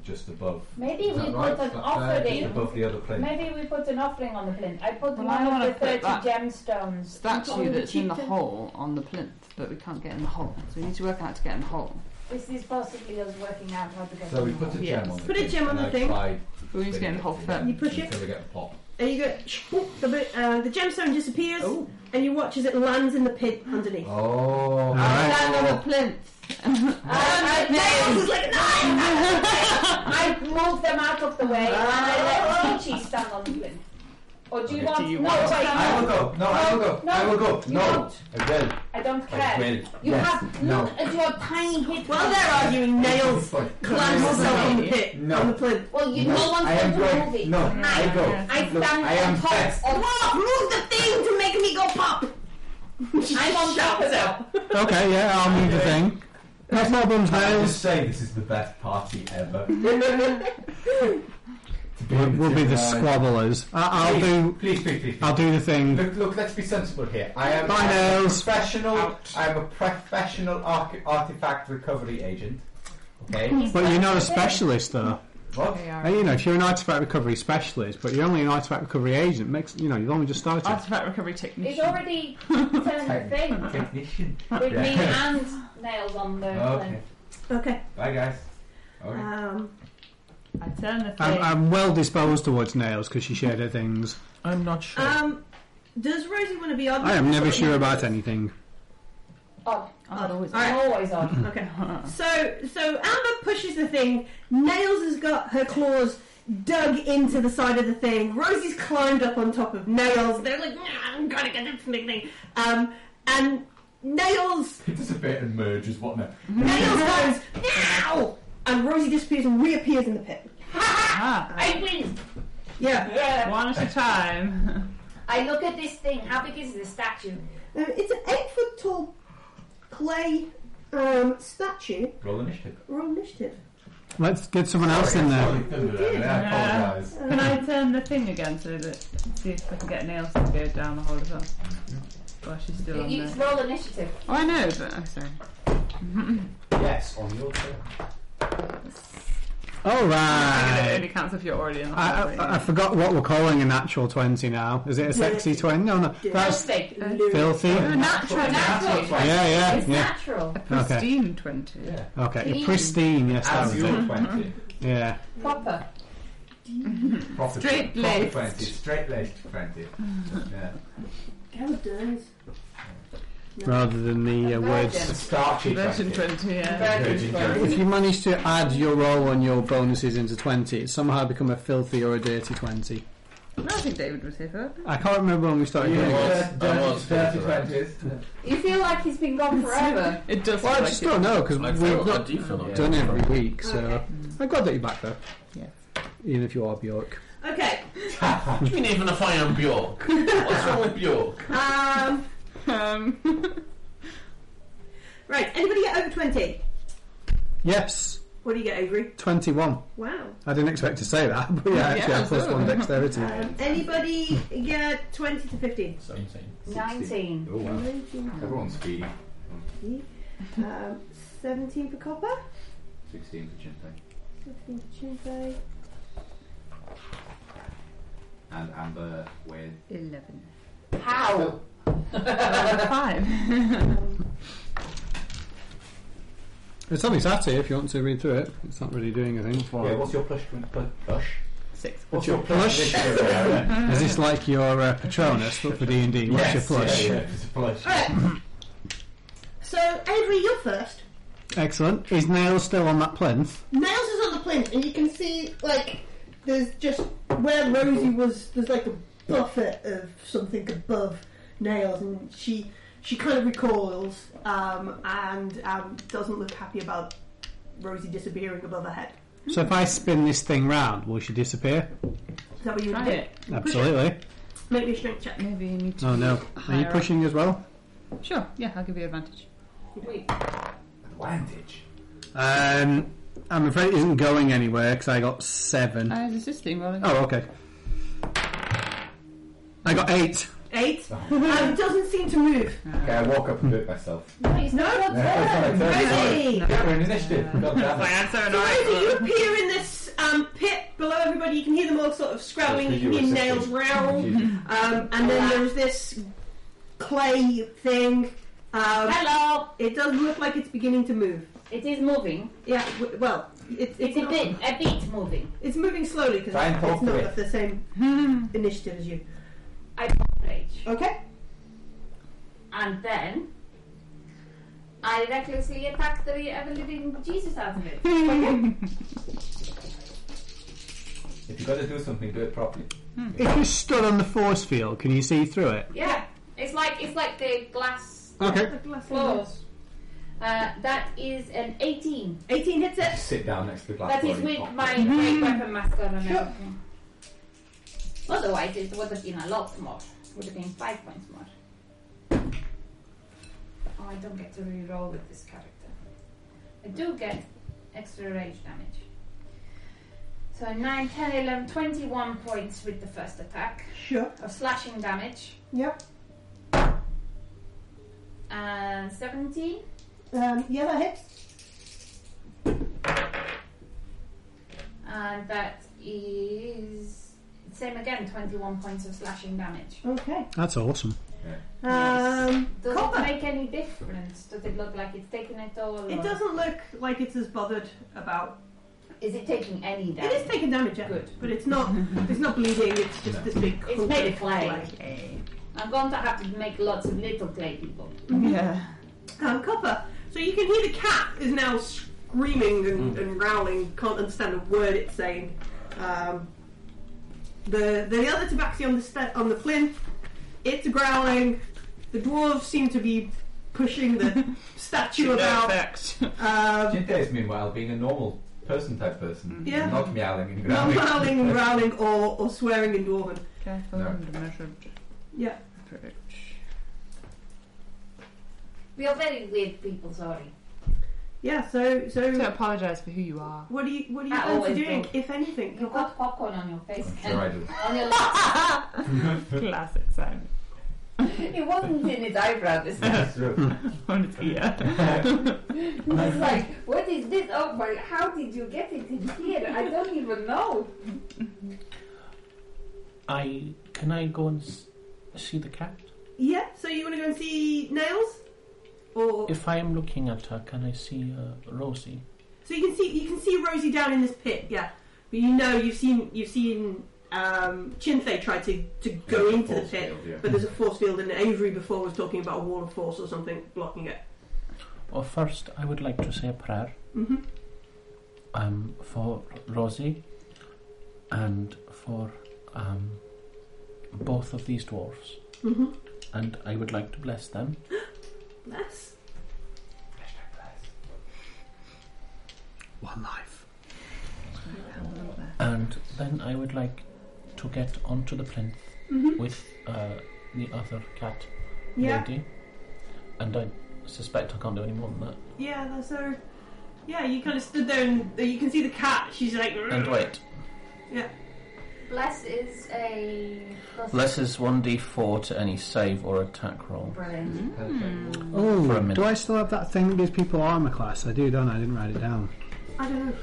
just above. Maybe Is we that put right? an Is that offer there? Just in. above the other plane. Maybe we put an offering on the plinth. I put Well, I one wanna of the put 30 that gemstones. Statue that's in the hole on the plinth, but we can't get in the hole. So we need to work out how to get in the hole. This is possibly us working out how to get So we them put all. a gem on it. Put a gem on the thing. We need to get in the hole first. You push it. until we get the pop. And you go. sh- whoop, the, bit- uh, the gemstone disappears, Oh. and you watch as it lands in the pit underneath. Oh, Stand on the plinth. I, Nails is like, I moved them out of the way and I let Peachy stand on the plinth. Or do you want? no, wait. I will go. No, I will go. No, I will go. you No, don't. I will. I don't care. I will. You Yes. have No. look at your tiny hip. Well, they're arguing. Nails I lands will itself in the go. pit No. on the plinth. Well, you No, no one's I am going to going. move it. No, I go. I Look, stand I am on top best. of. Pop! Move the thing to make me go pop. I'm on top of them. Okay, yeah, I'll move the thing. That's not bums I nails. just say this is the best party ever. We'll, we'll be the squabblers. I, I'll do. Please, please, please. I'll do the thing. Look, look, let's be sensible here. I am Bye, I'm a Nels. professional. I'm a professional arch- artifact recovery agent. Okay. But you're not a specialist, though. What? Uh, You know, if you're an artifact recovery specialist, but you're only an artifact recovery agent, makes you know you've only just started. Artifact recovery It's technician. already ten thing Technician. with me Yeah. and nails on the Okay. plinth. Okay. Bye, guys. Okay. Um, I turn the I'm, thing. I'm well disposed towards nails because she shared her things. I'm not sure. um, does Rosie want to be on? I am never sure about anything. Odd. I'm always All right. I'm always on. Okay. So so Amber pushes the thing. Nails has got her claws dug into the side of the thing. Rosie's climbed up on top of Nails. They're like, "Nah, I'm gonna get this big thing. Um, and Nails It does a bit and merges, what now? Nails goes now, and Rosie disappears and reappears in the pit. Ah, I win. Yeah, one at a time. I look at this thing. How big is the statue? Um, it's an eight foot tall clay um, statue. Roll initiative. Roll initiative. Let's get someone else in there. Yeah, I apologise. Can I turn the thing again so that see if I can get nails to go down the hole as well? Well, she's still on You there. it's roll initiative. Oh, I know, but I'm sorry. Yes, on your turn. All Uh, It right. only counts if you're already in the I, hole. I, I forgot what we're calling a natural 20 now. Is it a sexy 20? No, no. That's Perfect. filthy. A natural, natural Yeah, yeah, It's yeah. Natural. Okay. pristine 20. Okay. Clean. Pristine, yes, that As was your it. 20. Mm-hmm. Yeah. Proper. Proper, Straight Mm-hmm. proper laced. 20. Straight laced 20. Yeah. How does? Rather than the uh, words. Starchy 20. Version 20, yeah. Virgin 20. If you manage to add your roll on your bonuses into 20, it somehow become a filthy or a dirty 20. No, I think David was here for that. I can't remember when we started doing it. Dirty- I was dirty thinking about 20s. You feel like he's been gone forever. It does Well, I look just like don't know because I we've feel, I not do feel like done every week, so Okay. Mm. I'm glad that you're back though. Yes. Even if you are Bjork. Okay. What do you mean even if I am Bjork? What's wrong with Bjork? Um, it. Um, right. Anybody get over twenty? Yes, What do you get, Avery? 21. Wow. I didn't expect to say that, but yeah, I actually Yeah, have plus so- one dexterity. Um, anybody get twenty to fifteen? 19. Oh, wow. Everyone's feeding. Um, Seventeen for copper. 16 for Chintai. Fifteen for Tuesday. And Amber with 11. How? Five. It's only Saturday if you want to read through it. It's not really doing anything for Yeah, it. what's your plush? drink- plu- Plush? Six. What's your plush? plush? Yeah, Is this like your uh, Patronus, but for D&D? What's your plush? yeah, yeah, it's a plush. Right. so Avery, you're first. Excellent. Is Nail still on that plinth? Nails is on the plinth, and you can see like there's just where Rosie was. There's like a buffet of something above Nails, and she she kind of recoils um, and um, doesn't look happy about Rosie disappearing above her head. Mm-hmm. So if I spin this thing round, will she disappear? Is that what you want Try to do? it. Absolutely. Make me a strength check. Maybe you need to. Oh no. Are you higher up. pushing as well? Sure, yeah, I'll give you advantage. Wait. Advantage. Um, I'm afraid it isn't going anywhere because I got seven. I was assisting rolling. Oh, okay. I got eight. Eight. um, it doesn't seem to move. Okay, I walk up and do it myself. No, he's not your That's turn. what I tell you, sorry. Rosie. Yeah, we're in initiative. God damn it. I'm so So Rosie, you appear in this um, pit below everybody. You can hear them all sort of scrabbling. You can hear nails growl. Um, and then there's this clay thing. Um, Hello. it does look like it's beginning to move. It is moving. Yeah, w- well, it, It's it's a not, bit, a bit moving. it's moving slowly because Try and talk it's to not it. at the same initiative as you. I can't rage. Okay. And then I recklessly attack the ever living Jesus out of it. If you've got to do something, do it properly. Hmm. If you stood on the force field, can you see through it? Yeah. It's like it's like the glass Okay. floors. Uh, that is an 18. 18 hits it. Just sit down next to the black That is boy with and talk. my great weapon mask on and everything. Otherwise, it would have been a lot more. Would have been five points more. Oh, I don't get to reroll with this character. I do get extra rage damage. So 9, 10, 11, 21 points with the first attack Sure. of slashing damage. Yep. And 17. Um, yeah, that hits. And that is. Same again, 21 points of slashing damage. Okay. That's awesome. Um, Does Copper. it make any difference? Does it look like it's taking it all? it or doesn't look like it's as bothered about. Is it taking any It damage? is taking damage, yeah. Good. But it's not. It's not bleeding. It's just this big. It's clump made of of clay. I'm going to have to make lots of little clay people. Yeah. um, copper. So you can hear the cat is now screaming and, and growling, can't understand a word it's saying. Um, the the other tabaxi on the st- on the plinth, it's growling. The dwarves seem to be pushing the statue about. Effect. Um, Chintai is meanwhile being a normal person type person. Yeah. Not meowing and Mm-hmm. not growling. growling and growling or, or swearing in dwarven. Careful No. and measured Yeah. approach. We are very weird people, sorry. Yeah, so so To apologise for who you are. What do you what do you I plan to always doing, do. if anything? You've got popcorn on your face. sure and I do. On your lips. Classic Simon. it wasn't in his eyebrow this time. On his ear. It's like, what is this? Oh, but how did you get it in here? I don't even know. I can I go and s- see the cat? Yeah, so you want to go and see Nails? Or If I am looking at her, can I see uh, Rosie? so you can see you can see Rosie down in this pit, yeah. But you know you've seen you've seen um, Chinthe try to, to go into the force pit, field, yeah. but there's a force field, and Avery before was talking about a wall of force or something blocking it. Well, first I would like to say a prayer hmm um, for Rosie and for um, both of these dwarfs, hmm and I would like to bless them. Bless. One life. And then I would like to get onto the plinth Mhm. with uh, the other cat Yeah. lady. And I suspect I can't do any more than that. Yeah, that's her. Yeah, you kind of stood there, and you can see the cat. She's like. And wait. Yeah. Bless is a. Bless is 1d4 to any save or attack roll. Hmm. Brilliant. For a Oh, minute. do I still have that thing that gives people armor class? I do, don't I? I didn't write it down. I don't know.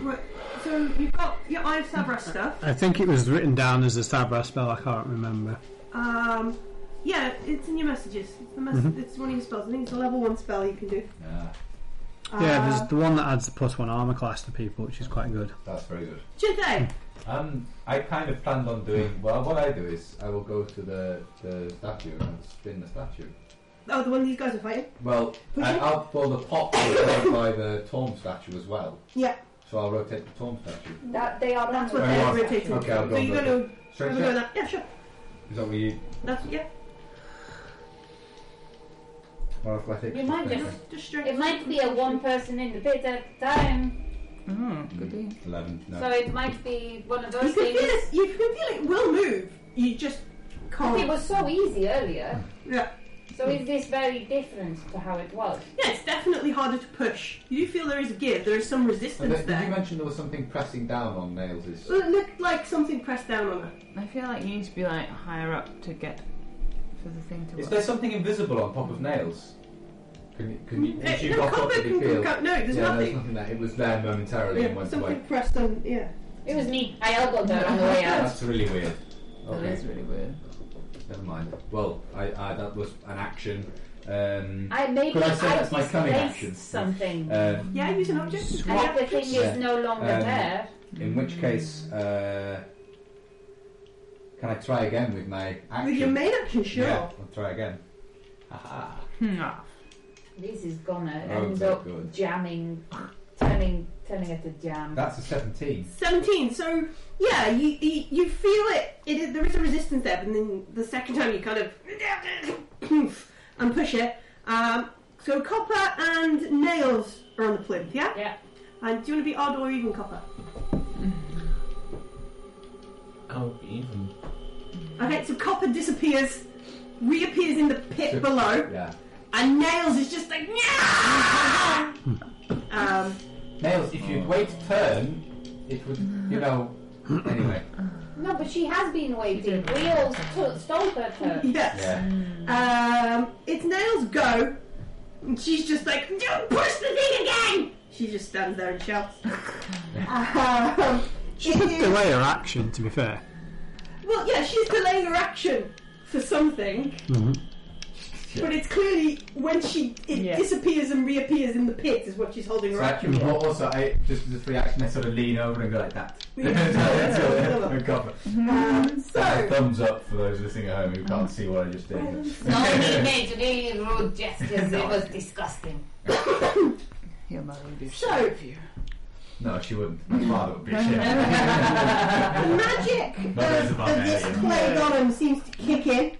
Right. So you've got your Eye of Sabras stuff. I think it was written down as a Sabra spell. I can't remember. Um, yeah, it's in your messages. It's, the mess- Mhm. it's one of your spells. I think it's a level one spell you can do. yeah, Uh, there's the one that adds the plus one armor class to people, which is quite good. That's very good. Chinthe! Um, I kind of planned on doing. Well, what I do is I will go to the, the statue and spin the statue. Oh, the one these guys are fighting? Well, I, I'll pull the pot by the Torm statue as well. Yeah. So I'll rotate the Torm statue. That they are. That's what Oh, they're you are. rotating. Okay, I'll go so and you're rotate. going to Strength have a go at check? that. Yeah, sure. Is that what you? That's, yeah. More athletics. You might Okay. just. just it might be a one person in the pit at a time. Mm, good Eleven. No. So it might be one of You those can, feel things. it, you can feel it will move. You just can't. It was so easy earlier. Yeah. So is this very different to how it was? Yeah, it's definitely harder to push. You do feel there is a give, there is some And resistance then- did you there. mention there was something pressing down on Nails' Well, it looked like something pressed down on her. I feel like you need to be like higher up to get for the thing to Is work. there something invisible on top of nails? Can you, can you, Eh, did you no, got carpet up, did can you feel? go- no, there's yeah, nothing. there. It was there momentarily and Yeah, went something away. pressed on, yeah. It was me. I elbowed her on the way out. That's really weird. Okay. is really weird. Never mind. Well, I, I that was an action. Um, I maybe could I say I that's my coming displaced action? something. Um, Yeah, use an object. And that the thing Yeah. is no longer Um, there. In which case, uh, can I try again with my action? With your main action, sure. Yeah, I'll try again. Aha. This is gonna Oh, end very up good. jamming, turning, turning it to jam. That's a 17. 17. So yeah, you, you you feel it. It is there is a resistance there, and then the second time you kind of and push it. Um, so copper and nails are on the plinth, yeah. Yeah. And do you want to be odd or even copper? I'll be even. Okay, so copper disappears, reappears in the pit below, Yeah. and nails is just like yeah. um, Nails, if you'd wait a turn, it would, you know. Anyway. No, but she has been waiting. We all t- stole her turn. yes. Yeah. Um, it's Nails go. And she's just like, don't push the thing again! She just stands there and shouts. um, She could delay her action, to be fair. well, yeah, she's delaying her action for something, Mm-hmm. but it's clearly when she it Yeah. disappears and reappears in the pit is what she's holding So her action actually, for. also, I just as a reaction, I sort of lean over and go like that. And cover. Um, so, Thumbs up for those listening at home who can't see what I just did. No, he made really rude gestures. It was disgusting. Your mother would be so No, she wouldn't. My father would be ashamed. the magic Mother's of, about of there, this yeah. clay golem seems to kick in.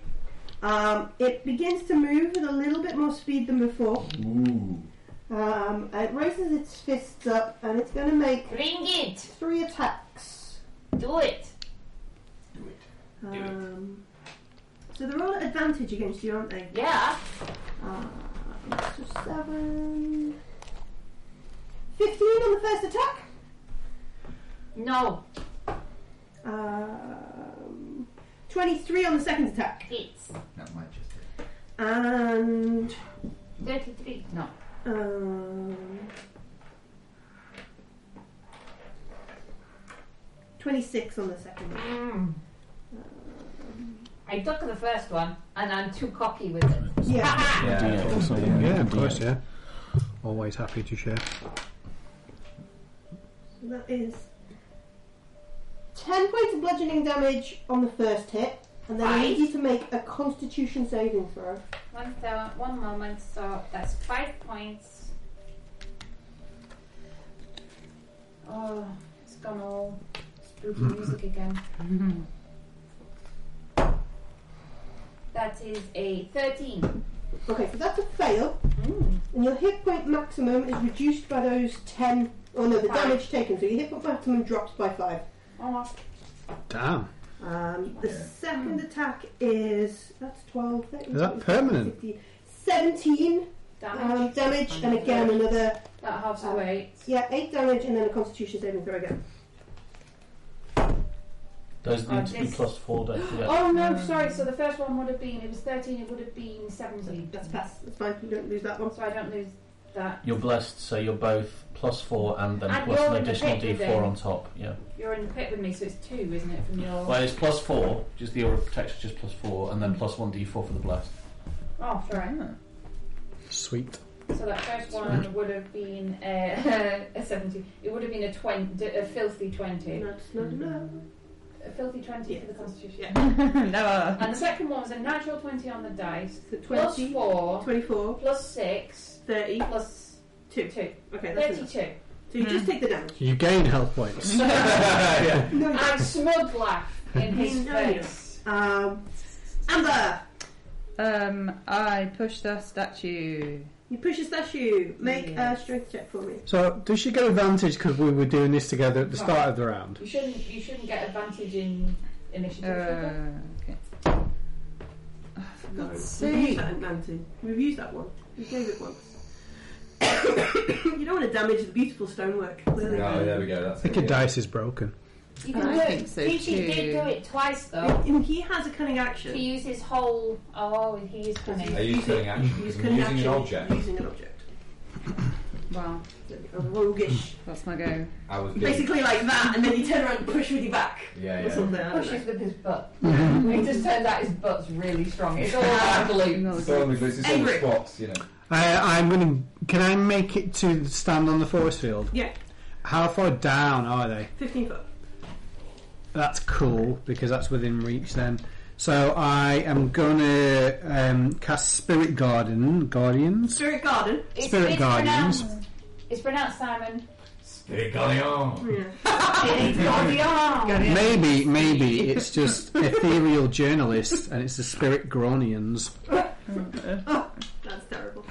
Um, it begins to move with a little bit more speed than before. Ooh. Um, it raises its fists up and it's going to make Bring it. three attacks. Do it. Um, so they're all at advantage against Uh, you, aren't they? Yeah. Uh, so seven. first attack? No. Um, 23 on the second attack. It's That might just. And. 33. No. Um, 26 on the second one. Mm. I took the first one and I'm too cocky with it. Yeah. Yeah, Yeah. of course, yeah. Always happy to share. That is 10 points of bludgeoning damage on the first hit, and then I need you to make a constitution saving throw. One, thou- one moment, so that's five points. Oh, it's gone all spooky music again. that is a 13. Okay, so that's a fail, and your hit point maximum is reduced by those 10. Oh no, the Five. damage taken, so your hit point maximum drops by 5. Oh, Damn. Um, the second attack is. That's 12. 13, Is that 14, permanent? 15, 17 damage. um, damage, and again another. That halves um, away. Yeah, 8 damage, and then a constitution saving throw again. Does Oh, need to be this- plus four, don't forget. Oh no, sorry. So the first one would have been, it was 13, it would have been 17. That's pass. That's fine. You don't lose that one. So I don't lose that. You're blessed, so you're both plus four and then And plus you're an in the additional picture D4 then. on top. Yeah. You're in the pit with me, so it's 2, isn't it, from your. Well, it's plus four, just the aura of protection, just plus four, and then plus one D4 for the blast. Oh, sorry. Sweet. So that first one would have been uh, a 70. It would have been a 20, a filthy 20. That's not Hmm. enough. A filthy 20 for the constitution. Never. And the second one was a natural 20 on the dice. So plus 20, 4, 24, plus 6, 30, plus 2. 2. Okay, that's enough. 32. So you Hmm. just take the damage. You gain health points. And smug laugh in his No, you face. Um, Amber, Um, I push the statue. you push a statue. Make a strength check for me. So, does she get advantage because we were doing this together at the start of the round? You shouldn't, you shouldn't get advantage in Uh, initiative. should you? okay. No, we've sake. used that advantage. We've used that one. We gave it once. you don't want to damage the beautiful stonework. Clearly. Oh, there we go. I That's think it. a dice is broken. You can I do think it. so he, he too. did do it twice though. And he has a cunning action. To use his whole. Oh, he is Are cunning. you cutting action? He's Because I'm cunning using action. an object. Using an object. Wow, A roguish. that's my go. I was doing. Basically like that, and then you turn around and push with your back. Yeah, Or yeah. something. I don't know. Pushes with his butt. it just turns out his butt's really strong. It's all out of glue. No, it's So this is all Angry. squats, you know. I, I'm gonna. Can I make it to stand on the force field? Yeah, How far down are they? 15 foot. That's cool because that's within reach then. So I am gonna um, cast Spirit Garden Guardians. Spirit Garden. It's, Spirit it's guardians. Pronounced, it's pronounced Simon. Spigalion. It's Guardian. Maybe, maybe it's just ethereal journalist and it's the Spirit Gronians. That's terrible.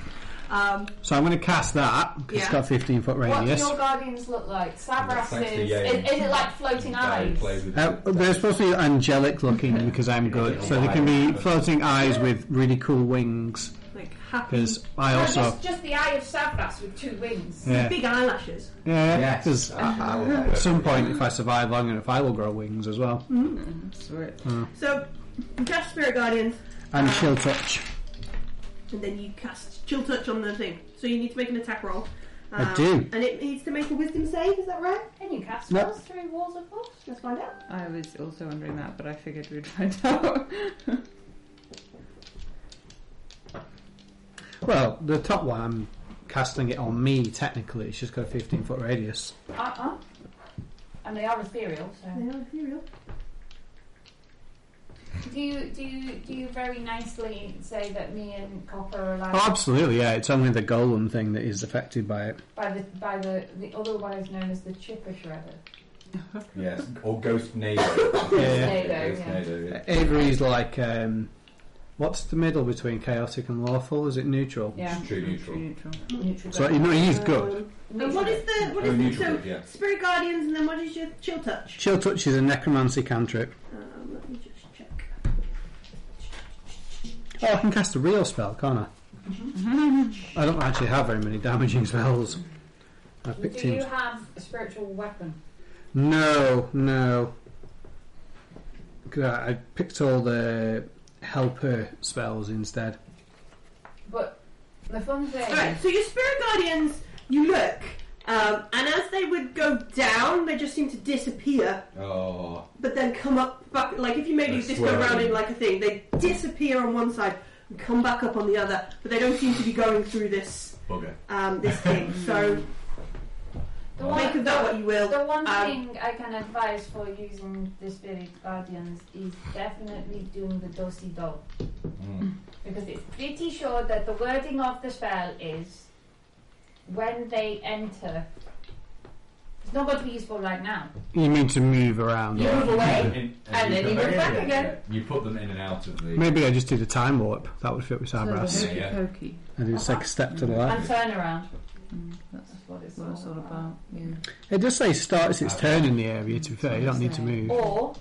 Um, So I'm gonna cast that. 'cause It's Yeah. got 15 foot What do radius. your guardians look like? Sabrasses. Thanks, yeah. Is, is it like floating Guy eyes? play with Uh, they're supposed to be angelic looking because I'm good, so they can be floating eyes with really cool wings. like happy. Because I No, also, just, just the eye of Sabras with two wings. yeah, Big eyelashes. yeah. Yes. 'cause I will at some point, if I survive long enough, I will grow wings as well, Sorry. So, you cast Spirit Guardians, and shield touch. and then you cast Chill Touch on the thing. So you need to make an attack roll. I Um, do. And it needs to make a Wisdom save, is that right? Can you cast No. spells through walls of force? Let's find out. I was also wondering that, but I figured we'd find out. Well, the top one, I'm casting it on me. Technically, it's just got a 15 foot radius. Uh-uh. And they are ethereal, so. Yeah, here we are. Do you, do you, do you very nicely say that me and Copper are allowed Oh, absolutely, yeah. It's only the golem thing that is affected by it. by the by the, the otherwise known as the chipper shredder? Yes, or Ghost Nado. Yeah. Ghost yeah. Nado, yeah. Avery's like, um, what's the middle between chaotic and lawful? Is it neutral? yeah. It's true neutral. Neutral. Neutral So you ground. know, he's good. Um, And what is the what Oh, is the, neutral, so good, yeah. Spirit Guardians, and then what is your Chill Touch? Chill touch is a necromancy cantrip. Um, let me just check. Oh, I can cast a real spell, can't I? I don't actually have very many damaging spells. I've picked Do you teams. have a spiritual weapon? No, no. 'Cause I I picked all the helper spells instead. But the fun thing. Alright, so your spirit guardians, you look, um, and as they would go down, they just seem to disappear, Oh. but then come up back. Like if you maybe That's just go where- around in like a thing, they disappear on one side and come back up on the other, but they don't seem to be going through this Bugger. um, this thing. So The one- make of that what you will. The one Um, thing I can advise for using the spirit guardians is definitely doing the dosi do Hmm. because it's pretty sure that the wording of the spell is when they enter. It's not going to be useful right now. You mean to move around? You move away In- and then you put- move back yeah, again. yeah. You put them in and out of the. Maybe I just did a time warp. That would fit with Sabras. hokey Yeah. pokey. And it's like a step to the And left. turn around. That's what it's all, about. Yeah. It does say starts its turn in the area, to be fair. You don't need to move. Or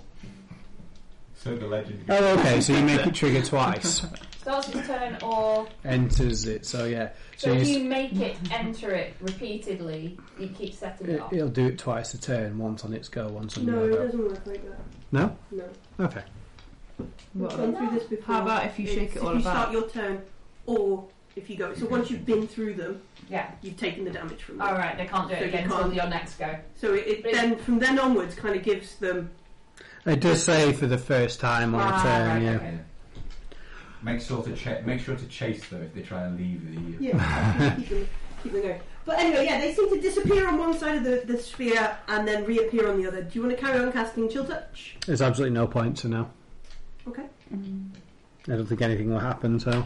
So the legend. Oh, okay, so you make it trigger twice. starts his turn or Enters it, so yeah. so So you if s- you make it enter it repeatedly, you keep setting it it, off. it'll do it twice a turn, once on its go, once on No, the it other. doesn't work like that. No? No. Okay. We've What gone through this before. How about if you shake it's it if all you about? start your turn, or if you go. So once you've been through them, Yeah. you've taken the damage from them. All right, they can't do it So you again until can't- your next go. Uh, So it, it then from then onwards kind of gives them It does say for the first time on a Ah, turn, right, yeah. okay. Make sure to check. Make sure to chase them if they try and leave the. Yeah, keep them, keep them going. But anyway, yeah, they seem to disappear on one side of the, the sphere and then reappear on the other. Do you want to carry on casting Chill Touch? There's absolutely no point to now. Okay. I don't think anything will happen, so.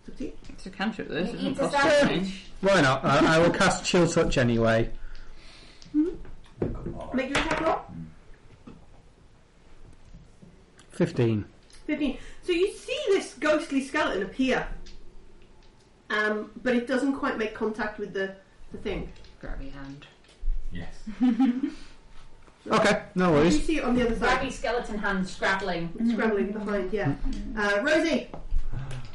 It's up to you. It's a cantrip, this You doesn't eat the cost anything. Why not? I, I will cast Chill Touch anyway. Oh, Make your attack roll. 15. 15. So you see this ghostly skeleton appear, um, but it doesn't quite make contact with the, the thing. Grab your hand. Yes. Okay, no You worries. see it on the other side, Grabby skeleton hand scrabbling. Mm-hmm. scrambling behind, yeah. Uh, Rosie,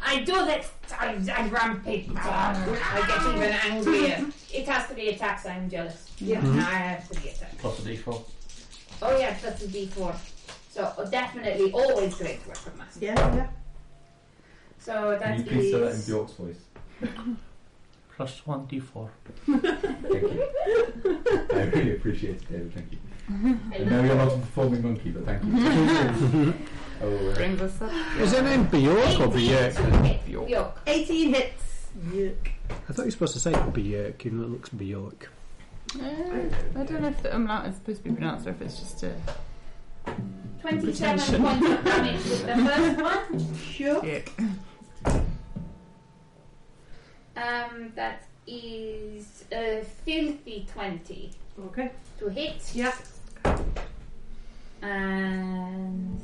I do this. I, I rampage. I get even angrier. It has to be attacks. I'm jealous. Yeah, I have to be attacked. Plus a d4. Oh yeah, that's a D4. So oh, definitely always great weapon master. yeah, yeah. So Can that you please say that in is Bjork's voice? Plus one d4. Thank you. I really appreciate it, David. Thank you. I know you're not a performing monkey, but thank you. oh, uh, Brings us up. Is her name Bjork or Bjork? Bjork. Bjork. 18 hits. Yuck. I thought you were supposed to say Bjork, even though it looks Bjork. I don't know if the umlaut is supposed to be pronounced or if it's just a. 27 points of damage with the first one. Sure. Um, that is a filthy 20 Okay. to hit. Yeah. and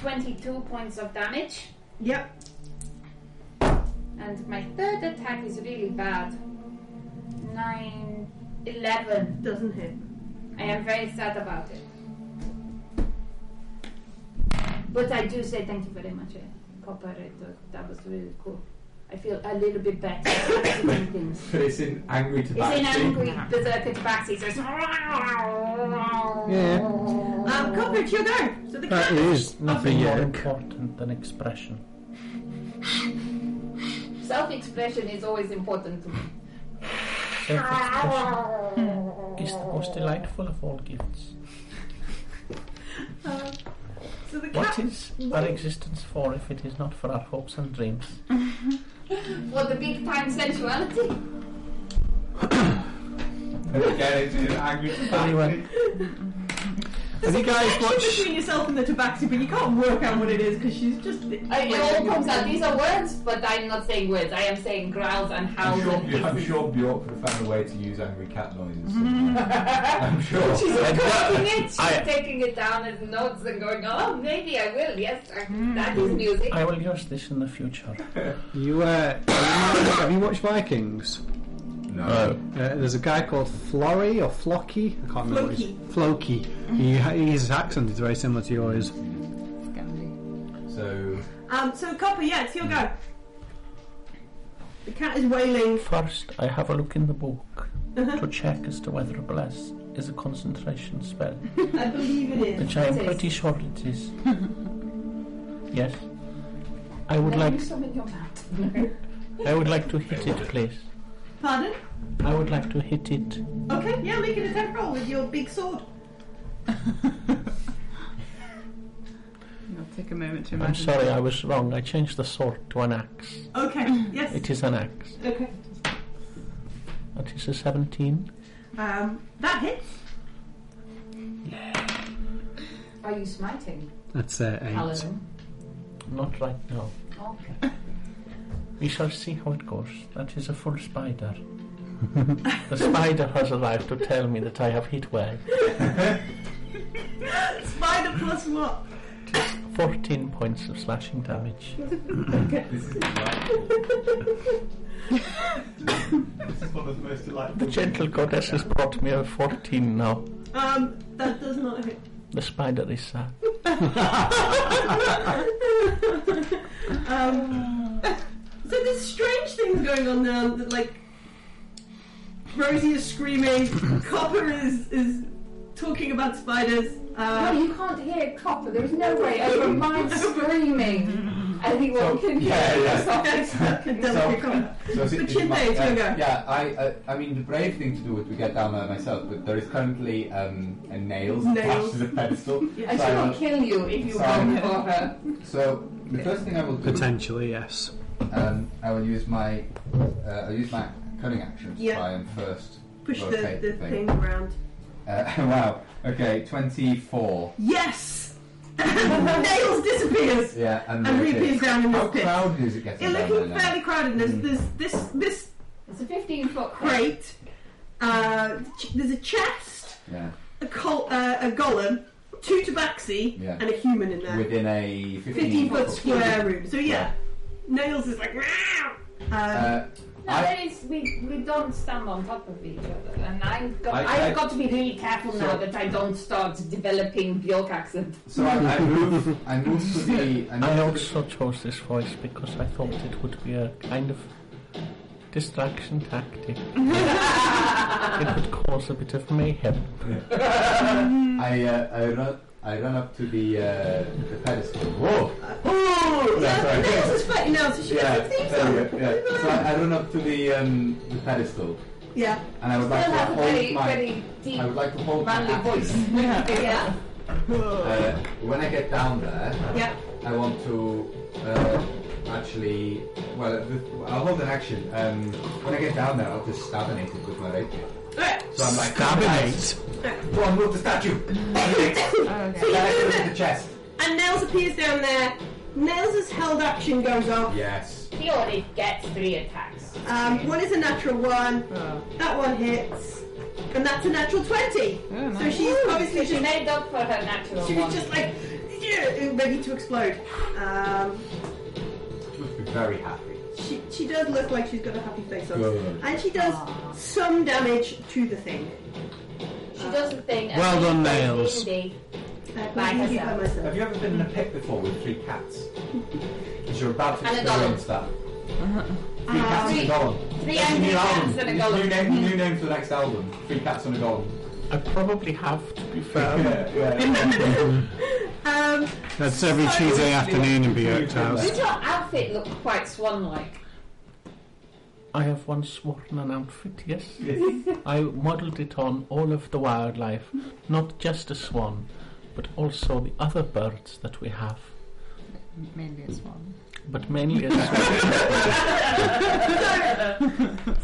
22 points of damage. Yep. And my third attack is really bad. 9, 11. Doesn't hit. I am very sad about it. But I do say thank you very much, eh, Copper. It was- That was really cool. I feel a little bit better at doing things. but it's in angry It's an tobacco. angry berserker tabaxi. So it's Yeah. Um, Copper, it's your go. So the That cat. is not Nothing more Bjork. important than expression. Self-expression is always important to me. Self-expression Hmm. is the most delightful of all gifts. Um, So the cat. What is our existence for if it is not for our hopes and dreams? For the big time sensuality. And again, it's in angry tobacco. Anyway, Have you guys Connection watched. between yourself and the tabaxi, but you can't work out what it is because she's just. I, it all comes out. These are words, but I'm not saying words. I am saying growls and I'm howls sure, and Bjork, I'm hisses. sure Bjork would have found a way to use angry cat noises. I'm sure. She's I- cooking it. She's I- taking it down as notes and going, oh, maybe I will. Yes, I, that is music. I will use this in the future. You, uh, have you watched Vikings? No. Uh, there's a guy called Flory or Flocky. I can't remember. what his- Floki. He, his accent is very similar to yours. So, Um, so Copper, yeah, it's your go. The cat is wailing. First, I have a look in the book to check as to whether bless is a concentration spell, I believe it is. which I am pretty sure it is. yes, I would Then like. you summon your cat. I would like to hit it, please. Pardon? I would like to hit it. Okay, yeah, make an attack roll with your big sword. I'll take a moment to I'm imagine. sorry, I was wrong. I changed the sword to an axe. Okay, yes. It is an axe. Mm. Okay. That is a 17. Um, that hits. Are you smiting? That's uh, eight. Paladin. Not right now. Okay. We shall see how it goes. That is a full spider. the spider has arrived to tell me that I have hit well. Spider plus what? 14 points of slashing damage. This is one of the most The delightful. gentle goddess has brought me a 14 now. Um, that does not hit. The spider is sad. Um, so there's strange things going on now. That like Rosie is screaming, Copper is is talking about spiders. No, Um, you can't hear copper. There's no way. Over my screaming, anyone can hear yeah, yeah. so, is it- but is it Chin my- Bay, it's uh, your go. yeah, I, uh, I mean, the brave thing to do would be get down there myself, but there is currently um, a nails, attached Nails. to the pedestal. I so, I shall will- kill you if you so go I will- for her. so the first thing I will do, Potentially, yes. um, I will use my, uh, I'll use my cunning action to Yeah. try and first Push the, rotate the thing around. Uh, wow. Okay, twenty-four. Yes. Nails disappears. Yeah, and, And rotate. reappears down in this How pit. crowded is it getting It's down looking there now? fairly crowded. There's, there's this this It's a 15 foot crate. Uh, ch- there's a chest, Yeah. a, col- uh, a golem, two tabaxi, Yeah. and a human in there. Within a 15, 15 foot square cube. room. So yeah, Nails is like, "Meow." um, Uh, No, I- that is, we, we don't stand on top of each other. And I've got, I- I, I- have got to be really careful now So- that I don't start developing Bjork accent. so I, I move. I move to the. I, move I to also chose this voice because I thought it would be a kind of distraction tactic. it would cause a bit of mayhem. the- I, uh, I run. I run up to the uh, the pedestal. Whoa! oh, Yeah, yeah, sorry. Nails is fighting now, so she yeah, gets her theme there we song. go. Yeah. So I, I run up to the um, the pedestal, Yeah, and I would like Still to have a hold very, my. very deep, I would like to hold my manly action. voice. yeah. Uh, when I get down there, yeah. I want to uh, actually. Well, the, I'll hold an action. Um, when I get down there, I'll just stabinate it with my rapier. Alright, So I'm like, Stabinate. Go on, move the statue. so uh, you do Move that, the chest. and Nails appears down there. Nails' held action goes off. Yes. He already gets three attacks. Um, one is a natural one. Oh. That one hits, and that's a natural twenty. So she's obviously Oh, She just made up for her natural she one. was just like yeah, ready to explode. Um, Must be very happy. she she does look like she's got a happy face on, Good. and she does some damage to the thing. she does the thing. and Well she done, goes Nails. indie. Uh, By maybe by herself. myself. Have you ever been in a pit before with three cats? Because you're about to And a experience that. Three cats and a golem. Three That's a angry new cats and a album. New golem. name, new name for the next album. Three cats and a golem. I probably have, to be fair. Yeah, yeah. Um, That's every Tuesday afternoon in Bjork's house. Did your outfit look quite swan-like? I have once worn an outfit, yes. I modelled it on all of the wildlife, not just a swan, but also the other birds that we have, Mainly a swan. but mainly a swan.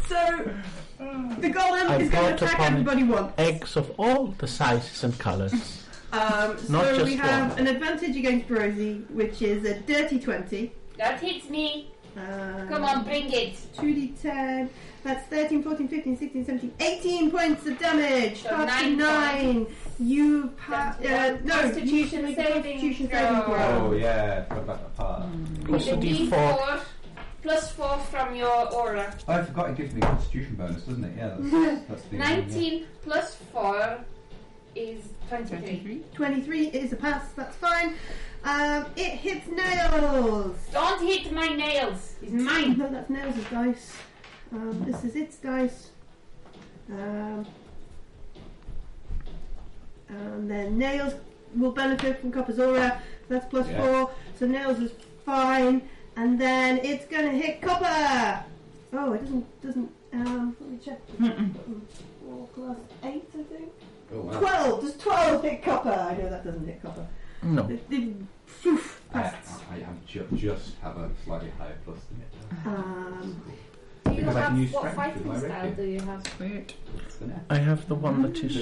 so Mm. the golem I've is going got to attack upon- everybody once. Eggs of all the sizes and colours. Um, Not so just we have one. an advantage against Rosie, which is a dirty twenty. That hits me. Um, Come on, bring it. 2d10. That's 13, 14, 15, 16, 17, 18 points of damage. So Up to nine nine. You pa- That's uh, one no. Constitution you- saving Constitution throw. saving oh throw. yeah, put that apart. With a Also D4. D4 plus 4 from your aura. Oh, I forgot it gives me constitution bonus, doesn't it? Yeah, that's, that's the 19 plus 4 is 23. 23 is a pass, that's fine. Um, it hits nails! Don't hit my nails! It's mine! No, that's nails' dice. Um, this is its dice. Um, and then nails will benefit from Copper's aura. That's plus Yeah. four. So nails is fine. And then it's gonna hit Copper! Oh, it doesn't, doesn't, um, let me check. Four plus eight, I think. Oh, wow. 12! Does 12 hit Copper? I know that doesn't hit Copper. No. It- it- phew, I, passed. I have ju- just have a slightly higher plus than it. Um, Do you Because I can have use what strength with fighting my style rapier. do you have? It's the net. I have the one that is.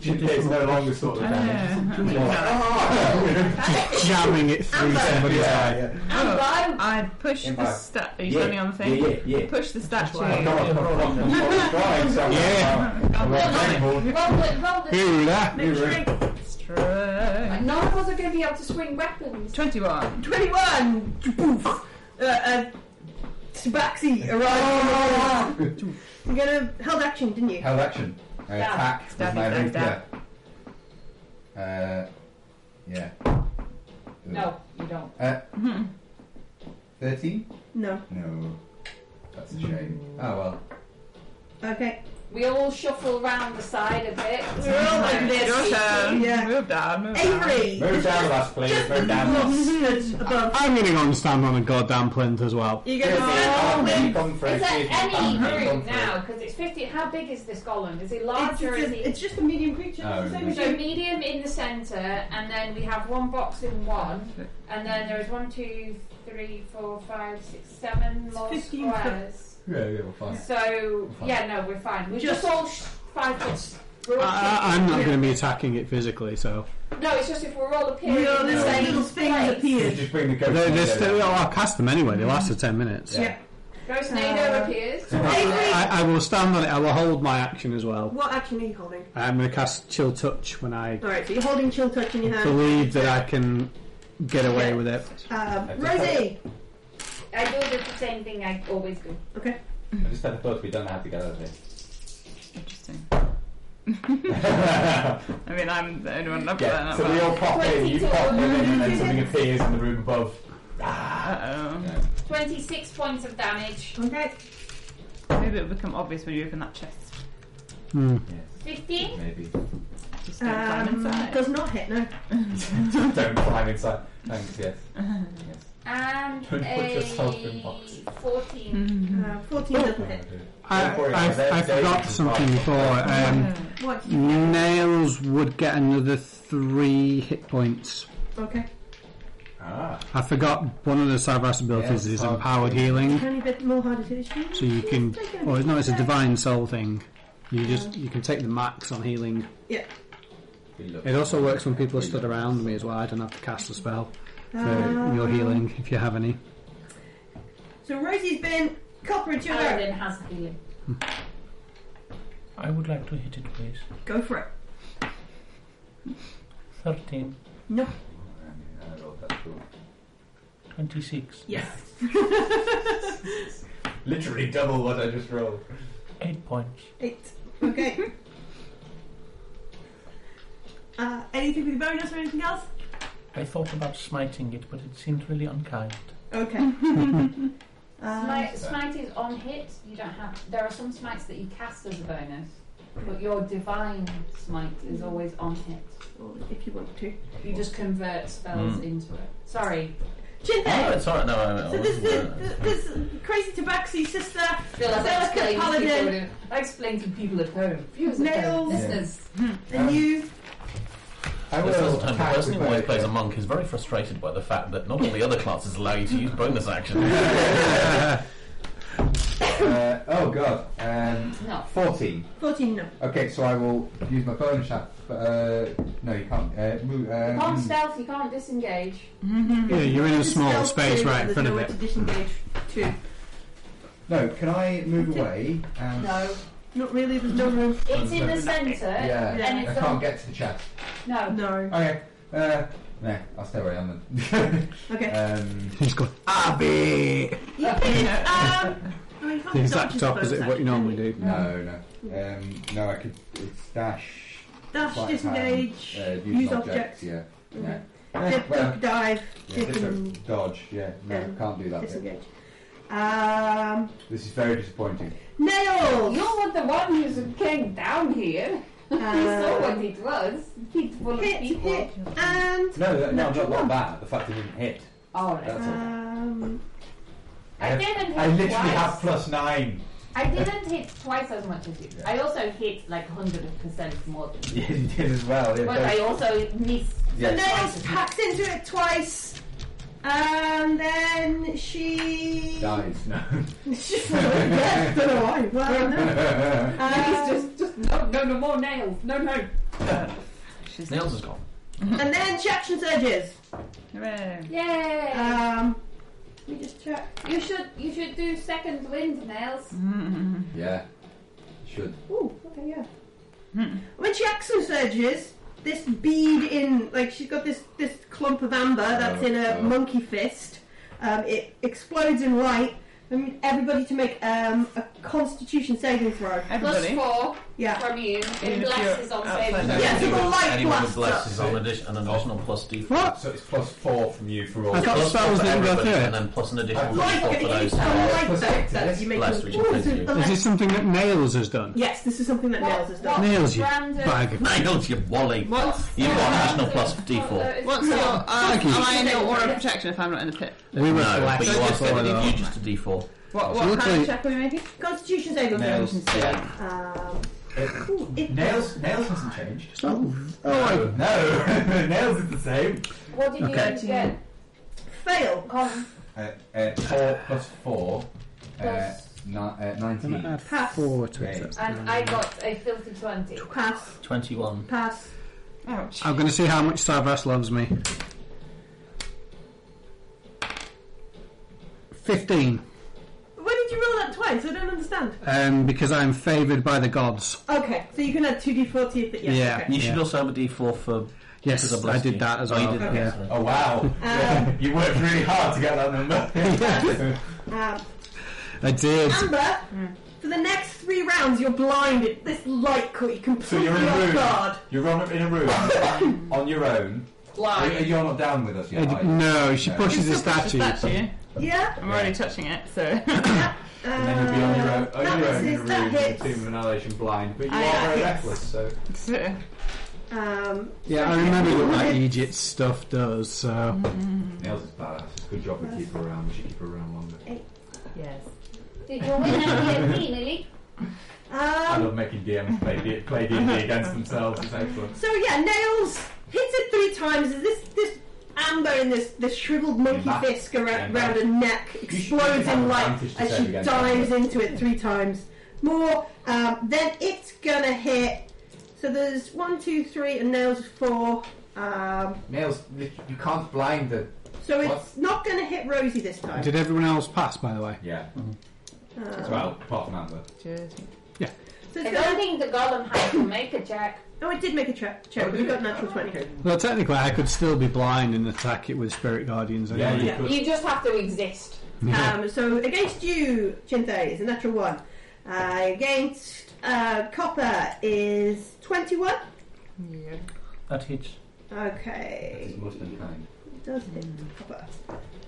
She takes no longer sort of damage. jamming it through somebody's eye. Oh, I push Amber. the statue. Are you Yeah, standing on the thing? yeah, yeah, Oh, yeah. Push the statue. Roll it, roll it. Who that? Strength. None of us are going to be able to swing weapons. 21. 21! Poof! Uh, uh, Tabaxi Oh. arrives. You're gonna held action, didn't you? Held action. I Stab. attack with Stab, my stab, rapier. Uh, yeah. No, you don't. Uh, 13? No. No. That's a shame. Oh well. Okay. We all shuffle round the side a bit. We're all like this. Your turn. Yeah. Move down. Move down. Avery! Move down, last please. Move down. Lost above. I'm gonna go and stand on a goddamn plinth as well. You're going Oh, to man, come for Is it, there please. any Come for it, come room for it. now? Because it's 50. How big is this golem? Is it It's, larger? it's, Is a, it? it's just a medium creature. Oh, It's the same as So you. medium in the centre, and then we have one box in one, and then there is one, two, three, four, five, six, seven more 15 foot. squares. Yeah, yeah, we're fine. So fine. yeah, no, we're fine. We're Just- just all sh- five foot. we're all I, I- I'm not shifting. going to be attacking it physically, so No, it's just if we're all appearing We all in the this same little thing place. You appears. Just bring the they ghost. they're down. still. Oh, I'll cast them anyway. They last for ten minutes. Yeah. Ghost Nader Uh, appears. I, I will stand on it. I will hold my action as well. What action are you holding? I'm going to cast chill touch when I Alright, so you're holding chill touch in your hand. believe that I can get away with it. Um, Rosie! I do the same thing I always do. Okay. I just had a thought we don't know how to get out of this. Interesting. yeah, I mean, I'm the only one up there. so we all pop in, you pop in, and then something appears in the room above. Uh oh. Twenty-six points of damage. Okay. Maybe it'll become obvious when you open that chest. Hmm. Fifteen. Maybe. Just don't climb Um, inside. does not hit, no. don't climb inside. Thanks, yes. yes. And Don't put yourself in a box. fourteen. Mm-hmm. Uh, 14 Oh. doesn't hit. I, I, I forgot something before. Um, What? nails would get another three hit points. Okay. Ah, I forgot one of the Savras Yes, abilities is hard empowered healing. healing, Only bit more harder to issue. so you can. Or it's no, it's a divine soul thing. You just you can take the max on healing. Yeah. It also works when people are stood around me as well. I don't have to cast a spell for Um, uh, your healing if you have any. So Rosie's been copper and sugar. Paladin has healing. I would like to hit it, please. Go for it. 13, No. 26, Yes. Literally double what I just rolled. 8 points. Eight. Okay. uh, anything with a bonus or anything else? I thought about smiting it, but it seemed really unkind. Okay. uh, Smite, smite is on hit. You don't have. There are some smites that you cast as a bonus, but your divine smite is always on hit. or if you want to. You just convert spells into it. Sorry, Oh, Chinte! it's alright, Hmm. no, I, I So this wasn't uh, aware. is the, this crazy Tabaxi sister, Phil, I've Zealous explained to Paladin. people at- I explained to people at home. Viewers at home, Nails. listeners. the new. I This will is the time the attack person with who my always plays a monk is very frustrated by the fact that not all the other classes allow you to use bonus action. uh, oh god. Um, No. 14. 14, no. Okay, so I will use my bonus attack. Uh, no, you can't. Uh, move, You can't um, stealth. You can't disengage. Yeah, you're in a This is small stealth space two, right in there's front of nowhere it. to disengage two. no, can I move away? And No. Not really, there's no room. It's in the centre, Yeah, and I it's can't on. get to the chest. No, No. Okay. Uh, nah, I'll stay where I am then. Uh, Okay. um, He's going, Abby! You think, um, I mean, The exact opposite of what you normally do. no, no. Um, no, I could. It's dash Dash, Flat disengage, hand, uh, use objects, objects. Yeah. yeah. Eh, Mhm. Dip, duck, dive, yeah, dip, dipping- duck, dodge, yeah, no, um, can't do that. bit. Disengage. Um, This is very disappointing. nails! You were the one who came down here. You saw Uh, what it was. It's full Uh, Hit, of people. hit, and No, no, no, I'm not not that. The fact it didn't hit. All right. That's Uh, it. um, I have- didn't I hit literally twice. have plus nine. I didn't hit twice as much as you. I also hit like 100% more than you. Yeah, you did as well. Yeah, But very- I also missed. Yeah. nails packs into it twice, and then she. Dies, no. yeah, don't know why. Well, no. It's Um, just, just no, no, no more nails. No, no. Nails is gone. um, and then Jackson's edges. Hooray. Yay! Um, let me just check. you should you should do second wind nails. Yeah, should. Ooh, okay, yeah. When she exosurges, this bead in, like she's got this, this clump of amber that's in a Oh, oh. monkey fist. Um, it explodes in light. I need everybody to make um, a constitution saving throw. Plus Everybody. four Yeah. from you. Even And if bless you're is on outside saving. the- Yeah, so the light Anyone with blasts bless up. is on addition, an additional plus D4. What? So it's plus four from you for all. I thought Plus spells four for didn't go everybody, through it. And then plus an additional Light, D4 for it's those. a light effect that you make. Blast, which is Ooh, it's an crazy. Is elect- this something that Nails has done? Yes, this is something that What- Nails has done. what Nails, you random- bag Uh, of Nails, you wally. What's You got an additional plus D4. what's your? Uh, Thank you. am I in your aura of protection if I'm not in the pit? We were No, flat. but you are Sorry, still though. you just a D4. What, So what kind luckily- of check are we making? Constitution saving throw. Nails. Yeah. Um, It- ooh, it- nails. Nails hasn't changed. Oh, No, nails is the same. What did you get? fail. Con Uh, uh, four plus four. Uh, Plus- ni- uh, I'm Nineteen. gonna add Pass. four to it. Yeah. That's and I got a filthy twenty. Pass. 21. Pass. Ouch. I'm going to see how much Savas loves me. 15. Why did you roll that twice? I don't understand. Um, because I'm favoured by the gods. Okay, so you can add 2d4 to your fit. Yeah. Okay. You should also have a D4 for. Yes, because I blessed did you. that as Oh, well. you did that, yeah. sorry. Oh wow! Um, you worked really hard to get that number. Um, I did. Amber, for the next three rounds, you're blinded. This light caught you so completely you're in a off room. guard. You're on, in a room on your own. Are, Blind. you're not down with us I yet. d- Are you? no, she Yeah. pushes the It's just statue. a statue. Yeah? I'm already touching it, so. Uh, And then you'll be on your own, on your that own in a misses, room that with hits. a team of annihilation blind, but you I- are that very hits. reckless. So so. Um, Yeah, I remember what that Egypt stuff does, so. nails is badass. It's a good job we keep her around. We should keep her around longer. Yes. Did you win at D&D, Lily? I um, love making DMs play D play D against themselves. It's excellent. so yeah, Nails hits it three times. Is This this amber in this, this shriveled monkey Yeah, that- fisk yeah, around, that- around her neck should explodes have in light advantage to as save she against dives amber. into it three times more. Um, then it's gonna hit. So there's one, two, three, and Nails is four. Um, Nails, lit- you can't blind the. so it's What? not gonna hit Rosie this time. Did everyone else pass, by the way? Yeah. Um, Well, apart from Amber. Just So I it's don't gonna, think the golem had to make a check. oh, it did make a tra- check, but it got natural 20. Well, technically, I could still be blind and attack it with Spirit Guardians. Yeah, anyway. you could. You just have to exist. Um, so against you, Chinthe, is a natural one. Uh, against uh, Copper is 21. yeah. That hits. It's Okay. most unkind. It does hit Copper.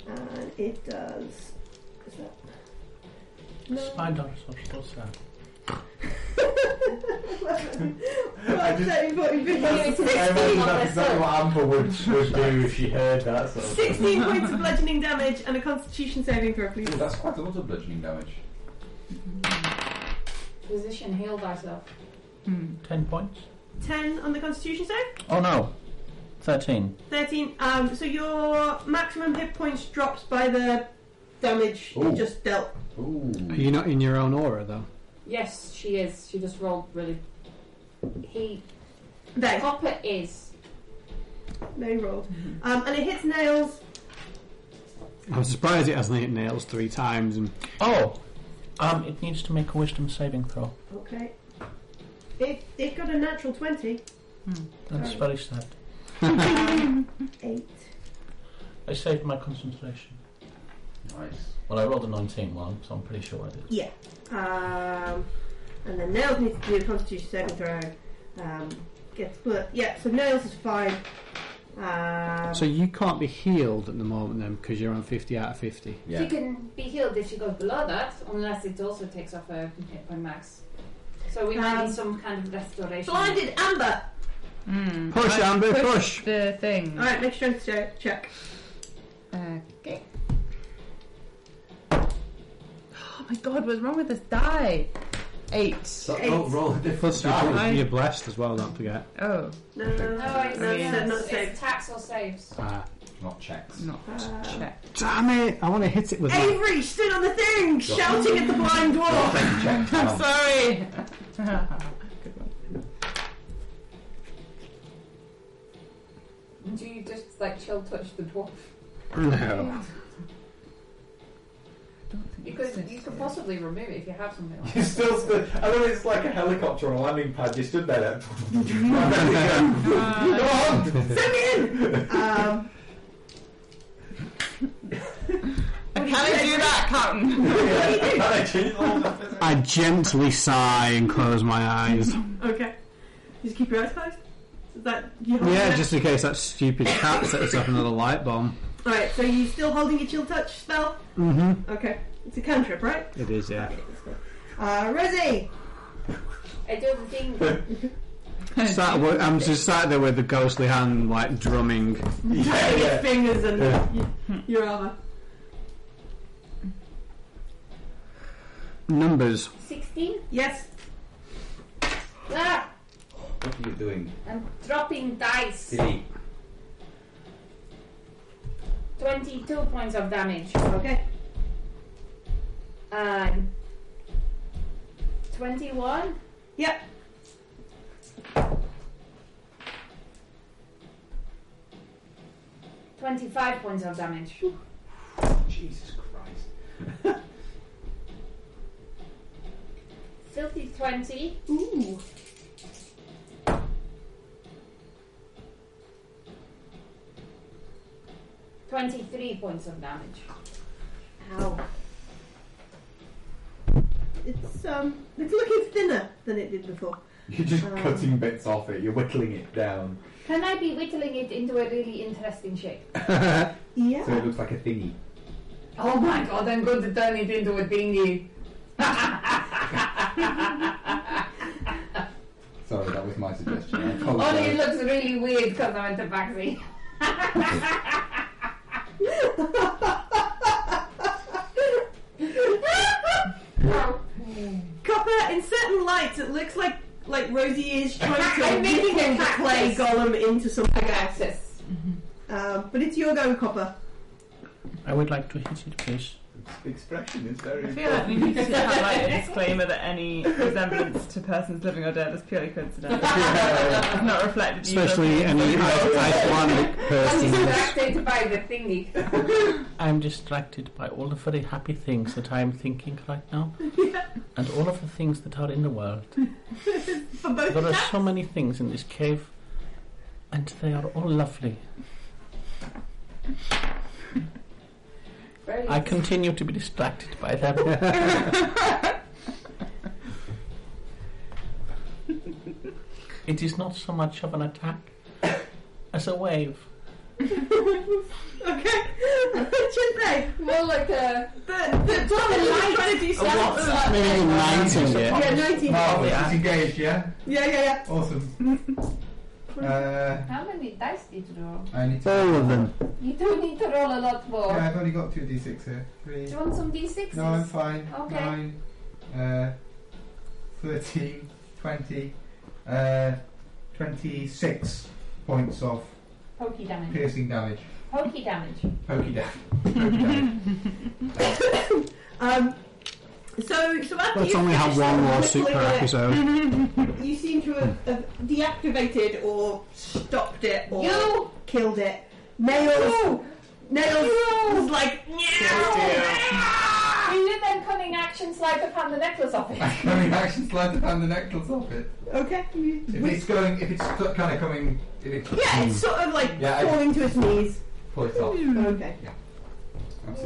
And it does. Is that. No. Spiders are so uh, sad. Well, 13, 14, 15, I imagine 16. that's exactly what Amber would, would do if she heard that. Sort of thing. 16 points of bludgeoning damage and a constitution saving throw, please. Ooh, that's quite a lot of bludgeoning damage. Position healed ourselves. 10 points? 10 on the constitution save. Oh no. 13. 13. Um, so your maximum hit points drops by the damage you Ooh. just dealt. Ooh. Are you not in your own aura, though? Yes, she is. She just rolled really. He. There, Copper is. no you rolled. Mm-hmm. Um, and it hits nails. I'm surprised it hasn't hit nails three times. And Oh! Um, it needs to make a wisdom saving throw. Okay. It, it got a natural 20. That's very sad. Eight. I saved my concentration. Nice. Well, I rolled a 19 one, so I'm pretty sure I did. Yeah. Um, and then nails needs to do a constitution saving throw. Um, gets but yeah, so nails is fine. Um, So you can't be healed at the moment then because you're on 50 out of 50. She can be healed if she goes below that, unless it also takes off her hit point max. So we might Um, need some kind of restoration. Blinded Amber. Hmm. Push, Amber, push. The thing. All right, make sure to check. Okay. Oh my god, what's wrong with this die? Eight. Oh, roll a different die. You're blessed as well, don't forget. Oh. No, no, no. No, it's, No, it's, not it's safe. tax or saves. Ah. Not checks. Not check. Damn it! I want to hit it with my Avery stood on the thing, shouting at the blind dwarf. Um, I'm sorry. Do you just like chill touch the dwarf? No. Because you could possibly remove it if you have something like You that. still stood. I mean, it's like a helicopter on a landing pad. You stood there. Like, Um, I can't do that, Captain. I gently sigh and close my eyes. okay. Just keep your eyes closed. Is that you? holding yeah, it? just in case that stupid cat sets up another light bomb. All right. So you still holding your chill touch spell? Mm-hmm. Okay. It's a cantrip, right? It is, yeah. Uh, Rosie. I do the thing. Sat, wi- I'm just sat there with the ghostly hand like drumming. Your fingers and y- your armor. Numbers. 16? Yes. Ah, What are you doing? I'm dropping dice. Silly. 22 points of damage. Okay. Um, 21? Yep. Twenty-five points of damage. Jesus Christ. Filthy twenty. Ooh. Twenty-three points of damage. Ow. It's um. It's looking thinner than it did before. You're just Um, cutting bits off it. You're whittling it down Can I be whittling it into a really interesting shape? Yeah. so it looks like a thingy. Oh my god, I'm going to turn it into a dinghy. Sorry, that was my suggestion. I Only it apologise. looks really weird because I'm a tabaxi. Copper, in certain lights, it looks like like Rosie is I'm trying to making wiggle a the clay cactus. golem into something else. Tabaxis. Um, but it's your go, Copper. I would like to hit it, please. Expression is I very feel like we important. need to have like a disclaimer that any resemblance to persons living or dead is purely coincidental. it's not reflected. Especially any I- Icelandic I'm person. distracted by the thingy. I'm distracted by all the very happy things that I'm thinking right now, and all of the things that are in the world. For both There of are us. so many things in this cave, and they are all lovely. Very I continue to be distracted by them. it is not so much of an attack as a wave. Okay. Should they? More like a. The, the dog is trying to do something. Igniting it. Yeah, 19. Marvel, disengaged, yeah? Yeah, yeah, yeah. Awesome. uh, How many dice did you roll? I need to. All of them. You do need to roll a lot more. Yeah, I've only got two d6 here. Three. Do you want some d6s? No, I'm fine. Okay. Nine, uh, 13, 20, uh, 26 points of Pokey damage. piercing damage. Pokey damage. Pokey damage. Pokey damage. Um, so, so after Let's you only have finish one more whistling super it, episode. You seem to have, Hmm. have deactivated or stopped it or You! killed it. Nails. Nails was like. You did then coming action slide to pound the necklace off it. Coming action slide to pound the necklace off it. Okay. you- If it's going, if it's kind of coming, if it's Yeah, it's sort of like Yeah, I- falling to its knees. pull it off. Okay. Yeah.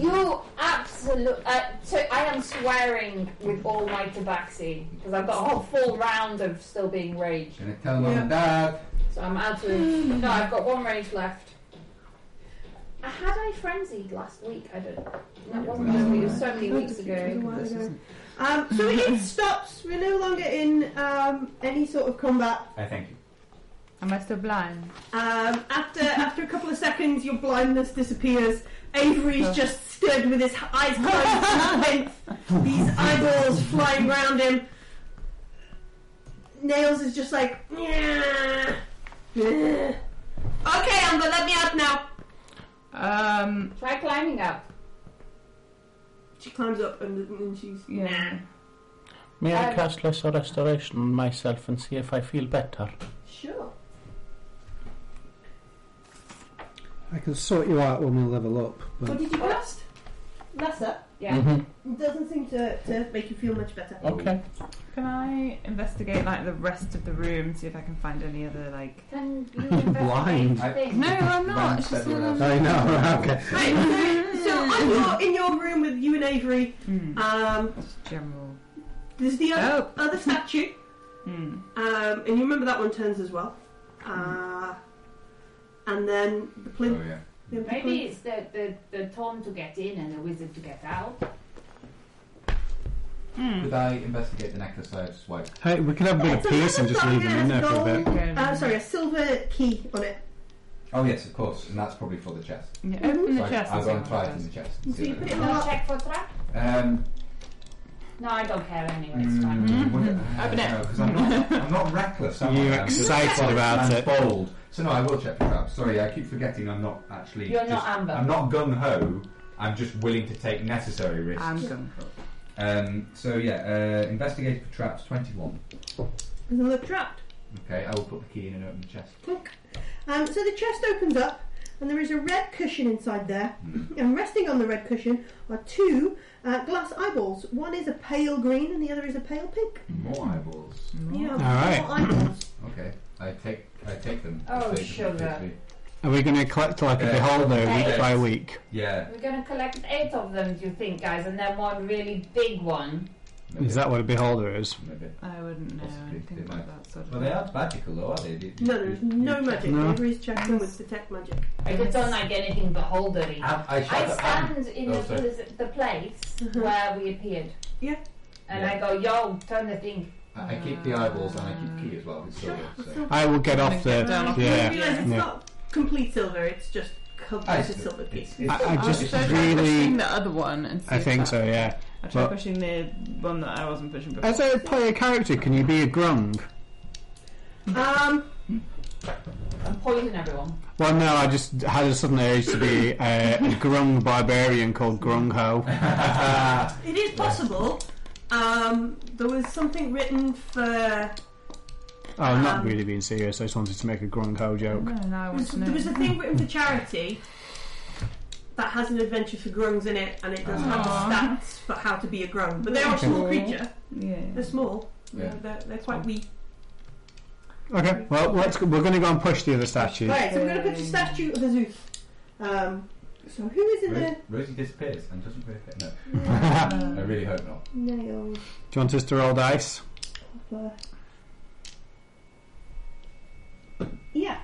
You absolutely. Uh, so I am swearing with all my tabaxi because I've got a whole full round of still being raged. Gonna tell mum and dad. So I'm out of. No, I've got one rage left. I had I frenzied last week. I don't. That wasn't last week. It was so many weeks ago. Um, so it stops. We're no longer in um, any sort of combat. I thank you. Am I still blind? Um, after after a couple of seconds, your blindness disappears. Avery's Oh. just stood with his h- eyes closed, and these eyeballs flying round him. Nails is just like, "Yeah." okay, Amber, let me out now. Um, Try climbing up. She climbs up and, and she's yeah. May I Um, cast Lesser Restoration on myself and see if I feel better? Sure. I can sort you out when we level up. What But did you cast? Lesser. Yeah. Mm-hmm. Mhm. Doesn't seem to, to make you feel much better. Can I investigate like the rest of the room, see if I can find any other like? Can you Blind. investigate No, I'm Blind not. It's just said that I'm- I know. Okay. Right, so, so I'm not in your room with you and Avery. Hmm. Um, general. Oh. There's the other, other statue, Hmm. um, and you remember that one turns as well. Uh, and then the plinth. Oh, yeah. the empty Maybe plinth. it's the, the, the Tom to get in and the wizard to get out. Hmm. Could I investigate the necklace I just wiped? Hey, we could have a bit of piercing, just leave them in there for a bit. Uh, sorry, a silver key on it. Oh yes, of course, and that's probably for the chest. Yeah, open the So I- chest I'll and go see and what try it it in the chest. and So see you what put it it is. on I'll check for trap. Um, No, I don't care anyway. It's fine. Mm, what- I Open it. don't know, 'cause I'm not, I'm not reckless. am I? You're I'm just- excited about I'm it. Bold. So no, I will check the traps. Sorry, I keep forgetting. I'm not actually. You're not just- Amber. I'm not gung ho. I'm just willing to take necessary risks. I'm gung Um, so yeah, uh, investigate for traps. Twenty-one. Doesn't look trapped. Okay, I will put the key in and open the chest. Um, so the chest opens up, and there is a red cushion inside there. And resting on the red cushion are two uh, glass eyeballs. One is a pale green, and the other is a pale pink. More eyeballs. Yeah, right. more eyeballs. Okay, I take I take them. Oh, If they- if they sugar. fit me. Are we going to collect like a Yeah. beholder Hey. week by week? Yeah. We're gonna collect eight of them, do you think, guys? And then one really big one. Is that what a beholder is? Maybe. I wouldn't know Possibly, anything they about might. that sort of. Well, they are magical, though, are they? They- No, there's no magic. No. Avery's checking with detect magic. I just don't like anything beholdery. Am- I, shall- I am- stand in Oh, the, sorry. pl- the place where we appeared. Yeah. And Yeah. I go, yo, turn the thing. I, I keep the eyeballs and I keep the key as well. It's silver, so. I will get off the. You Yeah. realise it's yeah. not complete silver, it's just covered I with a see. silver piece. Ah, It's- I, I I'll just try pushing really. the other one and see I if think that- so. Yeah. I tried But- pushing the one that I wasn't pushing before. As a player character, can you be a grung? Um, I'm poisoning everyone. Well, no, I just had a sudden urge to be a, a grung barbarian called Grungho. Uh, it is possible. Um, there was something written for. oh, I'm not Um, really being serious. I just wanted to make a Grungho joke. No, no, I There want was, to know. there was a thing written for charity that has an adventure for grungs in it, and it does have Aw. stats for how to be a grung. But they are a small Okay. creature. Yeah. They're small. Yeah. They're, they're quite weak. Okay, well, let's go, we're going to go and push the other statue. Right, so we're going to put the statue of Azuf. Um, so who is in Ro- the Rosie disappears and doesn't really fit. No, Uh-huh. Uh, I really hope not. nail? Do you want us to roll dice? popper? Yeah.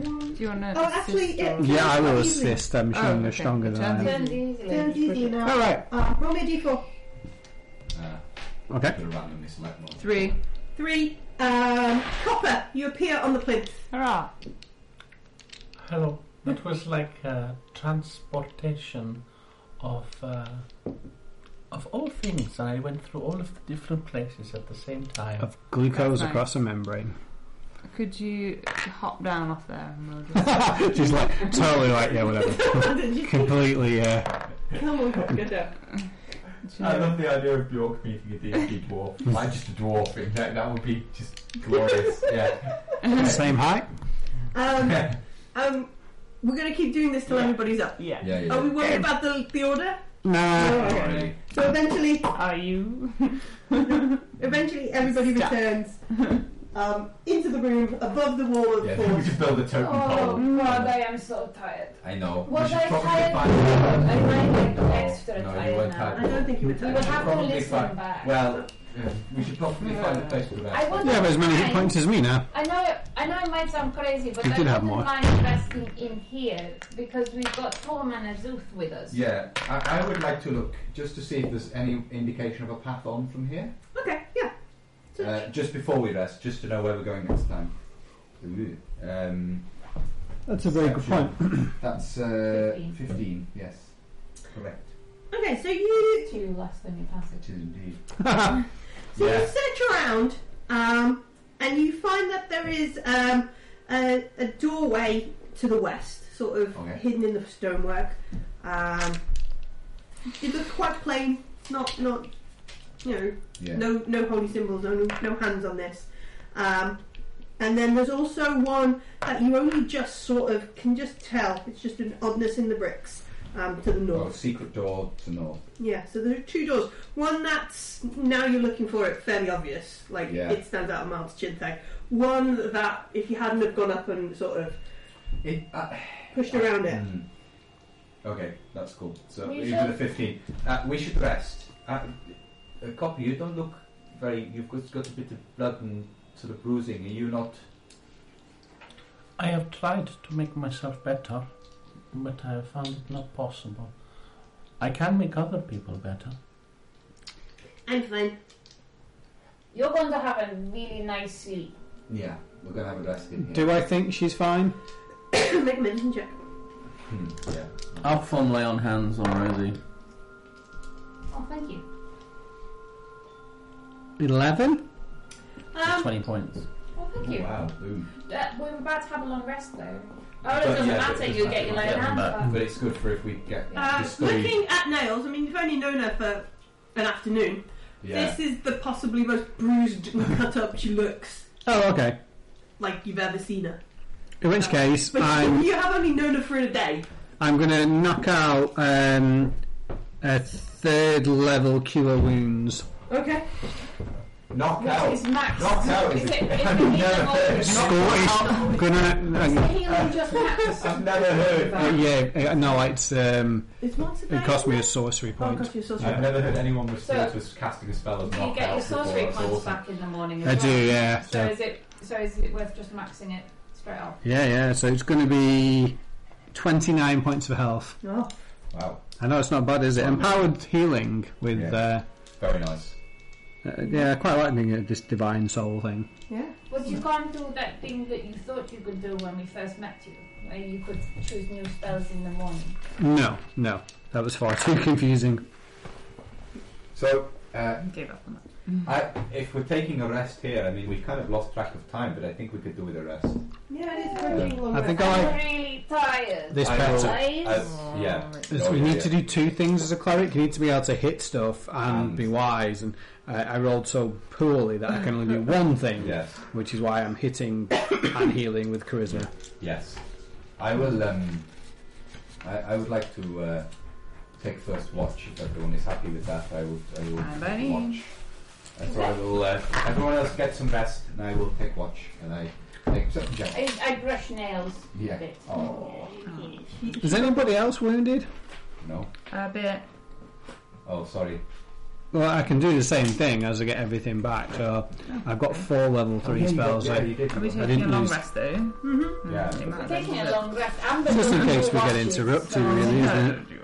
Do you want to? Oh, actually, it- Yeah, I will Easily. assist. I'm Oh, showing they're okay. stronger than I am. Turn easily. Turn easy now. All right. Uh, roll me a d4. Uh, Okay. Could have randomly select one. Three. Three. Um, copper, you appear on the plinth. Hurrah! Hello. That was like uh, transportation of uh, of all things, and I went through all of the different places at the same time. Of glucose That's nice. across a membrane. Could you hop down off there? And we'll just... She's like, totally like, yeah, whatever. Completely, uh, Come on, copper, go down. I love the idea of Bjork meeting a D&D dwarf. I'm just a dwarf. In fact, that would be just glorious. Yeah. same height. Um, yeah, um, we're going to keep doing this till everybody's up. Yeah. yeah. Are we worried about the, the order? Nah. Don't worry. So eventually, Are you? eventually everybody Stuck. returns um, into of the room, above the wall of the Yeah, forge. we should build a totem Oh pole. god, I am so tired. I know. we Was should I probably tired? find- I might get extra No, you tired weren't now. tired. We will have to Probably listen fine. back. Well, yeah, we should probably find a place for the I wouldn't Yeah, but as many hit mind- points as me now. I know, I know it might sound crazy, but You I did wouldn't have more. mind resting in here because we've got Tom and Azuth with us. Yeah, I, I would like to look just to see if there's any indication of a path on from here. Okay, yeah. Uh, just before we rest, just to know where we're going next time. Ooh, Um, That's a very good point. that's uh, 15, yes. Correct. Okay, so you two less than you passed. It is indeed. So Yeah. you search around, um, and you find that there is um, a, a doorway to the west, sort of Okay. hidden in the stonework. Um, it looks quite plain, not not you know, Yeah. no no holy symbols, no no hands on this. Um, and then there's also one that you only just sort of can just tell. It's just an oddness in the bricks um, to the north. Oh, secret door to north. Yeah, so there are two doors. One that's now you're looking for it fairly obvious, like Yeah. it stands out a mountain chin thing. One that if you hadn't have gone up and sort of It, uh, pushed around it. Hmm. Okay, that's cool. So We you shall- did a 15. Uh, we should rest. Uh, uh, Copper, you don't look very. You've got, got a bit of blood and sort of bruising. Are you not. I have tried to make myself better, but I have found it not possible. I can make other people better. I'm fine. You're going to have a really nice sleep. Yeah, we're going to have a rest in here. Do I think she's fine? Make a medicine check. Hmm, yeah. Up on lay on hands on Rosie. Oh, thank you. 11? Um, 20 points. Oh, thank you. Wow, boom. Uh, we're about to have a long rest though. Oh, it But doesn't yeah, matter. but it You'll doesn't get your matter. lone hand back. But it's good for if we get uh, discouraged. looking at nails, I mean, you've only known her for an afternoon. Yeah. This is the possibly most bruised and cut up she looks Oh, okay. like you've ever seen her. In which case, But I'm you have only known her for a day. I'm going to knock out um, a third level cure wounds. Okay. Knock Which out. is max. Knock out Is is it? it? Is the I've never heard. Knock Scottish. healing the Gonna, healing just max? I've never heard. uh, yeah, uh, no, it's um, It's once a day. it cost me a isn't sorcery it? Oh, it point. cost you a sorcery. I've never heard anyone refer So- to casting a spell as Do you knock get out your before. sorcery That's points awesome. back in the morning? As I do, well? yeah. So So, is it? So is it worth just maxing it straight off? yeah, yeah. So it's going to be 29 points of health. Oh, Wow, I know it's not bad, is it? Empowered healing with Yeah. very nice. uh, uh, yeah, quite liking it, this divine soul thing. yeah. Well, you can't do that thing that you thought you could do when we first met you, where you could choose new spells in the morning. No, no, that was far too confusing. So, uh, Gave up on that. I, if we're taking a rest here, I mean, we've kind of lost track of time, but I think we could do with a rest. Yeah, it is pretty long. I rest. think I'm I like really tired. this I better. will- Guys, I- yeah. It's- Oh, we yeah, need yeah. to do two things as a cleric. You need to be able to hit stuff and And- be wise. And I, I rolled so poorly that I can only do one thing, Yes, which is why I'm hitting and healing with charisma. yes. I will. Um, I, I would like to uh, take first watch. If everyone is happy with that, I will. I will I'm ready. watch. And so I will. Uh, everyone else get some rest, and I will take watch. And I take something. I, I brush nails a Yeah. bit. Oh Is anybody else wounded? no. A bit. Oh, sorry. Well, I can do the same thing as I get everything back. So I've got four level three Yeah, you spells. eh? got- yeah, I, you did. Are we Yeah. taking a didn't long lose- rest though? Hmm, Yeah. Mm. It We're matters, doesn't taking a it? long rest. I'm the Just in one who case we get watches, interrupted, so- really. No, isn't it? don't do it.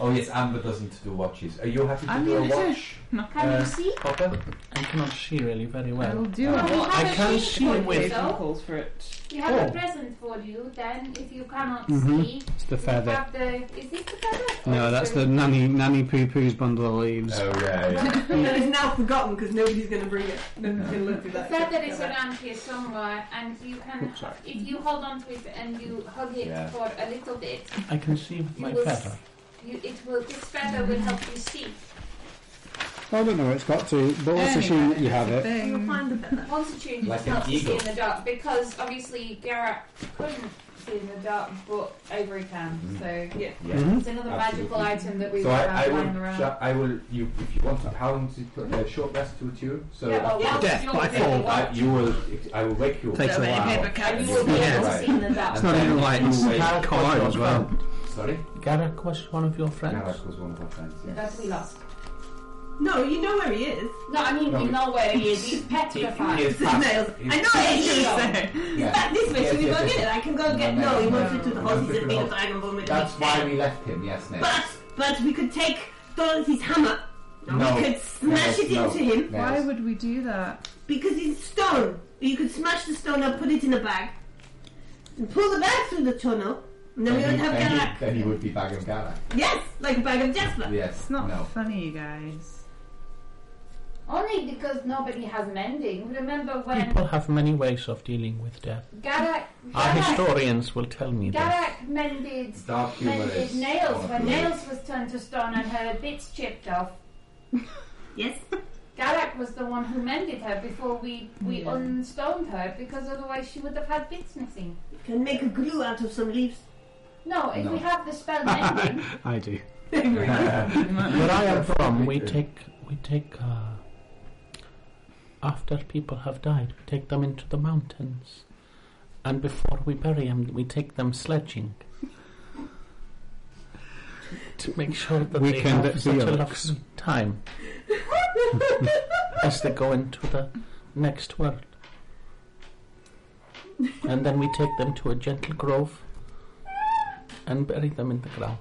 Oh yes, Amber doesn't do watches. Are you happy to I'm do a gonna do- watch, No. Can Uh, you see? Copper? I cannot see really very well. I'll do Well, we it. have I a can sheet see for you, with- though. calls for it. We have Oh. a present for you. Then, if you cannot Mhm. see, It's the we feather. have the. Is this the feather? Or No, is that's there- the nanny nanny poo poo's bundle of leaves. Uh, Oh yeah, yeah. And it's now forgotten because nobody's going to bring it. Nobody's going to look through The that. feather is around here somewhere, and you can, Oops, sorry. if you hold on to it and you hug it Yeah. for a little bit, I can see with my feather. you, it will. This feather will help you see. I don't know where it's got to, but let's assume that you have it. Mm. You'll find the feather. Constitution Like helps an you see eagle. in the dark because obviously Garrett couldn't see in the dark, but ivory can. Mhm. So yeah, Yeah. Mm-hmm. Mm-hmm. Mhm. it's another magical Absolutely. item that we so would I, I have will, lying around. shall- I will. You, if you want to, how long does it take? A short rest to attune. So Yeah, well, Yeah. Death you'll by do fall. I, you will. I will wake you. up. Takes a Don't while. paper cut. You will be able to see in the dark. It's not even like Garrick Card as well. Sorry, Garrick was one of your friends. Garrick was one of our friends. Yeah. That we lost. No, you know where he is. No, I mean No, we we- know where he is. He's petrified. he is His nails. I know what He's he's evil. going to say. He's back this way, Yes, should we yes, go yes, get it? yes. I can go get. No, No, he no, wants no, it to the no, horses no, and no. make a bag of them. and That's make why them. we left him. Yes, Ned. But but we could take Dorothy's hammer. And No. we could smash No, it no, into him. no. Why would we do that? Because he's stone. You could smash the stone up, put it in a bag, and pull the bag through the tunnel, and then we then, would he, have then, Garak. he, then he would be Bag of Garak. Yes, like a bag of Jasper. Yes. It's not no. funny, you guys. Only because nobody has an ending. Remember when People have many ways of dealing with death. Garak Our Garak, historians will tell me this. Garak mended Dark humor mended is nails when awful. nails was turned to stone and her bits chipped off. yes. Garak was the one who mended her before we, we Yeah. unstoned her because otherwise she would have had bits missing. You can make a glue out of some leaves. No, if No. we have the spell mending, I do. Where I am from, Um, we take we take uh, after people have died, we take them into the mountains, and before we bury them, we take them sledging to make sure that they Weekend have at such a Bjork's. lovely time as they go into the next world. And then we take them to a gentle grove and bury them in the ground.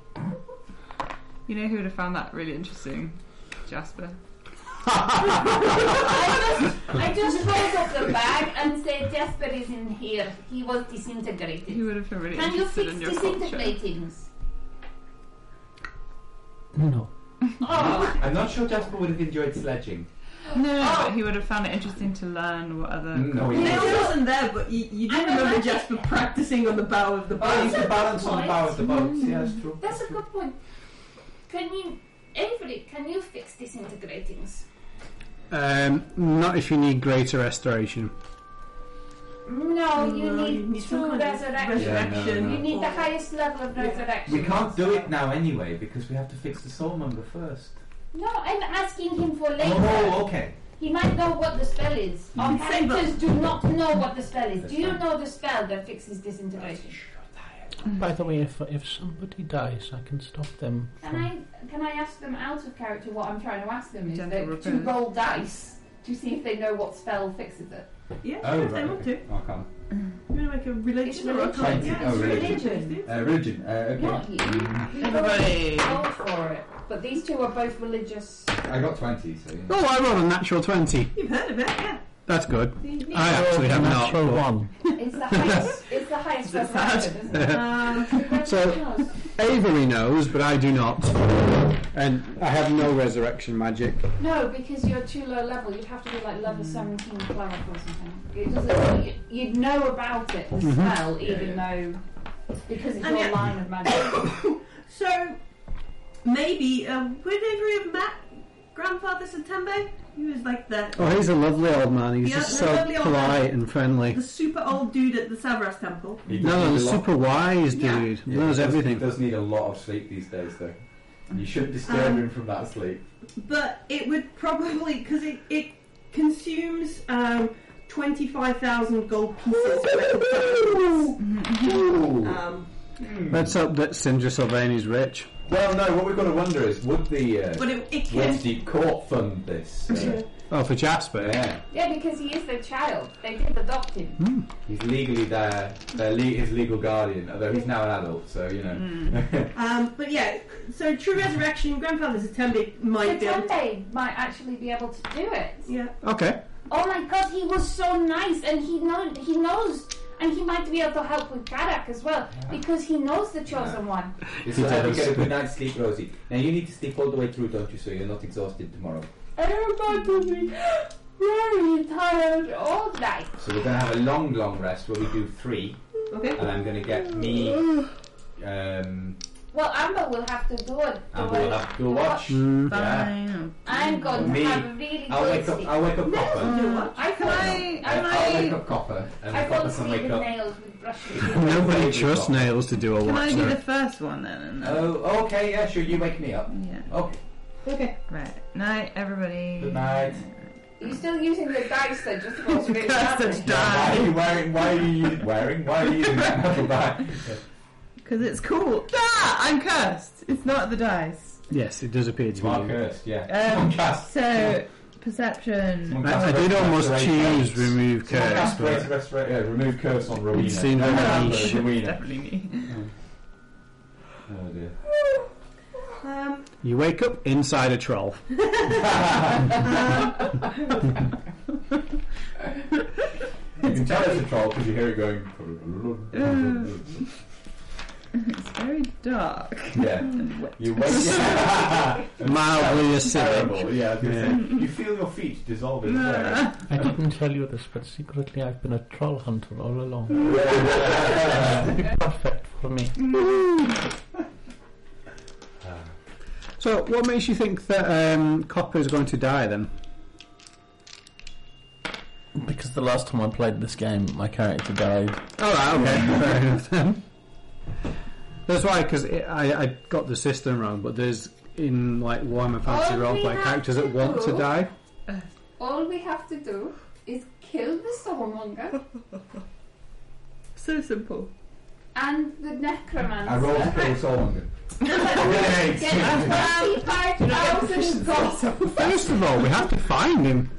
You know who would have found that really interesting? Jasper. I just hold up the bag and say Jasper is in here. He was disintegrated. He would have been really Can you interested fix in your disintegratings? No. Oh. I'm not sure Jasper would have enjoyed sledging. No, Oh! but he would have found it interesting to learn what other. No, he Nails wouldn't. wasn't there, but you, you do I don't remember like Jasper practicing on the bow of the boat. Oh, he's the balance on the bow of the boat. Yeah, that's true. That's a good point. Can you, Avery? Can you fix disintegratings? Um, not if you need greater restoration. No, Oh, you No, Mm, need, you need some true kind of resurrection. resurrection. You need the highest level of resurrection. We can't do it now anyway because we have to fix the soulmonger first. No, I'm asking him for later. Oh, okay. He might know what the spell is. Our characters do not know what the spell is. Do you know the spell that fixes disintegration? By the way, if if somebody dies, I can stop them. Can I can I ask them out of character what I'm trying to ask them is Gentle that to repose. roll dice to see if they know what spell fixes it. Yeah, Oh, sure, they right, want to. okay. Oh, I can't. You know, like a It's religion or a religion. cult. Oh, religion. religion. Uh, religion. Uh, Not okay. you. You Everybody. roll for it. But these two are both religious. I got 20, so yeah. Oh, I rolled a natural 20. You've heard of it, yeah. That's good. Yeah. I actually have not. Natural one. It's the highest. it's the highest resurrection, isn't it? So, Avery knows, but I do not. And I have no resurrection magic. No, because you're too low level. You'd have to be like level 17 cleric or something. It doesn't, you- you'd know about it, the Mhm. spell, Yeah, even though. Because it's And your yet- line of magic. So maybe um, would Avery have met Grandfather Satembe? He was like the Oh, he's a lovely old man. He's Yeah, just they're so lovely old men. polite and friendly. the super old dude at the Savras Temple. He does No, no, need a he's lot- super wise Yeah. dude. yeah, Knows he does- everything. He does need a lot of sleep these days, though. You shouldn't disturb Um, him from that sleep. But it would probably because it, it consumes um, twenty five thousand gold pieces. worth of diamonds. um, Let's hope that Sindra Sylvain rich. Well, no, what we've got to wonder is would the uh, but it, it can. Woods Deep Court fund this? Uh, Oh, for Jasper. yeah. yeah, because he is their child. They did adopt him. He's legally their, their le- his legal guardian, although he's now an adult, so you know. Um, but yeah, so true resurrection. Grandfather Satembe So might be. Able, Tempe might actually be able to do it. yeah. Okay. Oh my god, he was so nice, and he know he knows, and he might be able to help with Garak as well because he knows the chosen one. It's so that you get a good night's sleep, Rosie. Now you need to sleep all the way through, don't you, so you're not exhausted tomorrow. Everybody will be very tired all night. So we're going to have a long, long rest where we do three, Okay. and I'm going to get me, um, Well, Amber will have to do it. And we'll have to watch. Yeah. I'm going Me. to have a really I'll good wake up. sleep. I'll wake up No, copper. I can I, I'll wake up copper, and I copper fall can asleep wake with up. nails with brushes. Nobody trusts nails to do a Can I watch. do the though. first one then? And then? Oh, okay, yeah, sure. You wake me up. Yeah. Okay. Okay. Right. Night, everybody. Good night. You're still using the dice that just was really Cursed Why are die. you wearing? Why are you u- wearing? Why are you using that metal bag? Because it's cool. Ah, I'm cursed. It's not the dice. Yes, it does appear to You are be. you. cursed. Yeah. Uh, Um, cast- so, perception. Someone I, I cast did rest- almost restoration. choose remove Someone curse, cast rest- but restora- yeah, remove curse on Rowena. seemed Oh, very Amber, niche. Rowena. Definitely me. Oh dear. Um, you wake up inside a troll. You can tell it's a troll because you hear it going. It's very dark. yeah. And wet. You wake. Mildly acidic. Terrible. Yeah. I was gonna say, you feel your feet dissolve in the air. I didn't tell you this, but secretly I've been a troll hunter all along. Uh, Perfect for me. So, what makes you think that um, Copper is going to die then? Because the last time I played this game, my character died. All right, okay, fair enough. Then. That's why, because I, I got the system wrong. But there's in like Warhammer Fantasy All we Roleplay have characters that to want to do- die. All we have to do is kill the Stormonger So simple. and the Necromancer. I rolled for a soul. Great. Get 25,000 gold. First of all, we have to find him.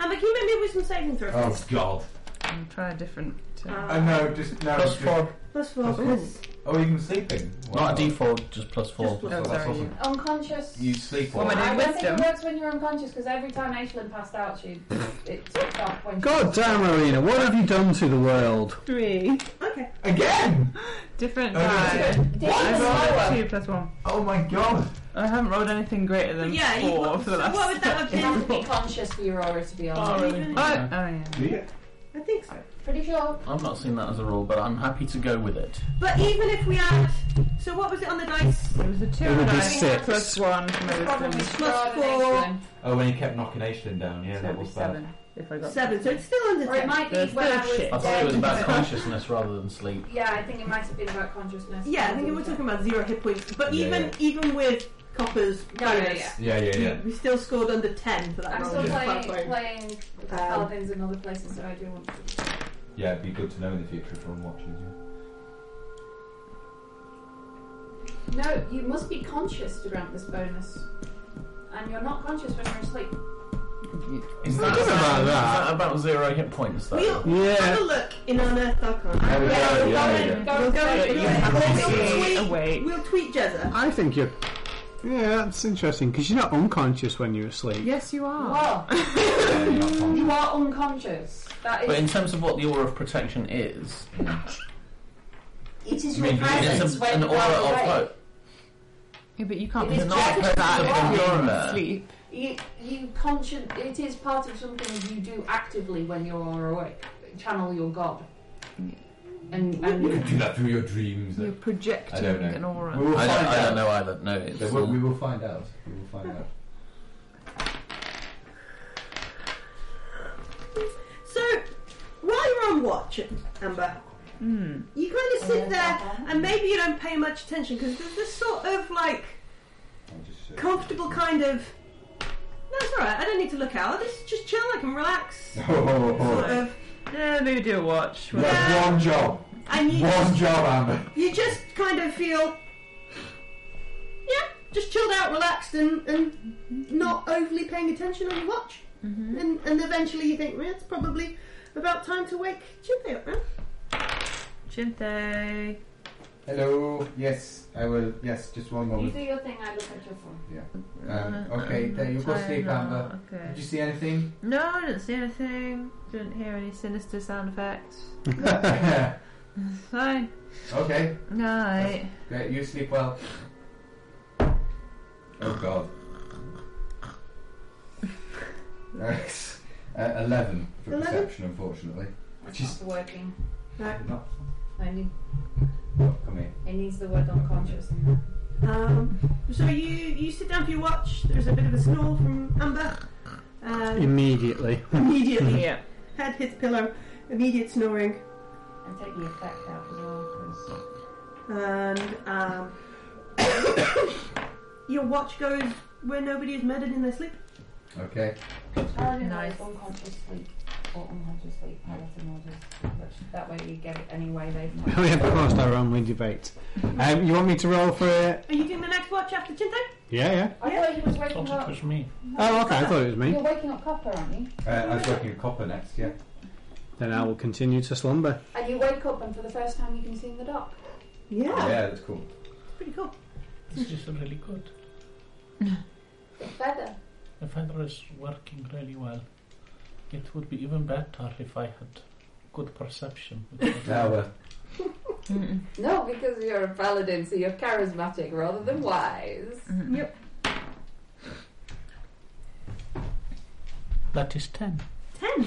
And but can you make me with some saving throws? Oh God! I'll try a different. Uh, Uh, no, just no. Plus just- four. Plus four. Plus Oh, even sleeping. Not a D4, just plus four. Plus Oh, four, that's sorry. awesome. Unconscious. You sleep Woman well. in- I don't think it Wisdom. works when you're unconscious because every time Aishlyn passed out, she it took off when she God damn, Marina, what have you done to the world? Three. Okay. Again! Different Okay. die. Take I it rolled a slower. two plus one. Oh my God! I haven't rolled anything greater than Yeah, you four got, for so the last. what would that have It has to been? be conscious we were to be honest. Oh, oh yeah. I think so. Pretty sure. I'm not seeing that as a rule, but I'm happy to go with it. But even if we add, so what was it on the dice? It was a two It would and be I six. plus one for my Problem wisdom. is So Plus rather four. excellent. Oh, when he kept knocking Aishlin down, yeah, it'd that be was bad. seven if I got Seven. So it's still under Or it ten. might be There's when no I was shit. I thought it was dead. about consciousness rather than sleep. Yeah, I think it might have been about consciousness. Yeah, I think we were talking about zero hit points. But Yeah, even yeah. even with coppers, No, yeah, bonus, yeah. Yeah, yeah, yeah. we still scored under ten for that I'm roll. still Yeah. play, Platform. playing with the Um, paladins in other places, so I do want to. Yeah, it'd be good to know in the future if everyone watches you. No, you must be conscious to grant this bonus. And you're not conscious when you're asleep. Is Forget is about that. that about zero hit points, though? We'll have Yeah, a look in Unearthed Archon. Yeah, we go, yeah, yeah. Go We'll go for and it. do you it. have to We'll be tweet- awake. We'll tweet Jezza. I think you're. Yeah, that's interesting because you're not unconscious when you're asleep. Yes, you are. Well, Yeah, you're not conscious. you are unconscious. That But is. in terms of what the aura of protection is, It is I mean, your presence it's a, when an you aura are of awake. hope. Yeah, but you can't It is protect just that the if aura. you're asleep. You, you conscious. It is part of something you do actively when you are awake. Channel your god. Mm. And, You and do that through your dreams. You're We projecting I don't know. an aura. will I find don't, I don't out. know either. No, it's So we- We will find out. We will find out. So, while you're on watch, Amber, Hmm. you kind of sit there and maybe you don't pay much attention because there's this sort of like I'll just, uh, comfortable kind of. That's alright, I don't need to look out. This is just chill, I can relax. Oh, oh, Sort oh. of. Yeah, maybe do a watch. You have one job. And you, One job, Amber. you just kind of feel. Yeah, just chilled out, relaxed, and, and not overly paying attention on your watch. And, and eventually you think, well, it's probably about time to wake Chimpy up now. Chinte. Hello. Yes, I will. Yes, just one you moment. do your thing. I look at your phone. Uh, Uh, Um, okay, there you go, sleep, Amber. Did Okay. you see anything? No, I didn't see anything. Didn't hear any sinister sound effects. okay. Fine. Night. Great. You sleep well. Oh God. That's uh, eleven for Eleven? perception, unfortunately. It's Just- not working. Not I need not come me. It needs the word unconscious. Um, so you you sit down for your watch. There's a bit of a snore from Amber. Um, Immediately. Immediately. Head hits pillow. Immediate snoring. And take the effect out as well. 'cause- And um, your watch goes where nobody is murdered in their sleep. Okay. Paladin nice. unconscious sleep or unconscious sleep. Paladin will just which- that way you get it any way they we have crossed our only debate. Um, you want me to roll for it? Are you doing the next watch after Chinto? Yeah, yeah. I thought he was waking up. me. Oh, okay. I thought it was me. You're waking up copper, aren't you? Uh, I was working with copper next, yeah. Then I will continue to slumber. And you wake up and for the first time you can see in the dark. Yeah. Yeah, that's cool. Pretty cool. This is really good. The feather. The feather is working really well. It would be even better if I had good perception. Ah, Now, uh, No, because you're a paladin, so you're charismatic rather than wise. Mm-hmm. Yep. That is ten. Ten.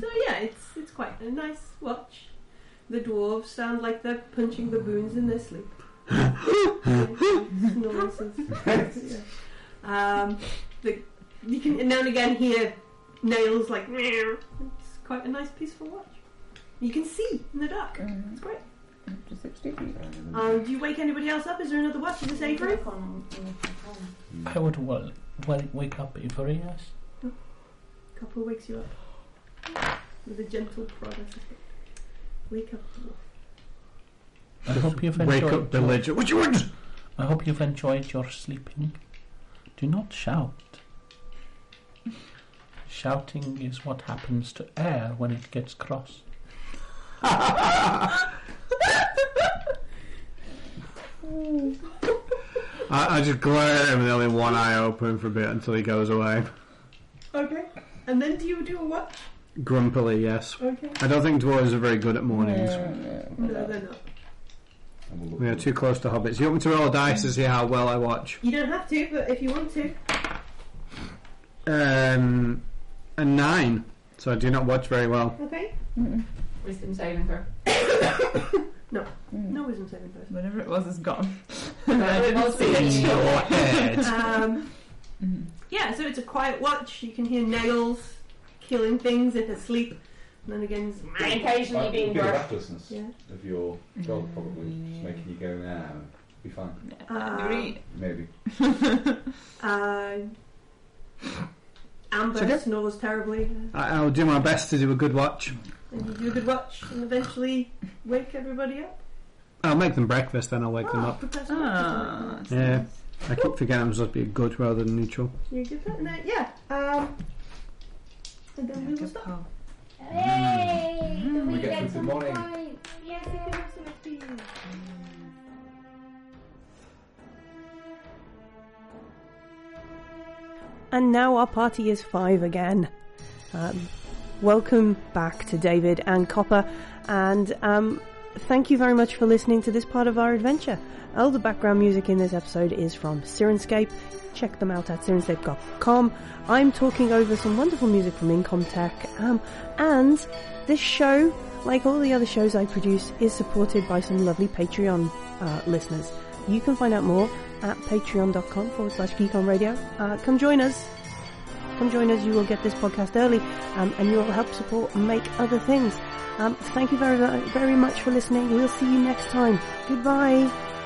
so yeah, it's it's quite a nice watch. The dwarves sound like they're punching baboons in their sleep. Nonsense. um, the, you can now and again hear nails like. Meow. It's quite a nice peaceful watch. You can see in the dark. It's great. Um, do you wake anybody else up? Is there another watch? Is this Avery? I would well, well wake up every yes. Couple wakes you up with a gentle prod. of the foot. Wake up. dwarf. I hope you've Wake enjoyed. up the ledger. What you want? I hope you've enjoyed your sleeping. Do not shout. Shouting is what happens to air when it gets cross. I, I just glare at him with only one eye open for a bit until he goes away. Okay. And then do you do a what? Grumpily, yes. Okay. I don't think dwarves are very good at mornings. No, they're not. We are too close to hobbits. You want me to roll a dice to see how well I watch? You don't have to, but if you want to. Um, a nine. So I do not watch very well. Okay. Mm-hmm. Wisdom saving throw. No. No wisdom saving throws. Whatever it was is gone. I didn't see Mm-hmm. it. Your head. Um, yeah, so it's a quiet watch. You can hear nails killing things in her sleep. And then again, it's- And occasionally quite being good brushed. recklessness Yeah. of your job, probably. Just making you go, nah, be fine. uh, Maybe. uh, Amber snores terribly. I, I'll do my best to do a good watch. And you do a good watch and eventually wake everybody up. Ah, I'll make them breakfast, then I'll wake them up. Prepare some breakfast. Ah, Yeah. I keep forgetting I'm supposed to be good rather than neutral. You give that, and then, yeah. Um, and then we will stop. Hey! do We get get through some the morning. points? Yes, we can have some experience. And now our party is five again. Um, welcome back to David and Copper, and um, thank you very much for listening to this part of our adventure. All the background music in this episode is from Sirenscape. Check them out at sirenscape.com. I'm talking over some wonderful music from Incom Tech, um, and this show, like all the other shows I produce, is supported by some lovely Patreon uh, listeners. You can find out more at patreon.com forward slash geekonradio. Uh, come join us. Come join us. You will get this podcast early um, and you will help support and make other things. Um, thank you very, very much for listening. We'll see you next time. Goodbye.